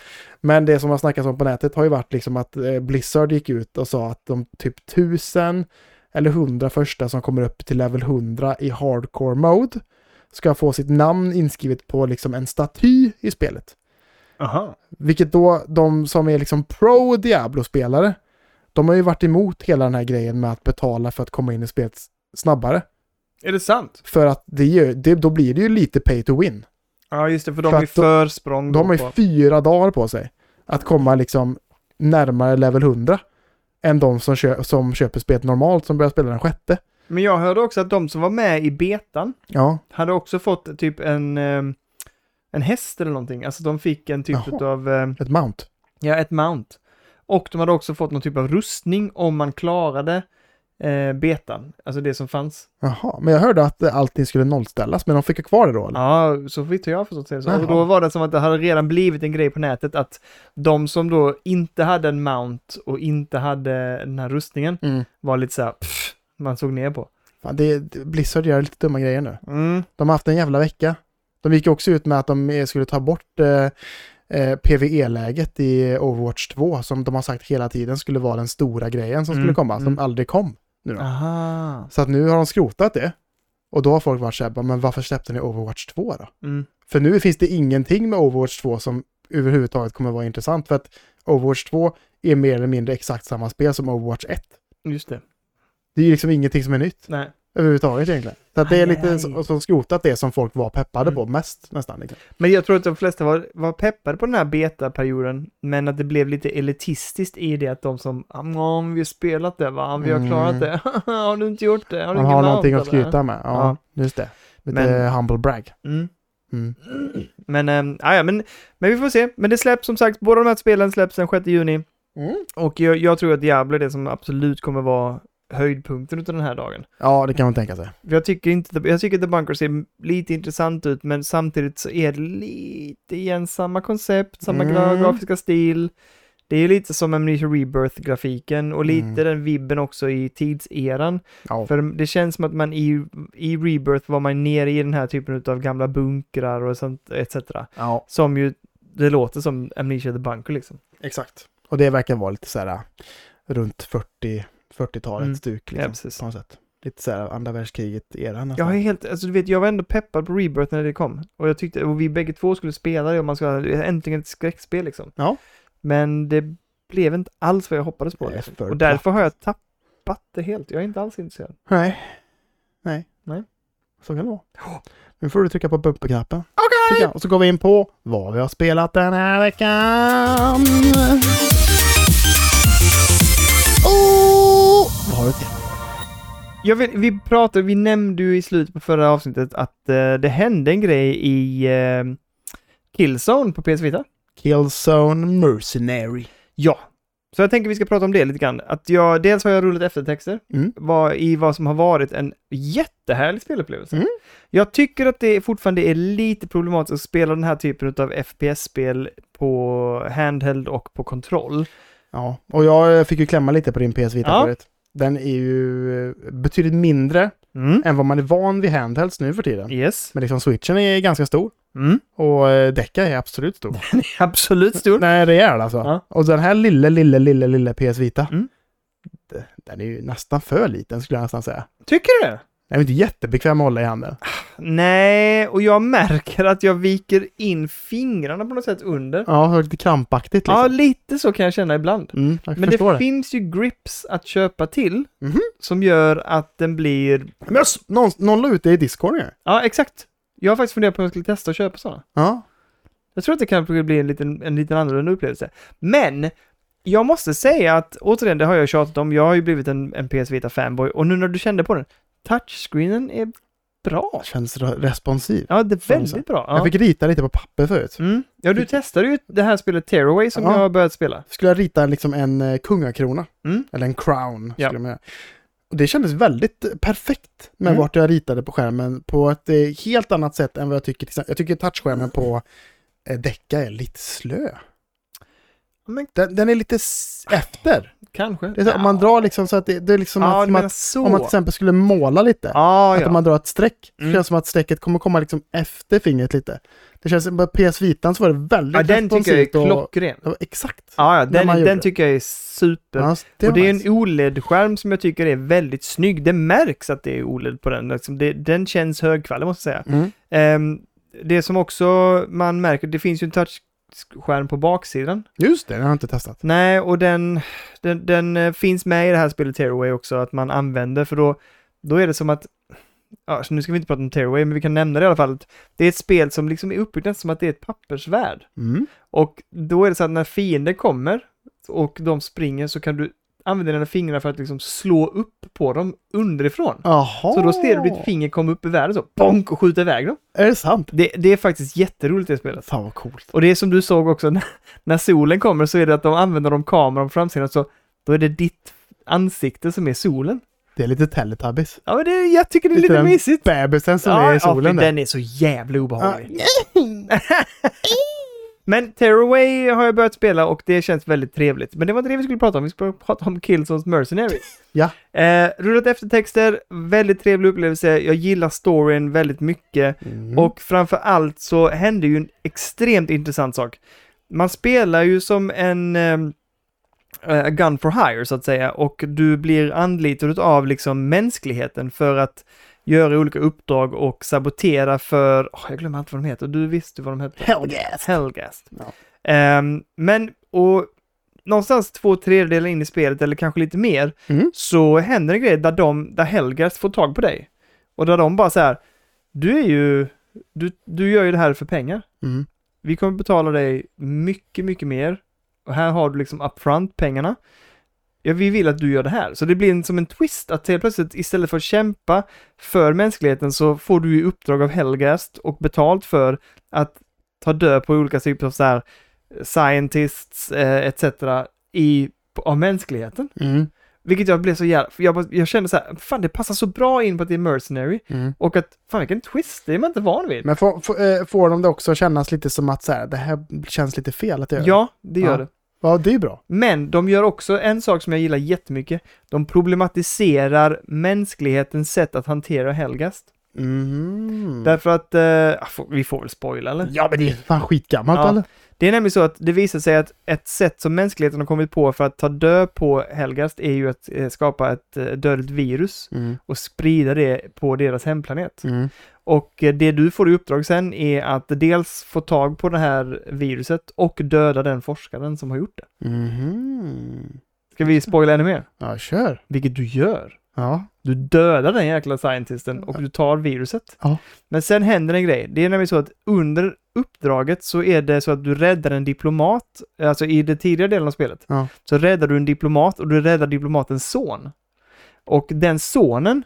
Speaker 1: Men det som har snackats om på nätet har ju varit liksom att eh, Blizzard gick ut och sa att de typ tusen eller hundra första som kommer upp till level 100 i hardcore mode ska få sitt namn inskrivet på liksom en staty i spelet.
Speaker 2: Aha.
Speaker 1: Vilket då de som är liksom pro Diablo-spelare, de har ju varit emot hela den här grejen med att betala för att komma in i spelet s- snabbare.
Speaker 2: Är det sant?
Speaker 1: För att det, gör- det, då blir det ju lite pay to win.
Speaker 2: Ja, just det, för de
Speaker 1: För
Speaker 2: är
Speaker 1: att de-
Speaker 2: försprång.
Speaker 1: De har
Speaker 2: på-
Speaker 1: ju fyra dagar på sig att komma liksom närmare level 100 än de som, kö- som köper spelet normalt som börjar spela den sjätte.
Speaker 2: Men jag hörde också att de som var med i betan
Speaker 1: Ja,
Speaker 2: hade också fått typ en, ehm, en häst eller någonting. Alltså de fick en typ
Speaker 1: Jaha.
Speaker 2: av, ehm,
Speaker 1: ett mount.
Speaker 2: ja, ett mount. Och de hade också fått någon typ av rustning om man klarade eh, betan. Alltså det som fanns.
Speaker 1: Jaha, men jag hörde att eh, allting skulle nollställas, men de fick ju kvar det då? Eller?
Speaker 2: Ja, så vitt jag har förstått det. Så.
Speaker 1: Jaha.
Speaker 2: Och då var det som att det hade redan blivit en grej på nätet att de som då inte hade en mount och inte hade den här rustningen
Speaker 1: Mm.
Speaker 2: var lite så här, pff, man såg ner på.
Speaker 1: Fan, det, det- Blizzard gör lite dumma grejer nu.
Speaker 2: Mm.
Speaker 1: De har haft en jävla vecka. De gick ju också ut med att de eh, skulle ta bort eh, eh, PVE-läget i Overwatch 2, som de har sagt hela tiden skulle vara den stora grejen som skulle
Speaker 2: Mm,
Speaker 1: komma, som
Speaker 2: mm.
Speaker 1: aldrig kom. Nu då.
Speaker 2: Aha.
Speaker 1: Så att nu har de skrotat det. Och då har folk varit så här, "Bara, men varför släppte ni Overwatch 2 då?
Speaker 2: Mm.
Speaker 1: För nu finns det ingenting med Overwatch 2 som överhuvudtaget kommer vara intressant. För att Overwatch 2 är mer eller mindre exakt samma spel som Overwatch 1.
Speaker 2: Just det.
Speaker 1: Det är ju liksom ingenting som är nytt
Speaker 2: Nej.
Speaker 1: överhuvudtaget egentligen. Så att det är
Speaker 2: Aj,
Speaker 1: lite
Speaker 2: aj.
Speaker 1: så- som skrotat det som folk var peppade
Speaker 2: Mm.
Speaker 1: på mest nästan. Liksom.
Speaker 2: Men jag tror att de flesta var, var peppade på den här betaperioden, men att det blev lite elitistiskt i det att de som, "Ah, ja, men vi har spelat det va, Ah, vi har
Speaker 1: Mm.
Speaker 2: klarat det, har du inte gjort det? Har du
Speaker 1: Man
Speaker 2: ingen
Speaker 1: har
Speaker 2: mount,
Speaker 1: någonting att
Speaker 2: eller?"
Speaker 1: skryta med. Ja, just det. Lite
Speaker 2: Men-
Speaker 1: humble brag.
Speaker 2: Mm.
Speaker 1: Mm.
Speaker 2: Men, ähm, ja, ja, men, men vi får se. Men det släpps som sagt, båda de här spelen släpps den 6 juni.
Speaker 1: Mm.
Speaker 2: Och jag, jag tror att Diablo är det som absolut kommer vara höjdpunkten utav den här dagen.
Speaker 1: Ja, det kan man tänka sig.
Speaker 2: För Jag tycker, inte, jag tycker att The Bunker ser lite intressant ut, men samtidigt så är det lite igen samma koncept, samma
Speaker 1: Mm.
Speaker 2: gra- grafiska stil. Det är lite som Amnesia Rebirth-grafiken och lite
Speaker 1: Mm.
Speaker 2: den vibben också i tidseran.
Speaker 1: Ja.
Speaker 2: För det känns som att man i, i Rebirth var man nere i den här typen av gamla bunkrar och sånt etc.
Speaker 1: ja,
Speaker 2: Som ju, det låter som Amnesia The Bunker liksom.
Speaker 1: exakt. Och det verkar vara lite så här äh, runt 40, 40-talets
Speaker 2: Mm.
Speaker 1: stuk.
Speaker 2: Ja,
Speaker 1: Liksom,
Speaker 2: precis.
Speaker 1: på något sätt. Lite så här andra världskriget-eran.
Speaker 2: Jag
Speaker 1: nästan.
Speaker 2: är helt, alltså du vet, jag var ändå peppad på Rebirth när det kom. Och jag tyckte, och vi bägge två skulle spela det om man skulle, äntligen ett skräckspel liksom.
Speaker 1: Ja.
Speaker 2: Men det blev inte alls vad jag hoppades på.
Speaker 1: Det är
Speaker 2: liksom.
Speaker 1: för
Speaker 2: Och därför har jag tappat det helt. Jag är inte alls intresserad.
Speaker 1: Nej. Nej.
Speaker 2: Nej.
Speaker 1: Så kan det vara. Nu får du trycka på bumperknappen. Okej! Och så går vi in på vad vi har spelat den här veckan. Oh! Vad har du till?
Speaker 2: Jag vet, vi pratade, vi nämnde ju i slutet på förra avsnittet att eh, det hände en grej i eh, Killzone på PS Vita.
Speaker 1: Killzone Mercenary.
Speaker 2: Ja. Så jag tänker vi ska prata om det lite grann. Att jag, dels har jag rullat eftertexter
Speaker 1: Mm.
Speaker 2: vad, i vad som har varit en jättehärlig spelupplevelse.
Speaker 1: Mm.
Speaker 2: Jag tycker att det fortfarande är lite problematiskt att spela den här typen av FPS-spel på handheld och på kontroll.
Speaker 1: Ja, och jag eh, fick ju klämma lite på din PS Vita
Speaker 2: Ja.
Speaker 1: förut. Den är ju eh, betydligt mindre
Speaker 2: Mm.
Speaker 1: än vad man är van vid handhelds nu för tiden.
Speaker 2: Yes.
Speaker 1: Men liksom switchen är ganska stor
Speaker 2: Mm.
Speaker 1: och eh, Deca är absolut stor.
Speaker 2: Absolut stor.
Speaker 1: Den är rejäl alltså.
Speaker 2: Ja.
Speaker 1: Och den här lilla, lilla, lilla, lilla PS Vita.
Speaker 2: Mm.
Speaker 1: d- Den är ju nästan för liten skulle jag nästan säga.
Speaker 2: Tycker du det?
Speaker 1: Den är ju inte jättebekväm att hålla i handen.
Speaker 2: Nej, och jag märker att jag viker in fingrarna på något sätt under.
Speaker 1: Ja, så lite krampaktigt
Speaker 2: Ja,
Speaker 1: liksom.
Speaker 2: lite så kan jag känna ibland.
Speaker 1: Mm, jag
Speaker 2: Men det,
Speaker 1: förstår det.
Speaker 2: finns ju grips att köpa till
Speaker 1: Mhm.
Speaker 2: som gör att den blir...
Speaker 1: Men jag, s- någon, någon la ut det i Discord nu.
Speaker 2: Ja, exakt. Jag har faktiskt funderat på om jag skulle testa att köpa sådana.
Speaker 1: Ja.
Speaker 2: Jag tror att det kanske blir en liten, en liten annorlunda upplevelse. Men jag måste säga att, återigen, det har jag tjatat om, jag har ju blivit en, en PS Vita fanboy och nu när du kände på den, touchscreenen är bra.
Speaker 1: Känns re- responsiv.
Speaker 2: Ja, det är
Speaker 1: Får man säga.
Speaker 2: väldigt bra.
Speaker 1: Jag
Speaker 2: Ja.
Speaker 1: fick rita lite på papper förut.
Speaker 2: Mm. ja, du testade ju det här spelet Tearaway som
Speaker 1: Ja.
Speaker 2: jag har börjat spela.
Speaker 1: Skulle jag rita liksom en eh, kungakrona.
Speaker 2: Mm.
Speaker 1: Eller en crown.
Speaker 2: Ja.
Speaker 1: Skulle man göra. Och det kändes väldigt eh, perfekt med
Speaker 2: Mm.
Speaker 1: vart jag ritade på skärmen på ett eh, helt annat sätt än vad jag tycker. till exempel- Jag tycker touchskärmen på eh, Deca är lite slö.
Speaker 2: Men
Speaker 1: Den, den är lite s- efter.
Speaker 2: kanske.
Speaker 1: Det är så, Om man drar liksom så att det, det är liksom
Speaker 2: ja,
Speaker 1: att,
Speaker 2: du
Speaker 1: som
Speaker 2: menar
Speaker 1: att,
Speaker 2: så.
Speaker 1: om man till exempel skulle måla lite.
Speaker 2: ja,
Speaker 1: Att om
Speaker 2: ja.
Speaker 1: man drar ett streck, så
Speaker 2: Mm.
Speaker 1: känns det som att strecket kommer komma liksom efter fingret lite. Det känns som på PS Vitan så var det väldigt
Speaker 2: ja, den tycker jag är
Speaker 1: responsivt och-
Speaker 2: klockren.
Speaker 1: Ja, Exakt.
Speaker 2: Ja, ja
Speaker 1: när
Speaker 2: den,
Speaker 1: man gjorde
Speaker 2: den
Speaker 1: det.
Speaker 2: tycker jag är super.
Speaker 1: Ja,
Speaker 2: och det är
Speaker 1: nice.
Speaker 2: en OLED-skärm som jag tycker är väldigt snygg. Det märks att det är OLED på den. Liksom det, den känns högkvalitet måste jag säga.
Speaker 1: Mm.
Speaker 2: Ehm, det som också man märker, det finns ju en touchskärm på baksidan.
Speaker 1: Just det, den har jag inte testat.
Speaker 2: Nej, och den, den, den eh, finns med i det här spelet Tearaway också, att man använder, för då, då är det som att, ja, så nu ska vi inte prata om Tearaway, men vi kan nämna det i alla fall, att det är ett spel som liksom är uppbyggt nästan som att det är ett pappersvärd.
Speaker 1: Mm.
Speaker 2: Och då är det så att när fiender kommer och de springer så kan du använda dina fingrar för att liksom slå upp på dem underifrån.
Speaker 1: Jaha.
Speaker 2: Så då ser du
Speaker 1: Ah.
Speaker 2: ditt finger komma upp i världen så, bonk, och skjuta iväg dem.
Speaker 1: Är det sant?
Speaker 2: Det, det är faktiskt jätteroligt det spelet.
Speaker 1: Fan vad coolt.
Speaker 2: Och det är som du såg också, när, när solen kommer så är det att de använder de kameran på framsidan, så då är det ditt ansikte som är solen.
Speaker 1: Det är lite Teletubbies.
Speaker 2: Ja, men det, jag tycker det är lite,
Speaker 1: den
Speaker 2: mysigt.
Speaker 1: Bebisen som är i solen
Speaker 2: ja,
Speaker 1: där. Ah,
Speaker 2: den är så jävla obehaglig. men Tearaway har jag börjat spela och det känns väldigt trevligt. Men det var inte det vi skulle prata om, vi skulle prata om Killzones Mercenary.
Speaker 1: Ja.
Speaker 2: Eh, rullat eftertexter, väldigt trevlig upplevelse, jag gillar storyn väldigt mycket.
Speaker 1: Mm.
Speaker 2: Och framför allt så hände ju en extremt intressant sak. Man spelar ju som en ehm, eh, gun for hire så att säga och du blir anlitad av liksom mänskligheten för att göra olika uppdrag och sabotera för, åh, jag glömmer alltid vad de heter, du visste vad de hette.
Speaker 1: Hellgas.
Speaker 2: Hellgast.
Speaker 1: Ja.
Speaker 2: Ehm, men, och någonstans två tredjedelar in i spelet, eller kanske lite mer,
Speaker 1: Mm.
Speaker 2: så händer en grej där, de, där Helgast får tag på dig. Och där de bara så här, du är ju, du, du gör ju det här för pengar.
Speaker 1: Mm.
Speaker 2: Vi kommer betala dig mycket, mycket mer. Och här har du liksom upfront pengarna. Ja, vi vill att du gör det här. Så det blir en, som en twist att helt plötsligt istället för att kämpa för mänskligheten så får du ju uppdrag av Helgast och betalt för att ta död på olika typer av så här eh, scientists eh, etc. I, av mänskligheten.
Speaker 1: Mm.
Speaker 2: Vilket jag blev så jävla, för jag, bara- jag kände så här, fan det passar så bra in på att det är mercenary
Speaker 1: Mm.
Speaker 2: och att, fan vilken twist, det är man inte van vid.
Speaker 1: Men får, får, eh, får de det också kännas lite som att så här, det här känns lite fel att göra?
Speaker 2: Ja, det gör
Speaker 1: Ja.
Speaker 2: det.
Speaker 1: Ja, det är ju bra.
Speaker 2: Men de gör också en sak som jag gillar jättemycket. De problematiserar mänsklighetens sätt att hantera Helgast.
Speaker 1: Mm.
Speaker 2: Därför att, eh, ah, får- vi får väl spoila eller?
Speaker 1: Ja, Mm. men det är fan skitgammalt
Speaker 2: Ja.
Speaker 1: eller?
Speaker 2: Det är nämligen så att det visar sig att ett sätt som mänskligheten har kommit på för att ta död på Helgast är ju att eh, skapa ett eh, dödligt virus
Speaker 1: Mm.
Speaker 2: och sprida det på deras hemplanet.
Speaker 1: Mm.
Speaker 2: Och eh, det du får i uppdrag sen är att dels få tag på det här viruset och döda den forskaren som har gjort det.
Speaker 1: Mhm.
Speaker 2: Ska vi spoila ännu mer?
Speaker 1: Ja, kör.
Speaker 2: Vilket du gör.
Speaker 1: Ja.
Speaker 2: Du dödar den jäkla scientisten och du tar viruset.
Speaker 1: Ja.
Speaker 2: Men sen händer en grej. Det är nämligen så att under uppdraget så är det så att du räddar en diplomat, alltså i den tidigare delen av spelet,
Speaker 1: Ja.
Speaker 2: så räddar du en diplomat och du räddar diplomatens son. Och den sonen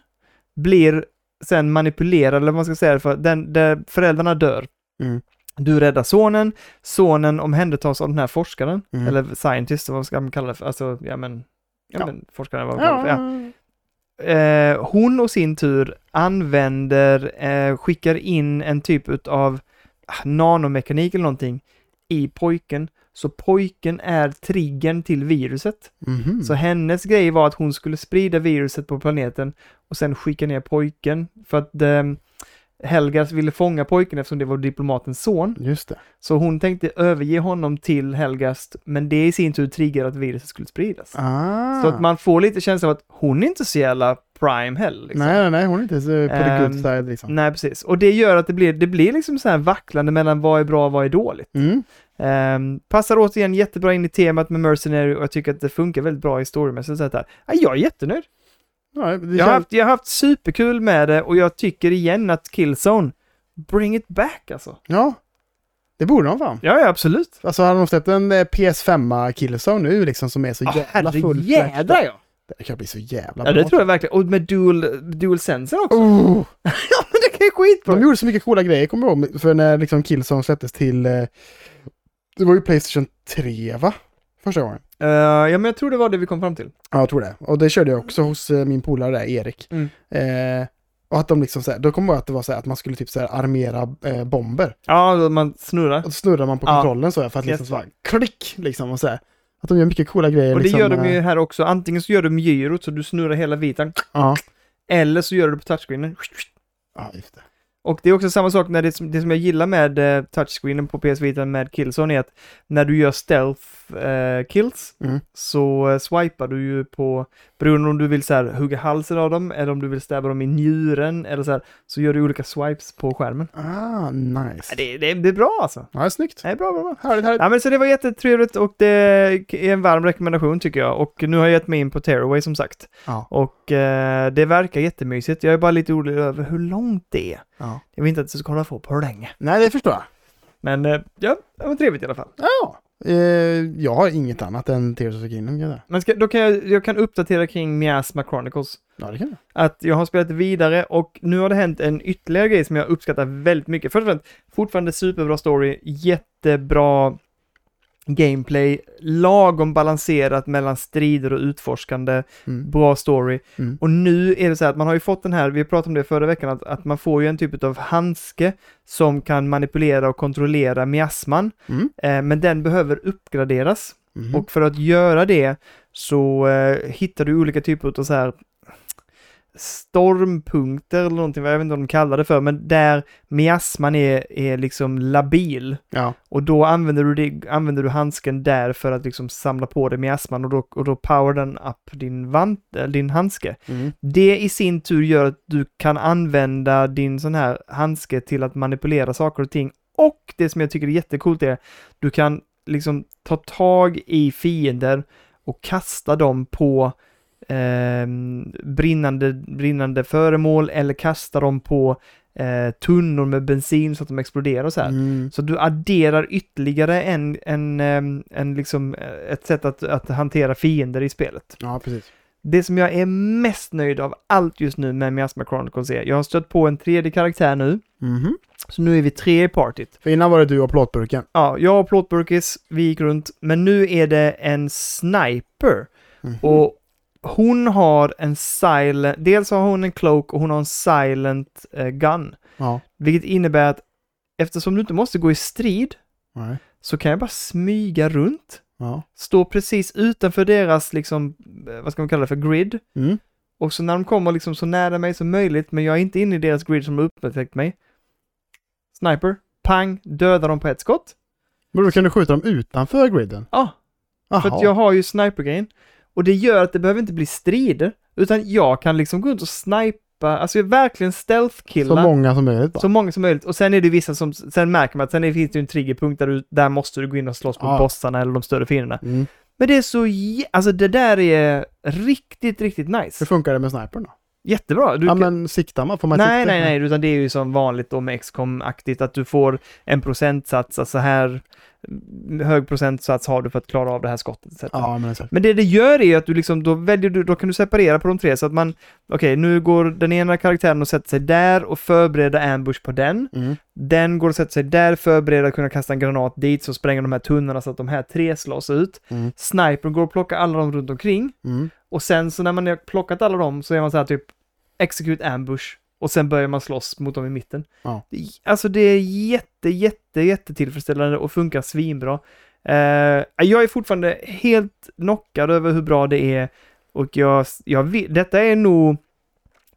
Speaker 2: blir sen manipulerad, eller vad man ska säga, för den, där föräldrarna dör.
Speaker 1: Mm.
Speaker 2: Du räddar sonen, sonen omhändertas av den här forskaren,
Speaker 1: Mm.
Speaker 2: eller scientist, vad ska man kalla det för, alltså, ja men, ja,
Speaker 1: Ja.
Speaker 2: men forskaren, vad man kallar det
Speaker 1: Ja.
Speaker 2: för, ja eh, hon och sin tur använder, eh, skickar in en typ av nanomekanik eller någonting i pojken. Så pojken är triggern till viruset.
Speaker 1: Mhm.
Speaker 2: Så hennes grej var att hon skulle sprida viruset på planeten och sen skicka ner pojken. För att eh, Helgas ville fånga pojken eftersom det var diplomatens son.
Speaker 1: Just det.
Speaker 2: Så hon tänkte överge honom till Helgast, men det i sin tur triggade att viruset skulle spridas.
Speaker 1: Ah.
Speaker 2: Så att man får lite känsla av att hon är inte så jävla prime heller. Liksom.
Speaker 1: Nej, nej, nej, hon är inte så på the
Speaker 2: Ehm,
Speaker 1: good side liksom.
Speaker 2: Nej, precis. Och det gör att det blir, det blir liksom så här vacklande mellan vad är bra och vad är dåligt.
Speaker 1: Mm.
Speaker 2: Ehm, passar återigen jättebra in i temat med Mercenary och jag tycker att det funkar väldigt bra historiemässigt. Så här. Ja, jag är jättenöjd.
Speaker 1: Ja, det
Speaker 2: Jag har,
Speaker 1: känns...
Speaker 2: haft, jag har haft superkul med det och jag tycker igen att Killzone, bring it back alltså.
Speaker 1: ja, det borde de fan.
Speaker 2: Ja, ja absolut.
Speaker 1: Alltså hade de släppt en eh, PS5 Killzone nu liksom som är så jävla full
Speaker 2: Ah, Herrejädrar ja.
Speaker 1: Det kan bli så jävla
Speaker 2: Ja,
Speaker 1: bra.
Speaker 2: det tror jag verkligen. Och med dual, dual sensen också.
Speaker 1: Oh, Mm.
Speaker 2: Ja, men det kan ju skitbra.
Speaker 1: de gjorde så mycket coola grejer, kommer jag ihåg. För när liksom Killzone släpptes till... eh, Det var ju Playstation 3 va? Första gången.
Speaker 2: Eh, ja, men jag tror det var det vi kom fram till.
Speaker 1: Ja, jag tror det. Och det körde jag också hos eh, min polare där, Erik.
Speaker 2: Mm.
Speaker 1: Eh, och att de liksom så här, då kommer jag ihåg att det var så här att man skulle typ så här armera eh, bomber.
Speaker 2: Ja, man snurrar.
Speaker 1: Och då snurrar man på
Speaker 2: Ja.
Speaker 1: kontrollen så här för att liksom så här, klick liksom och så här. Att de gör mycket coola grejer.
Speaker 2: Och det
Speaker 1: liksom,
Speaker 2: gör de
Speaker 1: eh,
Speaker 2: ju här också. Antingen så gör de gyrot så du snurrar hela vitan.
Speaker 1: Ja.
Speaker 2: Eller så gör du det på touchscreenen.
Speaker 1: ja, just det.
Speaker 2: Och det är också samma sak när det, som- det som jag gillar med eh, touchscreenen på PS Vita med Killzone är att när du gör stealth eh, kills
Speaker 1: Mm.
Speaker 2: så eh, swipar du ju på, beroende om du vill så här, hugga halsen av dem eller om du vill stäva dem i njuren eller så här, så gör du olika swipes på skärmen.
Speaker 1: Ah, nice.
Speaker 2: Ja, Det, det, det är bra alltså.
Speaker 1: Ja, snyggt.
Speaker 2: Det är bra, bra, bra.
Speaker 1: Härligt, härligt.
Speaker 2: Ja, men så det var jättetrevligt och det är en varm rekommendation tycker jag. Och nu har jag gett mig in på Tearaway som sagt.
Speaker 1: Ja.
Speaker 2: Och eh, det verkar jättemysigt. Jag är bara lite orolig över hur långt det är.
Speaker 1: Ja.
Speaker 2: Jag vill inte att det ska hålla på på länge.
Speaker 1: Nej, det förstår jag.
Speaker 2: Men eh, ja, det var trevligt i alla fall.
Speaker 1: Ja. Eh, jag har inget annat än Tears of the Kingdom. kan jag säga.
Speaker 2: Men ska, då kan jag, jag kan uppdatera kring Miasma Chronicles.
Speaker 1: Ja, det kan jag.
Speaker 2: Att jag har spelat vidare och nu har det hänt en ytterligare grej som jag uppskattar väldigt mycket. Först och främst, fortfarande superbra story, jättebra gameplay, lagom balanserat mellan strider och utforskande,
Speaker 1: Mm.
Speaker 2: bra story.
Speaker 1: Mm.
Speaker 2: Och nu är det så här att man har ju fått den här, vi pratade om det förra veckan, att, att man får ju en typ av handske som kan manipulera och kontrollera miasman,
Speaker 1: Mm.
Speaker 2: eh, men den behöver uppgraderas.
Speaker 1: Mhm.
Speaker 2: Och för att göra det så eh, hittar du olika typer av så här stormpunkter eller någonting, jag vet inte vad de kallar det för, men där miasman är, är liksom labil.
Speaker 1: Ja.
Speaker 2: Och då använder du, det, använder du handsken där för att liksom samla på dig miasman och då, och då power den upp din, vant, eh, din handske.
Speaker 1: Mm.
Speaker 2: Det i sin tur gör att du kan använda din sån här handske till att manipulera saker och ting. Och det som jag tycker är jättecoolt är, du kan liksom ta tag i fiender och kasta dem på ehm, brinnande, brinnande föremål eller kasta dem på eh, tunnor med bensin så att de exploderar och så här.
Speaker 1: Mm.
Speaker 2: Så du adderar ytterligare en, en, ehm, en liksom, eh, ett sätt att, att hantera fiender i spelet.
Speaker 1: Ja, precis.
Speaker 2: Det som jag är mest nöjd av allt just nu med Miasma Chronicles är, jag har stött på en tredje karaktär nu,
Speaker 1: Mhm.
Speaker 2: så nu är vi tre i partyt.
Speaker 1: För innan var det du och plåtburken.
Speaker 2: Ja, jag och Plåtburkis, vi gick runt, men nu är det en sniper. Och hon har en silent, dels har hon en cloak och hon har en silent eh, gun.
Speaker 1: Ja.
Speaker 2: Vilket innebär att eftersom du inte måste gå i strid
Speaker 1: Nej.
Speaker 2: så kan jag bara smyga runt,
Speaker 1: Ja.
Speaker 2: stå precis utanför deras, liksom, eh, vad ska man kalla det för, grid.
Speaker 1: Mm.
Speaker 2: Och så när de kommer liksom så nära mig som möjligt, men jag är inte inne i deras grid som har upptäckt mig. Sniper, pang, dödar dem på ett skott.
Speaker 1: Men då kan du skjuta dem utanför griden?
Speaker 2: Ja, för att jag har ju snipergrejen. Och det gör att det behöver inte bli strider, utan jag kan liksom gå runt och snipa, alltså jag verkligen
Speaker 1: Så
Speaker 2: stealth-killa.
Speaker 1: många som möjligt bara.
Speaker 2: Så många som möjligt. Och sen är det vissa som, sen märker man att sen finns det ju en triggerpunkt där du, där måste du gå in och slåss mot
Speaker 1: Ja.
Speaker 2: bossarna eller de större fienderna.
Speaker 1: Mm.
Speaker 2: Men det är så, jä- alltså det där är riktigt, riktigt nice.
Speaker 1: Hur funkar det med snipern då?
Speaker 2: Jättebra. Du
Speaker 1: Ja
Speaker 2: kan-
Speaker 1: men siktar man? Får man
Speaker 2: nej,
Speaker 1: sikta?
Speaker 2: nej, nej, utan det är ju som vanligt då med xcom aktigt att du får en procentsats, alltså här, mm, hög procentsats har du för att klara av det här skottet. etc.
Speaker 1: Ja men alltså. exakt.
Speaker 2: Men det det gör är att du liksom, då väljer du, då kan du separera på de tre så att man, okej nu går den ena karaktären och sätter sig där och förbereder ambush på den.
Speaker 1: Mm.
Speaker 2: Den går och sätter sig där, förbereder att kunna kasta en granat dit, så spränger de här tunnorna så att de här tre slås ut.
Speaker 1: Mm.
Speaker 2: Snipern går och plockar alla dem runt omkring.
Speaker 1: Mm.
Speaker 2: Och sen så när man har plockat alla dem så är man så här typ execute ambush och sen börjar man slåss mot dem i mitten.
Speaker 1: Ja.
Speaker 2: Det- Alltså det är jätte, jätte, jätte tillfredsställande och funkar svinbra. Eh, jag är fortfarande helt knockad över hur bra det är och jag, jag vill, detta är nog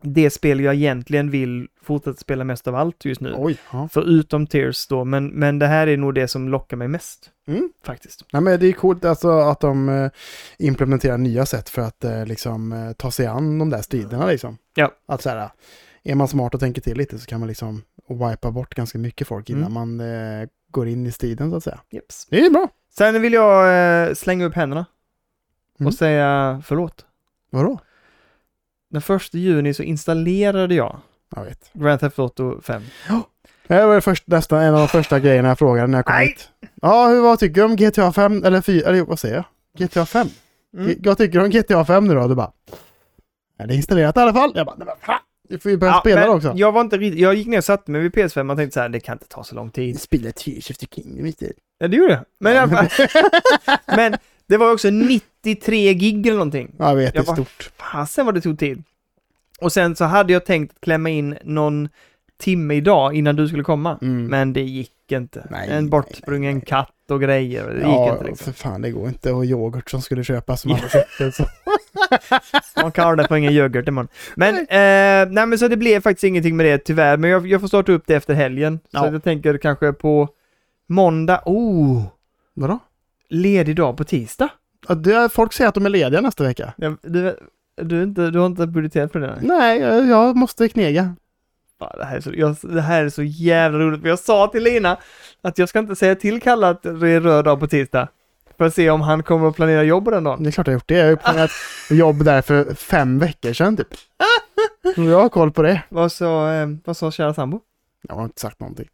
Speaker 2: det spel jag egentligen vill fortsätta spela mest av allt just nu.
Speaker 1: Oj. Ja.
Speaker 2: Förutom Tears då, men, men det här är nog det som lockar mig mest.
Speaker 1: Mm.
Speaker 2: Faktiskt.
Speaker 1: Nej men det är coolt alltså att de eh, implementerar nya sätt för att eh, liksom eh, ta sig an de där striderna liksom.
Speaker 2: Ja.
Speaker 1: Att så här, är man smart och tänker till lite så kan man liksom wipa bort ganska mycket folk
Speaker 2: Mm.
Speaker 1: innan man eh, går in i striden så att säga.
Speaker 2: Jeps.
Speaker 1: Det är bra.
Speaker 2: Sen vill jag eh, slänga upp händerna
Speaker 1: Mm.
Speaker 2: och säga förlåt.
Speaker 1: Vadå?
Speaker 2: Den första juni så installerade jag
Speaker 1: Jag vet.
Speaker 2: Grand Theft Auto 5.
Speaker 1: Det var det först, nästan en av de första grejerna jag frågade när jag kom
Speaker 2: Nej.
Speaker 1: hit. Ja, hur, vad tycker du om GTA 5 eller 4, eller vad säger jag? GTA 5?
Speaker 2: Mm.
Speaker 1: G- Vad tycker du om GTA 5 nu då? Du bara, är det är installerat i alla fall? Jag bara, nej men fan, du får ju börja spela
Speaker 2: men
Speaker 1: det också.
Speaker 2: Jag, var inte, riktigt- jag gick ner och satte mig vid PS5 och tänkte så här, det kan inte ta så lång tid.
Speaker 1: Spela Tears of the Kingdom istället.
Speaker 2: Ja, det gjorde jag. Men, i alla fall- men det var också 93 gig eller någonting.
Speaker 1: Ja, Jag vet,
Speaker 2: Jag
Speaker 1: det är
Speaker 2: bara-
Speaker 1: stort.
Speaker 2: Fasen vad det tog tid. Och sen så hade jag tänkt klämma in någon timme idag innan du skulle komma.
Speaker 1: Mm.
Speaker 2: Men det gick inte.
Speaker 1: Nej, nej,
Speaker 2: en bortsprungen
Speaker 1: nej, nej.
Speaker 2: katt och grejer. Det gick
Speaker 1: Ja,
Speaker 2: inte liksom.
Speaker 1: för fan det går inte. Och yoghurt som skulle köpas som aldrig köptes.
Speaker 2: Man kallar det för ingen yoghurt imorgon. Men, eh, nej men så det blev faktiskt ingenting med det tyvärr. Men jag, jag får starta upp det efter helgen.
Speaker 1: Ja.
Speaker 2: Så jag tänker kanske på måndag. Oh!
Speaker 1: Vadå?
Speaker 2: Ledig dag på tisdag.
Speaker 1: Ja, det är, folk säger att de är lediga nästa vecka.
Speaker 2: Jag, du, du, är inte, du har inte budgeterat för det? Nej.
Speaker 1: Nej, jag, jag måste knega.
Speaker 2: Mm. Fan, det, här är så, jag, det här är så jävla roligt, för jag sa till Lina att jag ska inte säga till Kalle att det är röd dag på tisdag. För att se om han kommer att planera jobb den dagen.
Speaker 1: Det är klart jag har gjort det. Jag har ju planerat jobb där för fem veckor sedan typ. Så jag har koll på det.
Speaker 2: Vad sa, eh, vad sa kära sambo?
Speaker 1: Jag har inte sagt någonting.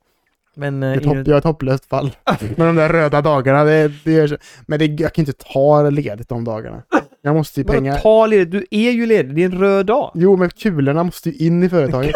Speaker 2: Men,
Speaker 1: Jag
Speaker 2: eh,
Speaker 1: är, topp,
Speaker 2: Ingrid-
Speaker 1: jag är ett hopplöst fall. Men de där röda dagarna, det, det gör så. Men det, jag kan inte ta ledigt de dagarna. Jag måste ju
Speaker 2: Vadå,
Speaker 1: pengar.
Speaker 2: ta ledigt? Du är ju ledig, det är en röd dag.
Speaker 1: Jo, men kulorna måste ju in i företaget.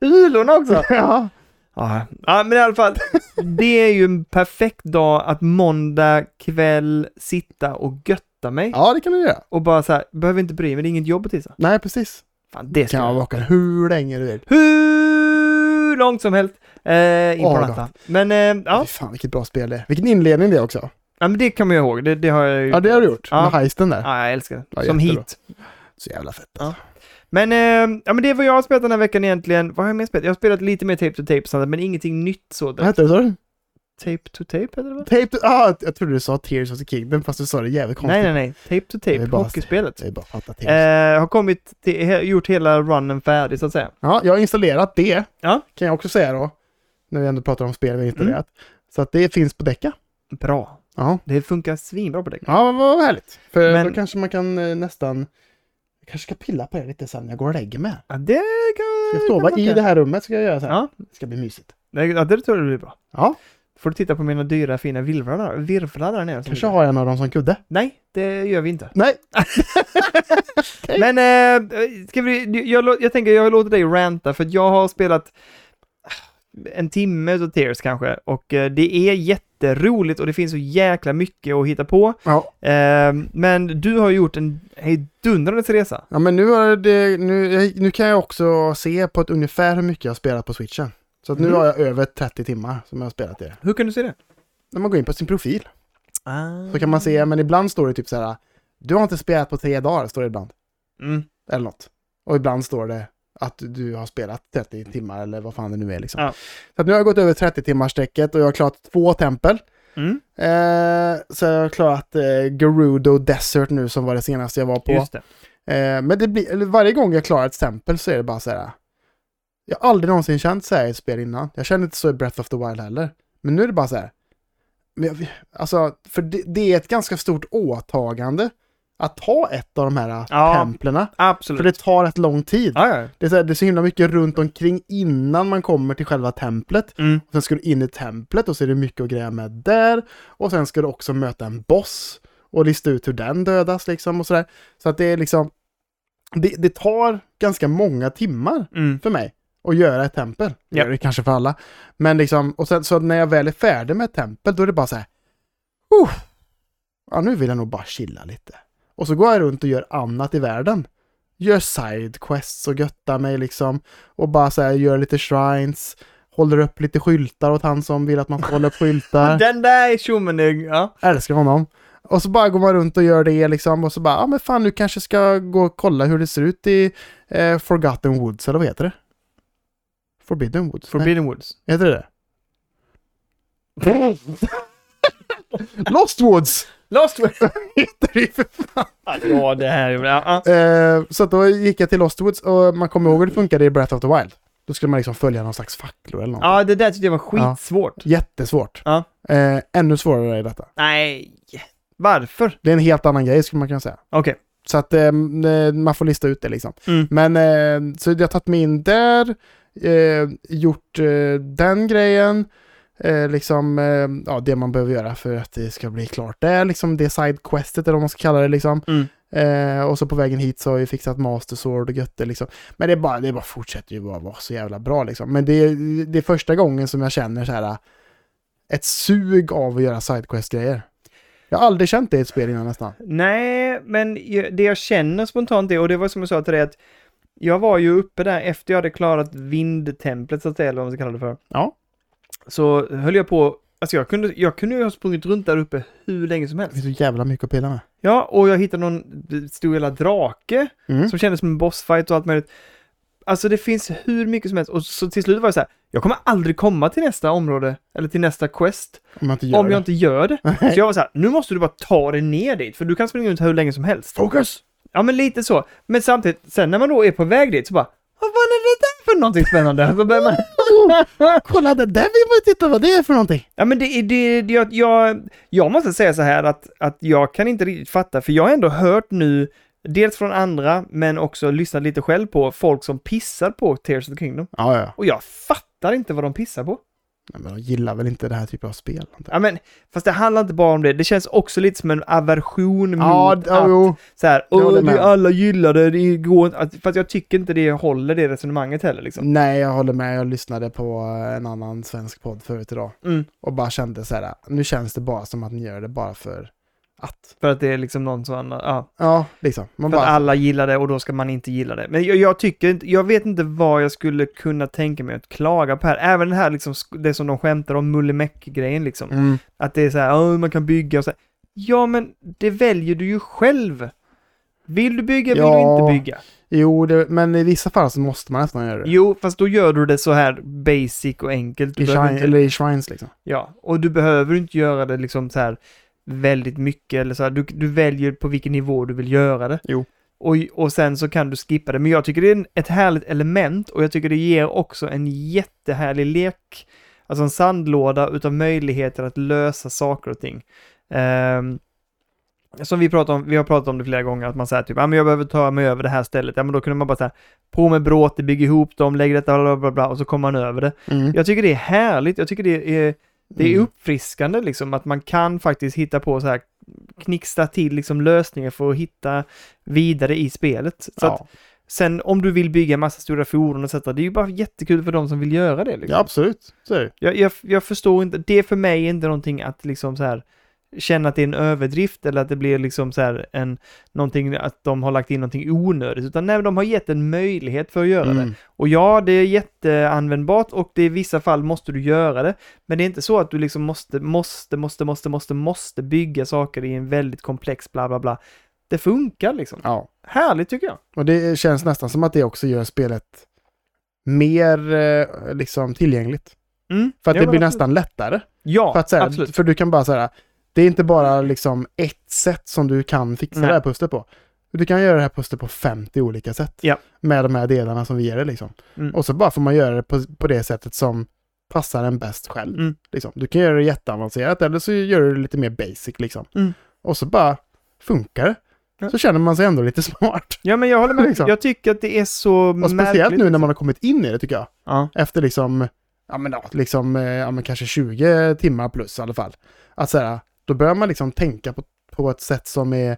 Speaker 2: Kulorna också!
Speaker 1: ja.
Speaker 2: Ja, ja, men i alla fall. Det är ju en perfekt dag att måndag kväll sitta och götta mig.
Speaker 1: ja, det kan du göra.
Speaker 2: Och bara så här, behöver inte bry mig, det är inget jobb på tisdag.
Speaker 1: Nej, precis.
Speaker 2: Fan, det ska
Speaker 1: Kan jag
Speaker 2: jag
Speaker 1: vaka hur länge du vill.
Speaker 2: Hur långt som helst. Eh, in på
Speaker 1: Åh,
Speaker 2: natten. Men eh, ja.
Speaker 1: Fy fan vilket bra spel det är. Vilken inledning det är också.
Speaker 2: ja, men det kan man ju ihåg. Det, det har jag ju...
Speaker 1: Ja, det har du gjort.
Speaker 2: Ja.
Speaker 1: Med heisten där.
Speaker 2: Ja, jag älskar det.
Speaker 1: Ja,
Speaker 2: som
Speaker 1: jättebra.
Speaker 2: hit.
Speaker 1: Så jävla fett.
Speaker 2: Ja. Men, eh, ja, men det är vad jag har spelat den här veckan egentligen. Vad har jag mer spelat? Jag har spelat lite mer Tape to Tape, sånt där, men ingenting nytt
Speaker 1: Vad
Speaker 2: sådant.
Speaker 1: hette det sa du?
Speaker 2: Tape to Tape heter det väl?
Speaker 1: Tape to... Ah, jag trodde du sa Tears of the Kingdom fast du sa det jävligt konstigt.
Speaker 2: Nej, nej, nej. Tape to
Speaker 1: Det
Speaker 2: Tape,
Speaker 1: är bara-
Speaker 2: hockeyspelet.
Speaker 1: Det är bara att fatta Tears.
Speaker 2: Eh, har kommit till, he, gjort hela runnen färdig så att säga.
Speaker 1: Ja, jag har installerat det.
Speaker 2: Ja.
Speaker 1: Kan jag också säga då. När vi ändå pratar om spel vi har installerat. Så att det finns på Deca.
Speaker 2: Bra.
Speaker 1: Ja.
Speaker 2: Det funkar svinbra på dig.
Speaker 1: Ja, vad härligt. För
Speaker 2: Men-
Speaker 1: då kanske man kan eh, nästan... Jag kanske ska pilla på det lite sen när jag går och lägger mig.
Speaker 2: Ja, det kan...
Speaker 1: Jag sover i det här rummet ska jag göra så här.
Speaker 2: Ja,
Speaker 1: Det ska bli mysigt.
Speaker 2: det, ja, det tror jag blir bra.
Speaker 1: Ja,
Speaker 2: Får du titta på mina dyra fina virvlar där, virvlar där nere? som
Speaker 1: kanske
Speaker 2: ligger.
Speaker 1: har jag en av dem som kudde.
Speaker 2: Nej, det gör vi inte.
Speaker 1: Nej,
Speaker 2: Men eh, ska vi, jag, lå- jag tänker jag låter dig ranta för att jag har spelat ah, en timme utav Tears kanske och eh, det är jätteroligt och det finns så jäkla mycket att hitta på.
Speaker 1: ja.
Speaker 2: Eh, men du har gjort en hejdundrandes resa.
Speaker 1: Ja men nu, har det, nu, nu kan jag också se på ett ungefär hur mycket jag har spelat på switchen. Så att nu
Speaker 2: Mm.
Speaker 1: har jag över 30 timmar som jag har spelat det.
Speaker 2: Hur kan du se det?
Speaker 1: När man går in på sin profil
Speaker 2: Ah.
Speaker 1: så kan man se, men ibland står det typ så här. Du har inte spelat på tre dagar, står det ibland.
Speaker 2: Mm.
Speaker 1: Eller något. Och ibland står det att du har spelat 30 timmar eller vad fan det nu är liksom.
Speaker 2: Ja.
Speaker 1: Så att nu har jag gått över 30 timmars strecket och jag har klarat två tempel.
Speaker 2: Mm.
Speaker 1: Eh, så jag har klarat eh, Gerudo Desert nu som var det senaste jag var på.
Speaker 2: Just det.
Speaker 1: Eh, men det blir, eller varje gång jag klarar ett tempel så är det bara så här. Jag har aldrig någonsin känt så här i ett spel innan. Jag kände inte så i Breath of the Wild heller. Men nu är det bara så här. Men jag, alltså, för det, det är ett ganska stort åtagande att ta ett av de här eh,
Speaker 2: Ja,
Speaker 1: templerna.
Speaker 2: Absolut.
Speaker 1: För det tar rätt lång tid.
Speaker 2: ja, ja.
Speaker 1: Det, är så här, det är så himla mycket runt omkring innan man kommer till själva templet.
Speaker 2: Mm.
Speaker 1: Och sen ska du in i templet och så är det mycket att greja med där. Och sen ska du också möta en boss och lista ut hur den dödas liksom och sådär. Så att det är liksom, det, det tar ganska många timmar
Speaker 2: Mm.
Speaker 1: för mig att göra ett tempel. Det
Speaker 2: Ja.
Speaker 1: gör det kanske för alla. Men liksom, och sen så när jag väl är färdig med ett tempel då är det bara så här. Uh, ja, nu vill jag nog bara chilla lite. Och så går jag runt och gör annat i världen. Gör sidequests och göttar mig liksom. Och bara så här, gör lite shrines. Håller upp lite skyltar åt han som vill att man ska hålla upp skyltar.
Speaker 2: Den där är tjommen, ja.
Speaker 1: Älskar honom. Och så bara går man runt och gör det liksom. Och så bara, ja ah, men fan nu kanske ska gå och kolla hur det ser ut i eh, Forgotten Woods, eller vad heter det? Forbidden Woods? Nej.
Speaker 2: Forbidden Woods.
Speaker 1: Heter det det? Lost Woods!
Speaker 2: Lost Woods!
Speaker 1: Heter det ju för fan.
Speaker 2: ja, det här är... Ja, ja.
Speaker 1: Eh, så att då gick jag till Lost Woods och man kommer ihåg hur det funkade i Breath of the Wild. Då skulle man liksom följa någon slags facklor eller något.
Speaker 2: ja, det där tyckte jag var skitsvårt.
Speaker 1: Jättesvårt.
Speaker 2: Ja.
Speaker 1: Eh, ännu svårare är detta.
Speaker 2: Nej. Varför?
Speaker 1: Det är en helt annan grej skulle man kunna säga.
Speaker 2: Okej.
Speaker 1: Så att eh, man får lista ut det liksom.
Speaker 2: Mm.
Speaker 1: Men eh, så jag har tagit mig in där, eh, gjort eh, den grejen, eh, liksom eh, ja, det man behöver göra för att det ska bli klart där, liksom det sidequestet eller vad man ska kalla det liksom.
Speaker 2: Mm.
Speaker 1: Eh, och så på vägen hit så har jag fixat master sword och götter liksom. Men det, är bara, det bara fortsätter ju bara vara så jävla bra liksom. Men det är, det är första gången som jag känner så här eh, ett sug av att göra sidequest-grejer. Jag har aldrig känt det i ett spel innan nästan.
Speaker 2: Nej, men ju- det jag känner spontant är, och det var som jag sa till dig, att jag var ju uppe där efter jag hade klarat vindtemplet, så att säga, eller vad man ska kalla det för.
Speaker 1: Ja.
Speaker 2: Så höll jag på, alltså jag kunde, jag kunde ju ha sprungit runt där uppe hur länge som
Speaker 1: Det
Speaker 2: helst.
Speaker 1: finns så jävla mycket att pilla med.
Speaker 2: Ja, och jag hittade någon stor jävla drake
Speaker 1: Mm.
Speaker 2: som kändes som en bossfight och allt möjligt. Alltså det finns hur mycket som helst och så till slut var det så här, jag kommer aldrig komma till nästa område eller till nästa quest
Speaker 1: Om man inte gör
Speaker 2: om jag
Speaker 1: det.
Speaker 2: inte gör det. Så jag var så här, nu måste du bara ta dig ner dit för du kan springa runt hur länge som helst.
Speaker 1: Fokus!
Speaker 2: Ja, men lite så. Men samtidigt, sen när man då är på väg dit så bara, vad fan är det där för någonting spännande? Så börjar man...
Speaker 1: Kolla det där vill man ju titta vad det är för någonting.
Speaker 2: Ja, men det, är- det, det jag, jag, jag måste säga så här att, att jag kan inte riktigt fatta, för jag har ändå hört nu, dels från andra, men också lyssnat lite själv på folk som pissar på Tears of the Kingdom.
Speaker 1: Ja, ja.
Speaker 2: Och jag fattar inte vad de pissar på.
Speaker 1: Nej, men de gillar väl inte det här typen av spel. antar jag.
Speaker 2: Ja, men, fast det handlar inte bara om det. Det känns också lite som en aversion
Speaker 1: Ja,
Speaker 2: mot
Speaker 1: d- ja, jo.
Speaker 2: så här,
Speaker 1: Jag håller
Speaker 2: "Åh, det
Speaker 1: med."
Speaker 2: alla gillar det, det går inte. Att- Fast jag tycker inte det håller det resonemanget heller liksom.
Speaker 1: Nej, jag håller med. Jag lyssnade på eh, en annan svensk podd förut idag.
Speaker 2: Mm.
Speaker 1: Och bara kände så här, nu känns det bara som att ni gör det bara för att.
Speaker 2: För att det är liksom någon som annan, ja.
Speaker 1: Ja, liksom. Man
Speaker 2: För
Speaker 1: bara,
Speaker 2: att alla gillar det och då ska man inte gilla det. Men jag, jag tycker inte, jag vet inte vad jag skulle kunna tänka mig att klaga på här. Även det här liksom, sk- det som de skämtar om, mullemäck-grejen liksom.
Speaker 1: mm.
Speaker 2: Att det är så här, "Åh, man kan bygga och så här. Ja, men det väljer du ju själv. Vill du bygga, vill
Speaker 1: Ja.
Speaker 2: du inte bygga.
Speaker 1: Jo, det, men i vissa fall så måste man nästan göra det.
Speaker 2: Jo, fast då gör du det så här basic och enkelt. Du
Speaker 1: I
Speaker 2: behöver
Speaker 1: shine,
Speaker 2: inte-
Speaker 1: eller i shrines liksom.
Speaker 2: Ja, och du behöver inte göra det liksom så här väldigt mycket eller så här, du, du väljer på vilken nivå du vill göra det.
Speaker 1: Jo.
Speaker 2: Och, och sen så kan du skippa det, men jag tycker det är en- ett härligt element och jag tycker det ger också en jättehärlig lek, alltså en sandlåda utav möjligheter att lösa saker och ting. Ehm, som vi, pratar om, vi har pratat om det flera gånger, att man säger typ, ja men jag behöver ta mig över det här stället, ja men då kunde man bara säga på med bråte, bygga ihop dem, lägg detta, bla bla bla, och så kommer man över det.
Speaker 1: Mm.
Speaker 2: Jag tycker det är härligt. Jag tycker det är, det är
Speaker 1: Mm.
Speaker 2: uppfriskande liksom att man kan faktiskt hitta på så här knixtra till liksom lösningar för att hitta vidare i spelet. Så
Speaker 1: Ja.
Speaker 2: att, sen om du vill bygga massa stora fordon och sådär, det är ju bara jättekul för de som vill göra det. Liksom.
Speaker 1: ja, absolut. Så är det.
Speaker 2: Jag, jag, jag förstår inte, det är för mig inte någonting att liksom så här känna att det är en överdrift eller att det blir liksom så här en, någonting att de har lagt in någonting onödigt, utan nej, de har gett en möjlighet för att göra det.
Speaker 1: Mm.
Speaker 2: Och ja, det är jätteanvändbart och det i vissa fall måste du göra det. Men det är inte så att du liksom måste, måste, måste, måste, måste, måste bygga saker i en väldigt komplex bla bla bla. Det funkar liksom.
Speaker 1: Ja.
Speaker 2: Härligt tycker jag.
Speaker 1: Och det känns nästan som att det också gör spelet mer eh, liksom tillgängligt.
Speaker 2: Mm.
Speaker 1: För att
Speaker 2: Ja,
Speaker 1: det
Speaker 2: men
Speaker 1: blir
Speaker 2: absolut.
Speaker 1: nästan lättare.
Speaker 2: Ja,
Speaker 1: För, att, så här,
Speaker 2: absolut.
Speaker 1: för du kan bara så här, det är inte bara liksom ett sätt som du kan fixa
Speaker 2: Nej.
Speaker 1: det här pusslet på. Du kan göra det här pusslet på 50 olika sätt.
Speaker 2: Ja.
Speaker 1: Med de här delarna som vi ger dig liksom.
Speaker 2: Mm.
Speaker 1: Och så bara får man göra det på, på det sättet som passar en bäst själv.
Speaker 2: Mm.
Speaker 1: Liksom. Du kan göra det jätteavancerat eller så gör du det lite mer basic liksom.
Speaker 2: Mm.
Speaker 1: Och så bara funkar det.
Speaker 2: Ja.
Speaker 1: Så känner man sig ändå lite smart.
Speaker 2: Ja, men jag håller med.
Speaker 1: Liksom.
Speaker 2: Jag tycker att det är så
Speaker 1: Och speciellt
Speaker 2: märkligt.
Speaker 1: nu när man har kommit in i det tycker jag.
Speaker 2: Ja.
Speaker 1: Efter liksom, ja men, då, liksom eh, ja, men kanske 20 timmar plus i alla fall. Att så här, då börjar man liksom tänka på, på ett sätt som är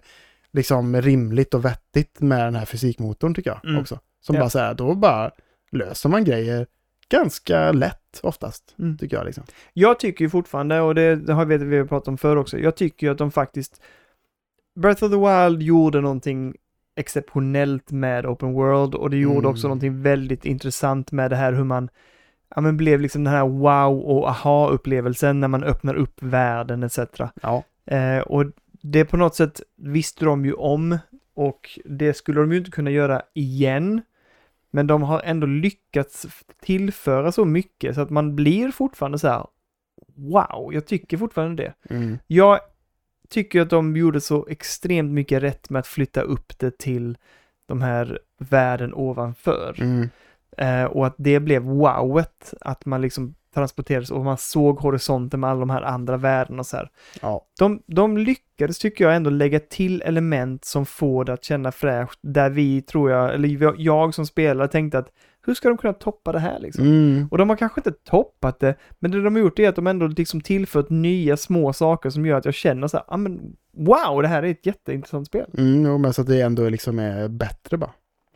Speaker 1: liksom rimligt och vettigt med den här fysikmotorn tycker jag
Speaker 2: Mm.
Speaker 1: också. Som
Speaker 2: Ja.
Speaker 1: bara så här, då bara löser man grejer ganska lätt oftast,
Speaker 2: Mm.
Speaker 1: tycker jag liksom.
Speaker 2: Jag tycker ju fortfarande, och det, det har vet, vi har pratat om förr också, jag tycker ju att de faktiskt... Breath of the Wild gjorde någonting exceptionellt med Open World och det gjorde
Speaker 1: Mm.
Speaker 2: också någonting väldigt intressant med det här hur man ja, men blev liksom den här wow och aha-upplevelsen när man öppnar upp världen etc.
Speaker 1: Ja.
Speaker 2: Eh, och det på något sätt visste de ju om och det skulle de ju inte kunna göra igen. Men de har ändå lyckats f- tillföra så mycket så att man blir fortfarande så här wow, jag tycker fortfarande det.
Speaker 1: Mm.
Speaker 2: Jag tycker att de gjorde så extremt mycket rätt med att flytta upp det till de här världen ovanför.
Speaker 1: Mm.
Speaker 2: Eh, och att det blev wowet, att man liksom transporterades och man såg horisonten med alla de här andra världarna och så här.
Speaker 1: Ja.
Speaker 2: De, de lyckades, tycker jag, ändå lägga till element som får det att känna fräscht, där vi, tror jag, eller jag- jag som spelare tänkte att hur ska de kunna toppa det här liksom?
Speaker 1: Mm.
Speaker 2: Och de har kanske inte toppat det, men det de har gjort är att de ändå liksom tillfört nya små saker som gör att jag känner så här, ah, men wow, det här är ett jätteintressant spel.
Speaker 1: Mm, jo, men så att det ändå liksom är bättre bara.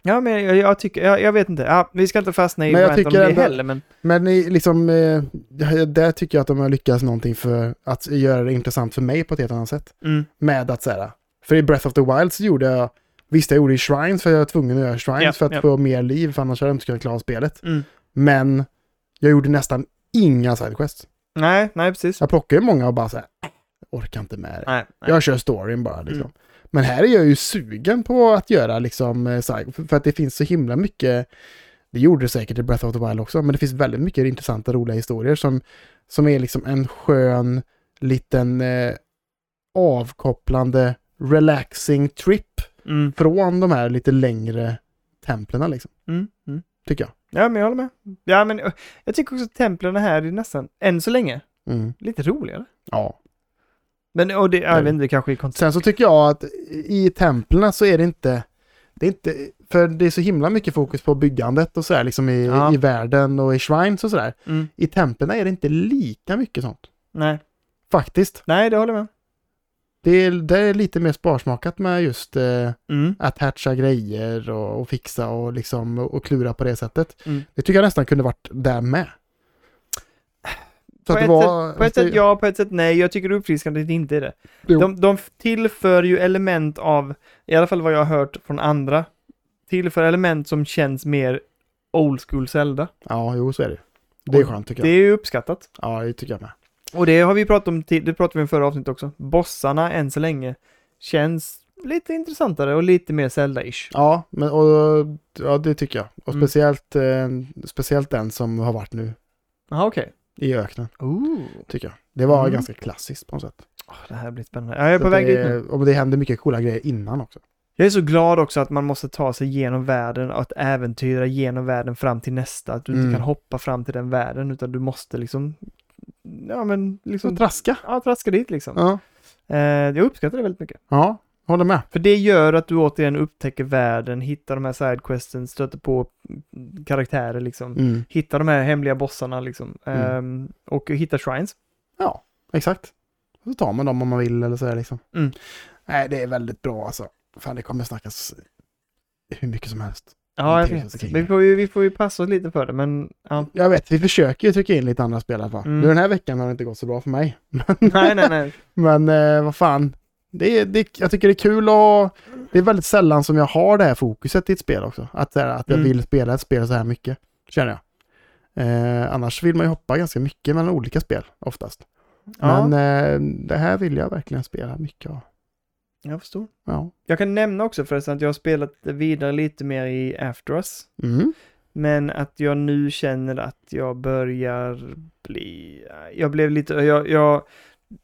Speaker 2: Ja, men jag, jag tycker, jag, jag vet inte, ja, vi ska inte fastna i
Speaker 1: Men jag
Speaker 2: rant om
Speaker 1: tycker
Speaker 2: det
Speaker 1: ändå-
Speaker 2: heller, men
Speaker 1: Men i- liksom, eh, det- där tycker jag att de har lyckats någonting för att göra det intressant för mig på ett helt annat sätt.
Speaker 2: mm,
Speaker 1: med att så här, för i Breath of the Wild så gjorde jag, visst jag gjorde i Shrines för jag var tvungen att göra Shrines
Speaker 2: Ja,
Speaker 1: för att
Speaker 2: ja.
Speaker 1: få mer liv för annars hade jag inte kunnat klara spelet.
Speaker 2: mm.
Speaker 1: Men jag gjorde nästan inga sidequests.
Speaker 2: nej, nej precis.
Speaker 1: Jag plockade ju många och bara så här, "Äh, orkar inte med det.
Speaker 2: Nej, nej.
Speaker 1: Jag kör storyn bara liksom. Men här är jag ju sugen på att göra liksom, eh, side- för- för att det finns så himla mycket, det gjorde det säkert i Breath of the Wild också, men det finns väldigt mycket intressanta roliga historier som, som är liksom en skön liten eh, avkopplande, relaxing trip
Speaker 2: Mm,
Speaker 1: från de här lite längre templen liksom,
Speaker 2: mm, mm.
Speaker 1: tycker jag.
Speaker 2: Ja, men jag håller med. Ja, men ö, jag tycker också att templen här är nästan, än så länge,
Speaker 1: Mm.
Speaker 2: lite roligare.
Speaker 1: Ja.
Speaker 2: Men och det, jag
Speaker 1: Mm.
Speaker 2: vet inte, det kanske är koncept.
Speaker 1: Sen så tycker jag att i templen så är det inte, det är inte, för det är så himla mycket fokus på byggandet och sådär liksom i,
Speaker 2: Ja.
Speaker 1: i världen och i shrines och sådär.
Speaker 2: Mm,
Speaker 1: I templen är det inte lika mycket sånt.
Speaker 2: nej,
Speaker 1: Faktiskt.
Speaker 2: nej, det håller jag med.
Speaker 1: Det är, där är lite mer sparsmakat med just eh,
Speaker 2: Mm.
Speaker 1: att hatcha grejer och, och fixa och liksom och, och klura på det sättet.
Speaker 2: Mm.
Speaker 1: Det tycker jag nästan kunde varit där med. Så
Speaker 2: På
Speaker 1: att det
Speaker 2: ett
Speaker 1: var...
Speaker 2: På ett
Speaker 1: det-
Speaker 2: sätt ja, på ett sätt nej. Jag tycker det är uppfriskande att det inte är det.
Speaker 1: Jo.
Speaker 2: De, de tillför ju element av, i alla fall vad jag har hört från andra, tillför element som känns mer old school Zelda.
Speaker 1: Ja, jo så är det. Det är
Speaker 2: Och
Speaker 1: skönt tycker
Speaker 2: Det
Speaker 1: jag.
Speaker 2: är ju uppskattat.
Speaker 1: Ja, det tycker jag med.
Speaker 2: Och det har vi pratat om, ti- det pratade vi om i förra avsnittet också. Bossarna än så länge känns lite intressantare och lite mer Zelda-ish.
Speaker 1: Ja, men, och, ja det tycker jag. Och
Speaker 2: Mm.
Speaker 1: speciellt, eh, speciellt den som har varit nu
Speaker 2: Jaha, okej.
Speaker 1: i öknen,
Speaker 2: Ooh.
Speaker 1: tycker jag. Det var
Speaker 2: Mm.
Speaker 1: ganska klassiskt på något sätt.
Speaker 2: Åh, det här blir spännande. Ja, jag är
Speaker 1: Så
Speaker 2: på
Speaker 1: att
Speaker 2: väg
Speaker 1: det,
Speaker 2: dit nu.
Speaker 1: Och det händer mycket coola grejer innan också.
Speaker 2: Jag är så glad också att man måste ta sig genom världen och att äventyra genom världen fram till nästa. Att du
Speaker 1: Mm.
Speaker 2: inte kan hoppa fram till den världen utan du måste liksom, ja men
Speaker 1: Så
Speaker 2: liksom,
Speaker 1: traska.
Speaker 2: ja, traska dit liksom.
Speaker 1: Mm. Ja.
Speaker 2: Eh, jag uppskattar det väldigt mycket.
Speaker 1: ja, håller med.
Speaker 2: För det gör att du återigen upptäcker världen, hittar de här sidequesten, stöter på mm, karaktärer liksom.
Speaker 1: Mm.
Speaker 2: Hittar de här hemliga bossarna liksom.
Speaker 1: Mm.
Speaker 2: Ehm, och hittar shrines.
Speaker 1: Ja, exakt. Och så tar man dem om man vill eller så här liksom.
Speaker 2: Mm.
Speaker 1: Nej, det är väldigt bra alltså. Fan, det kommer snackas hur mycket som helst.
Speaker 2: Ja, jag
Speaker 1: Det är
Speaker 2: vet.
Speaker 1: så kul.
Speaker 2: Vi får, ju, vi får ju passa oss lite för det, men ja.
Speaker 1: Jag vet, vi försöker ju trycka in lite andra spel i alla fall.
Speaker 2: Mm.
Speaker 1: Nu den här veckan har det inte gått så bra för mig. Men-
Speaker 2: Nej, nej, nej.
Speaker 1: Men eh, vad fan. Det är, det, jag tycker det är kul och det är väldigt sällan som jag har det här fokuset i ett spel också. Att, det är, att jag
Speaker 2: Mm.
Speaker 1: vill spela ett spel så här mycket, känner jag. Eh, annars vill man ju hoppa ganska mycket mellan olika spel oftast.
Speaker 2: Ja,
Speaker 1: Men eh, det här vill jag verkligen spela mycket av.
Speaker 2: jag förstår.
Speaker 1: Ja.
Speaker 2: Jag kan nämna också förresten att jag har spelat vidare lite mer i After Us.
Speaker 1: Mm.
Speaker 2: Men att jag nu känner att jag börjar bli... Jag blev lite... Jag... jag,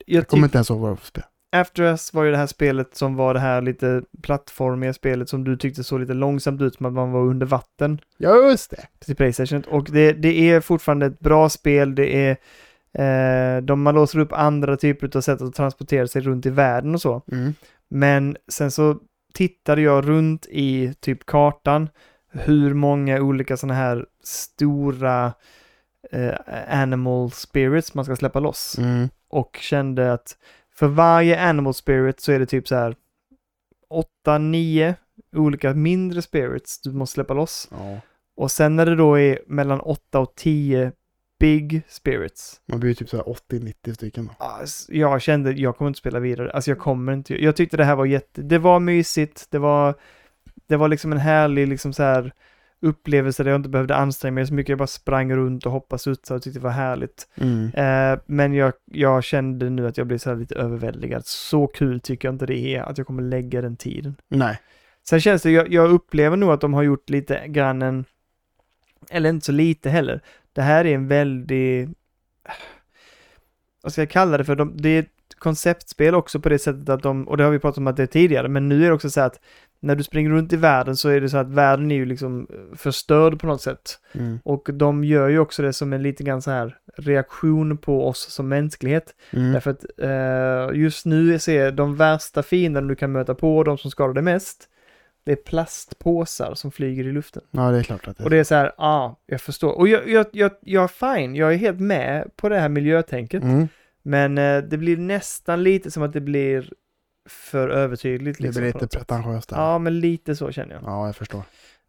Speaker 2: jag
Speaker 1: Kommer
Speaker 2: tyck-
Speaker 1: inte ens ihåg vad jag spelar.
Speaker 2: After Us var ju det här spelet som var det här lite plattformiga spelet som du tyckte såg lite långsamt ut som att man var under vatten
Speaker 1: Just det!
Speaker 2: till Playstation. Och det, det är fortfarande ett bra spel, det är... Eh, de, man låser upp andra typer av sätt att transportera sig runt i världen och så.
Speaker 1: Mm.
Speaker 2: Men sen så tittade jag runt i typ kartan hur många olika sådana här stora eh, animal spirits man ska släppa loss.
Speaker 1: Mm.
Speaker 2: Och kände att för varje animal spirit så är det typ så här 8-9 olika mindre spirits du måste släppa loss.
Speaker 1: Ja.
Speaker 2: Och sen när det då är mellan 8 och 10 big spirits
Speaker 1: Man blir ju typ såhär 80-90 stycken då.
Speaker 2: Alltså, jag kände, jag kommer inte spela vidare. Alltså jag kommer inte. Jag tyckte det här var jätte, det var mysigt, det var, det var liksom en härlig liksom så här upplevelse där jag inte behövde anstränga mig så mycket. Jag bara sprang runt och hoppade studsade och tyckte det var härligt. Eh, men jag, jag kände nu att jag blev så här lite överväldigad. Så kul tycker jag inte det är att jag kommer lägga den tiden.
Speaker 1: Nej.
Speaker 2: Sen känns det, jag, jag upplever nog att de har gjort lite grann en, eller inte så lite heller. Det här är en väldigt, vad ska jag kalla det för, de, det är ett konceptspel också på det sättet att de, och det har vi pratat om att det är tidigare, men nu är det också så att när du springer runt i världen så är det så att världen är ju liksom förstörd på något sätt.
Speaker 1: Mm.
Speaker 2: Och de gör ju också det som en lite grann så här reaktion på oss som mänsklighet.
Speaker 1: Mm.
Speaker 2: Därför att eh, just nu så är de värsta fienderna du kan möta på, de som skadar dig mest, det är plastpåsar som flyger i luften.
Speaker 1: Ja, det är klart att det
Speaker 2: Och det är så här, ja, ah, jag förstår. Och jag, jag, jag, jag är fine, jag är helt med på det här miljötänket.
Speaker 1: Mm.
Speaker 2: Men eh, det blir nästan lite som att det blir för övertydligt.
Speaker 1: Det
Speaker 2: liksom,
Speaker 1: blir
Speaker 2: på
Speaker 1: lite
Speaker 2: något sätt.
Speaker 1: pretentiöst där.
Speaker 2: Ja, men lite så känner jag.
Speaker 1: Ja, jag förstår.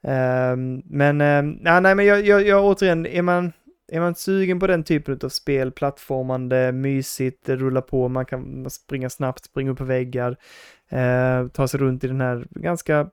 Speaker 2: Ehm, men, ehm, nej, nej, men jag, jag, jag återigen, är man, är man sugen på den typen av spel, plattformande, mysigt, det rullar på, man kan springa snabbt, springa upp på väggar, eh, ta sig runt i den här ganska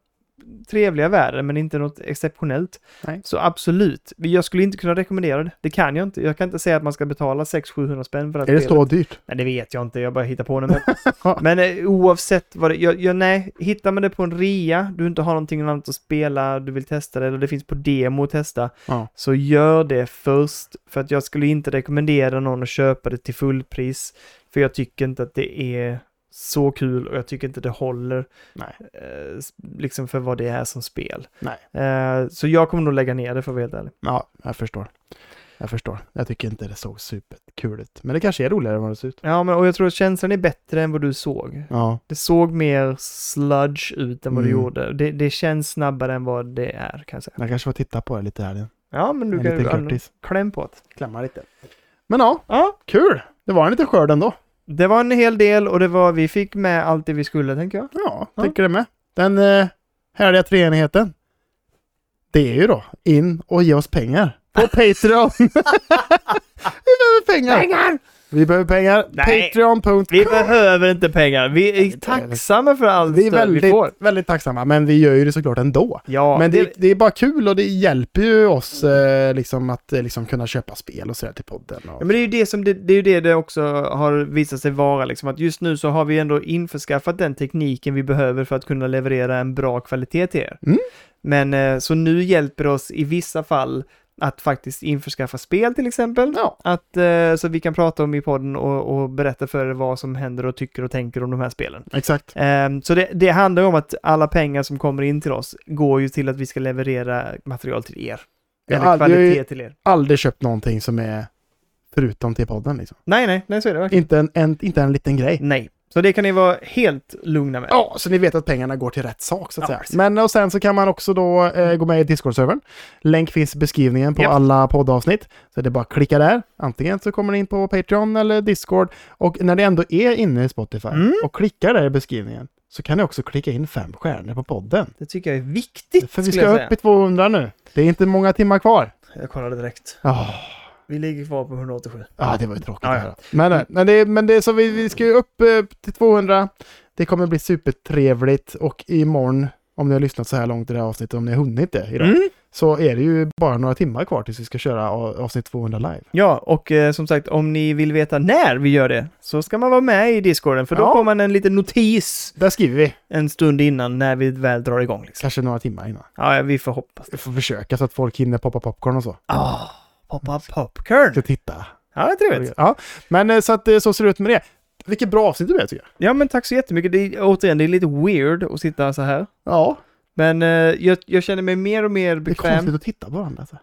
Speaker 2: trevliga världen, men inte något exceptionellt.
Speaker 1: Nej.
Speaker 2: Så absolut, Men jag skulle inte kunna rekommendera det. Det kan jag inte. Jag kan inte säga att man ska betala 600-700 spänn för att
Speaker 1: Är det så dyrt?
Speaker 2: Nej, det vet jag inte. Jag bara hittar på det. Men, men eh, oavsett vad det... Jag, jag, nej, hittar man det på en rea, du inte har någonting annat att spela, du vill testa det, eller det finns på demo att testa,
Speaker 1: Ja.
Speaker 2: så gör det först. För att jag skulle inte rekommendera någon att köpa det till fullpris, för jag tycker inte att det är så kul och jag tycker inte det håller
Speaker 1: Nej.
Speaker 2: eh, s- liksom för vad det är som spel.
Speaker 1: Nej.
Speaker 2: Eh, så jag kommer nog lägga ner det för att vara helt ärlig.
Speaker 1: Ja, jag förstår. Jag förstår. Jag tycker inte det såg superkul ut. Men det kanske är roligare än vad det ser ut.
Speaker 2: Ja, men och jag tror att känslan är bättre än vad du såg.
Speaker 1: Ja.
Speaker 2: Det såg mer sludge ut än vad det
Speaker 1: Mm.
Speaker 2: gjorde. Det, det känns snabbare än vad det är kan jag säga.
Speaker 1: Jag kanske får titta på det lite här igen.
Speaker 2: Ja, men du
Speaker 1: En
Speaker 2: kan ju
Speaker 1: liten
Speaker 2: an-
Speaker 1: kortis.
Speaker 2: kläm på det.
Speaker 1: Klämma lite. Men ja,
Speaker 2: Ja,
Speaker 1: kul! Det var en liten skörd ändå.
Speaker 2: det var en hel del och det var, vi fick med allt det vi skulle tänker jag.
Speaker 1: Ja,
Speaker 2: Ja.
Speaker 1: tycker det med. Den eh, härliga treenigheten. Det är ju då in och ge oss pengar på Patreon. vi behöver pengar. Vi behöver pengar.
Speaker 2: Nej.
Speaker 1: Patreon.com.
Speaker 2: Vi behöver inte pengar. Vi är tacksamma för allt
Speaker 1: Vi är
Speaker 2: stöd
Speaker 1: väldigt,
Speaker 2: vi får.
Speaker 1: väldigt tacksamma, men vi gör ju det såklart ändå.
Speaker 2: Ja,
Speaker 1: men det,
Speaker 2: det,
Speaker 1: det är bara kul och det hjälper ju oss eh, liksom att eh, liksom kunna köpa spel och sådär till podden.
Speaker 2: Ja,
Speaker 1: Och,
Speaker 2: men det är ju det som det, det, är ju det, det också har visat sig vara, liksom, att just nu så har vi ändå införskaffat den tekniken vi behöver för att kunna leverera en bra kvalitet till er.
Speaker 1: Mm.
Speaker 2: Men eh, så nu hjälper det oss i vissa fall att faktiskt införskaffa spel till exempel.
Speaker 1: Ja.
Speaker 2: Att, eh, så vi kan prata om i podden och, och berätta för er vad som händer och tycker och tänker om de här spelen.
Speaker 1: Exakt.
Speaker 2: Ehm, så det, det handlar ju om att alla pengar som kommer in till oss går ju till att vi ska leverera material till er.
Speaker 1: Jag
Speaker 2: Eller
Speaker 1: har aldrig-
Speaker 2: kvalitet till er.
Speaker 1: Aldrig köpt någonting som är förutom till podden liksom.
Speaker 2: Nej, nej, nej, så är det verkligen.
Speaker 1: Inte en, en, inte en liten grej.
Speaker 2: Nej. Så det kan ni vara helt lugna med.
Speaker 1: Ja, så ni vet att pengarna går till rätt sak så att
Speaker 2: Ja,
Speaker 1: säga.
Speaker 2: precis.
Speaker 1: Men och sen så kan man också då eh, gå med i Discord-servern. Länk finns i beskrivningen på
Speaker 2: Japp.
Speaker 1: alla poddavsnitt. Så det är bara att klicka där. Antingen så kommer ni in på Patreon eller Discord. Och när ni ändå är inne i Spotify
Speaker 2: Mm.
Speaker 1: och klickar där i beskrivningen så kan ni också klicka in fem stjärnor på podden.
Speaker 2: Det tycker jag är viktigt.
Speaker 1: För vi ska
Speaker 2: skulle jag
Speaker 1: upp
Speaker 2: säga.
Speaker 1: i 200 nu. Det är inte många timmar kvar.
Speaker 2: Jag kollade direkt.
Speaker 1: Ja,
Speaker 2: Vi ligger kvar på 187.
Speaker 1: ah, det var ju tråkigt
Speaker 2: Ja,
Speaker 1: att
Speaker 2: ja.
Speaker 1: höra. Men, eh, men, det, men det är så vi, vi ska ju upp eh, till 200. Det kommer bli supertrevligt och imorgon om ni har lyssnat så här långt i det här avsnittet, om ni har hunnit det
Speaker 2: Mm.
Speaker 1: idag, så är det ju bara några timmar kvar tills vi ska köra a- avsnitt 200 live.
Speaker 2: Ja, och eh, som sagt, om ni vill veta när vi gör det så ska man vara med i discorden, för då
Speaker 1: Ja.
Speaker 2: får man en liten notis
Speaker 1: Där skriver vi,
Speaker 2: en stund innan när vi väl drar igång. Liksom.
Speaker 1: kanske några timmar innan.
Speaker 2: Ja, ja, vi får hoppas.
Speaker 1: Vi får försöka så att folk hinner poppa popcorn och så.
Speaker 2: Ah, poppa popcorn!
Speaker 1: Ska titta.
Speaker 2: Ja, trevligt.
Speaker 1: Typ. Ja, men eh, så att eh, så ser det ut med det. Vilket bra avsnitt det blev tycker jag.
Speaker 2: Ja, men tack så jättemycket. Det är, återigen, det är lite weird att sitta så här.
Speaker 1: Ja,
Speaker 2: Men eh, jag, jag känner mig mer och mer
Speaker 1: det är
Speaker 2: bekväm.
Speaker 1: konstigt att titta på varandra. Alltså.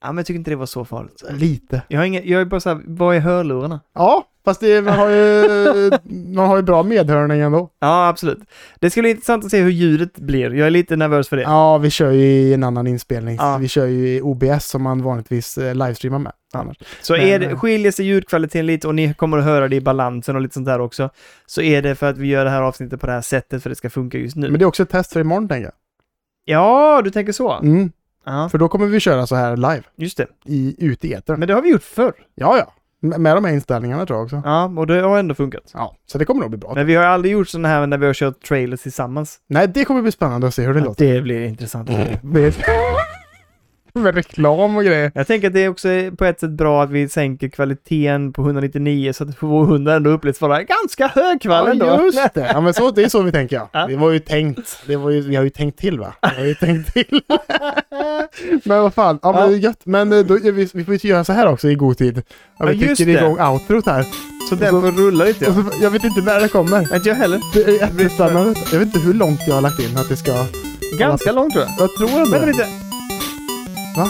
Speaker 2: Ja, men jag tycker inte det var så farligt.
Speaker 1: Lite.
Speaker 2: Jag, har ingen, jag är bara såhär, var är hörlurarna?
Speaker 1: Ja, fast det, man, har ju, man har ju bra medhörning ändå.
Speaker 2: Ja, absolut. Det ska bli intressant att se hur ljudet blir. Jag är lite nervös för det.
Speaker 1: Ja, vi kör ju i en annan inspelning.
Speaker 2: Ja.
Speaker 1: Vi kör ju i OBS som man vanligtvis eh, livestreamar med. Annars.
Speaker 2: Så
Speaker 1: Men,
Speaker 2: är det,
Speaker 1: eh,
Speaker 2: skiljer sig ljudkvaliteten lite och ni kommer att höra det i balansen och lite sånt där också, så är det för att vi gör det här avsnittet på det här sättet för att det ska funka just nu.
Speaker 1: Men det är också ett test för imorgon tänker jag.
Speaker 2: Ja, du tänker så?
Speaker 1: Mm,
Speaker 2: Ja,
Speaker 1: för då kommer vi köra så här live,
Speaker 2: just det.
Speaker 1: i, ute i etern.
Speaker 2: Men det har vi gjort förr.
Speaker 1: Ja, ja. Med med de här inställningarna tror jag också.
Speaker 2: Ja, och det har ändå funkat.
Speaker 1: Ja, så det kommer nog bli bra.
Speaker 2: Men vi har aldrig gjort sådana här när vi har kört trailers tillsammans.
Speaker 1: Nej, det kommer bli spännande att se hur det låter.
Speaker 2: Det blir intressant.
Speaker 1: Med reklam och grejer.
Speaker 2: Jag tänker att det är också på ett sätt bra att vi sänker kvaliteten på 199 så att vår 100 ändå upplevs vara ganska hög kvall ändå.
Speaker 1: Ja, just det. Ja, men så, det är så vi tänker ja.
Speaker 2: Ja.
Speaker 1: Det var ju tänkt. Det var ju, vi har ju tänkt till va? Vi har ju tänkt till. men vad fan. Ja, men
Speaker 2: Ja.
Speaker 1: det är gött. Men eh, då, vi, vi får ju göra så här också i god tid. Ja, vi
Speaker 2: Ja, just
Speaker 1: trycker
Speaker 2: det.
Speaker 1: igång outrot här.
Speaker 2: Så den får rulla lite.
Speaker 1: Och
Speaker 2: ja.
Speaker 1: så, jag vet inte när det kommer.
Speaker 2: Inte jag heller.
Speaker 1: Det är efterstannandet. Jag vet inte hur långt jag har lagt in att det ska...
Speaker 2: Ganska lång tror jag.
Speaker 1: Jag tror ändå
Speaker 2: Vänta
Speaker 1: det.
Speaker 2: lite.
Speaker 1: Va?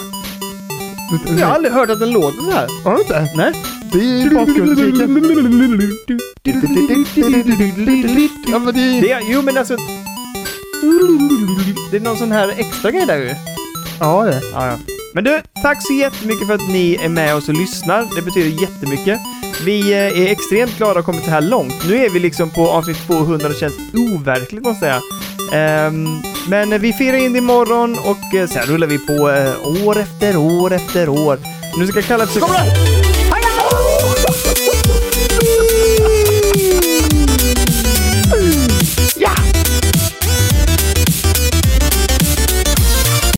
Speaker 1: Du- du-
Speaker 2: Jag har aldrig hört att den låter så här.
Speaker 1: Har du inte?
Speaker 2: Nej.
Speaker 1: Det är ju bakgrundsmusiken. Ja, men det är
Speaker 2: Det är, jo men alltså... Det är någon sån här extra grej där ju.
Speaker 1: Ja, det.
Speaker 2: Ja, ja. Men du, tack så jättemycket för att ni är med oss och lyssnar. Det betyder jättemycket. Vi eh, är extremt glada att ha kommit så här långt. Nu är vi liksom på avsnitt 200 det känns overkligt måste jag säga. Ehm, men vi firar in det imorgon och eh, sen rullar vi på eh, år efter år efter år. Nu ska Kalle försöka... Kommer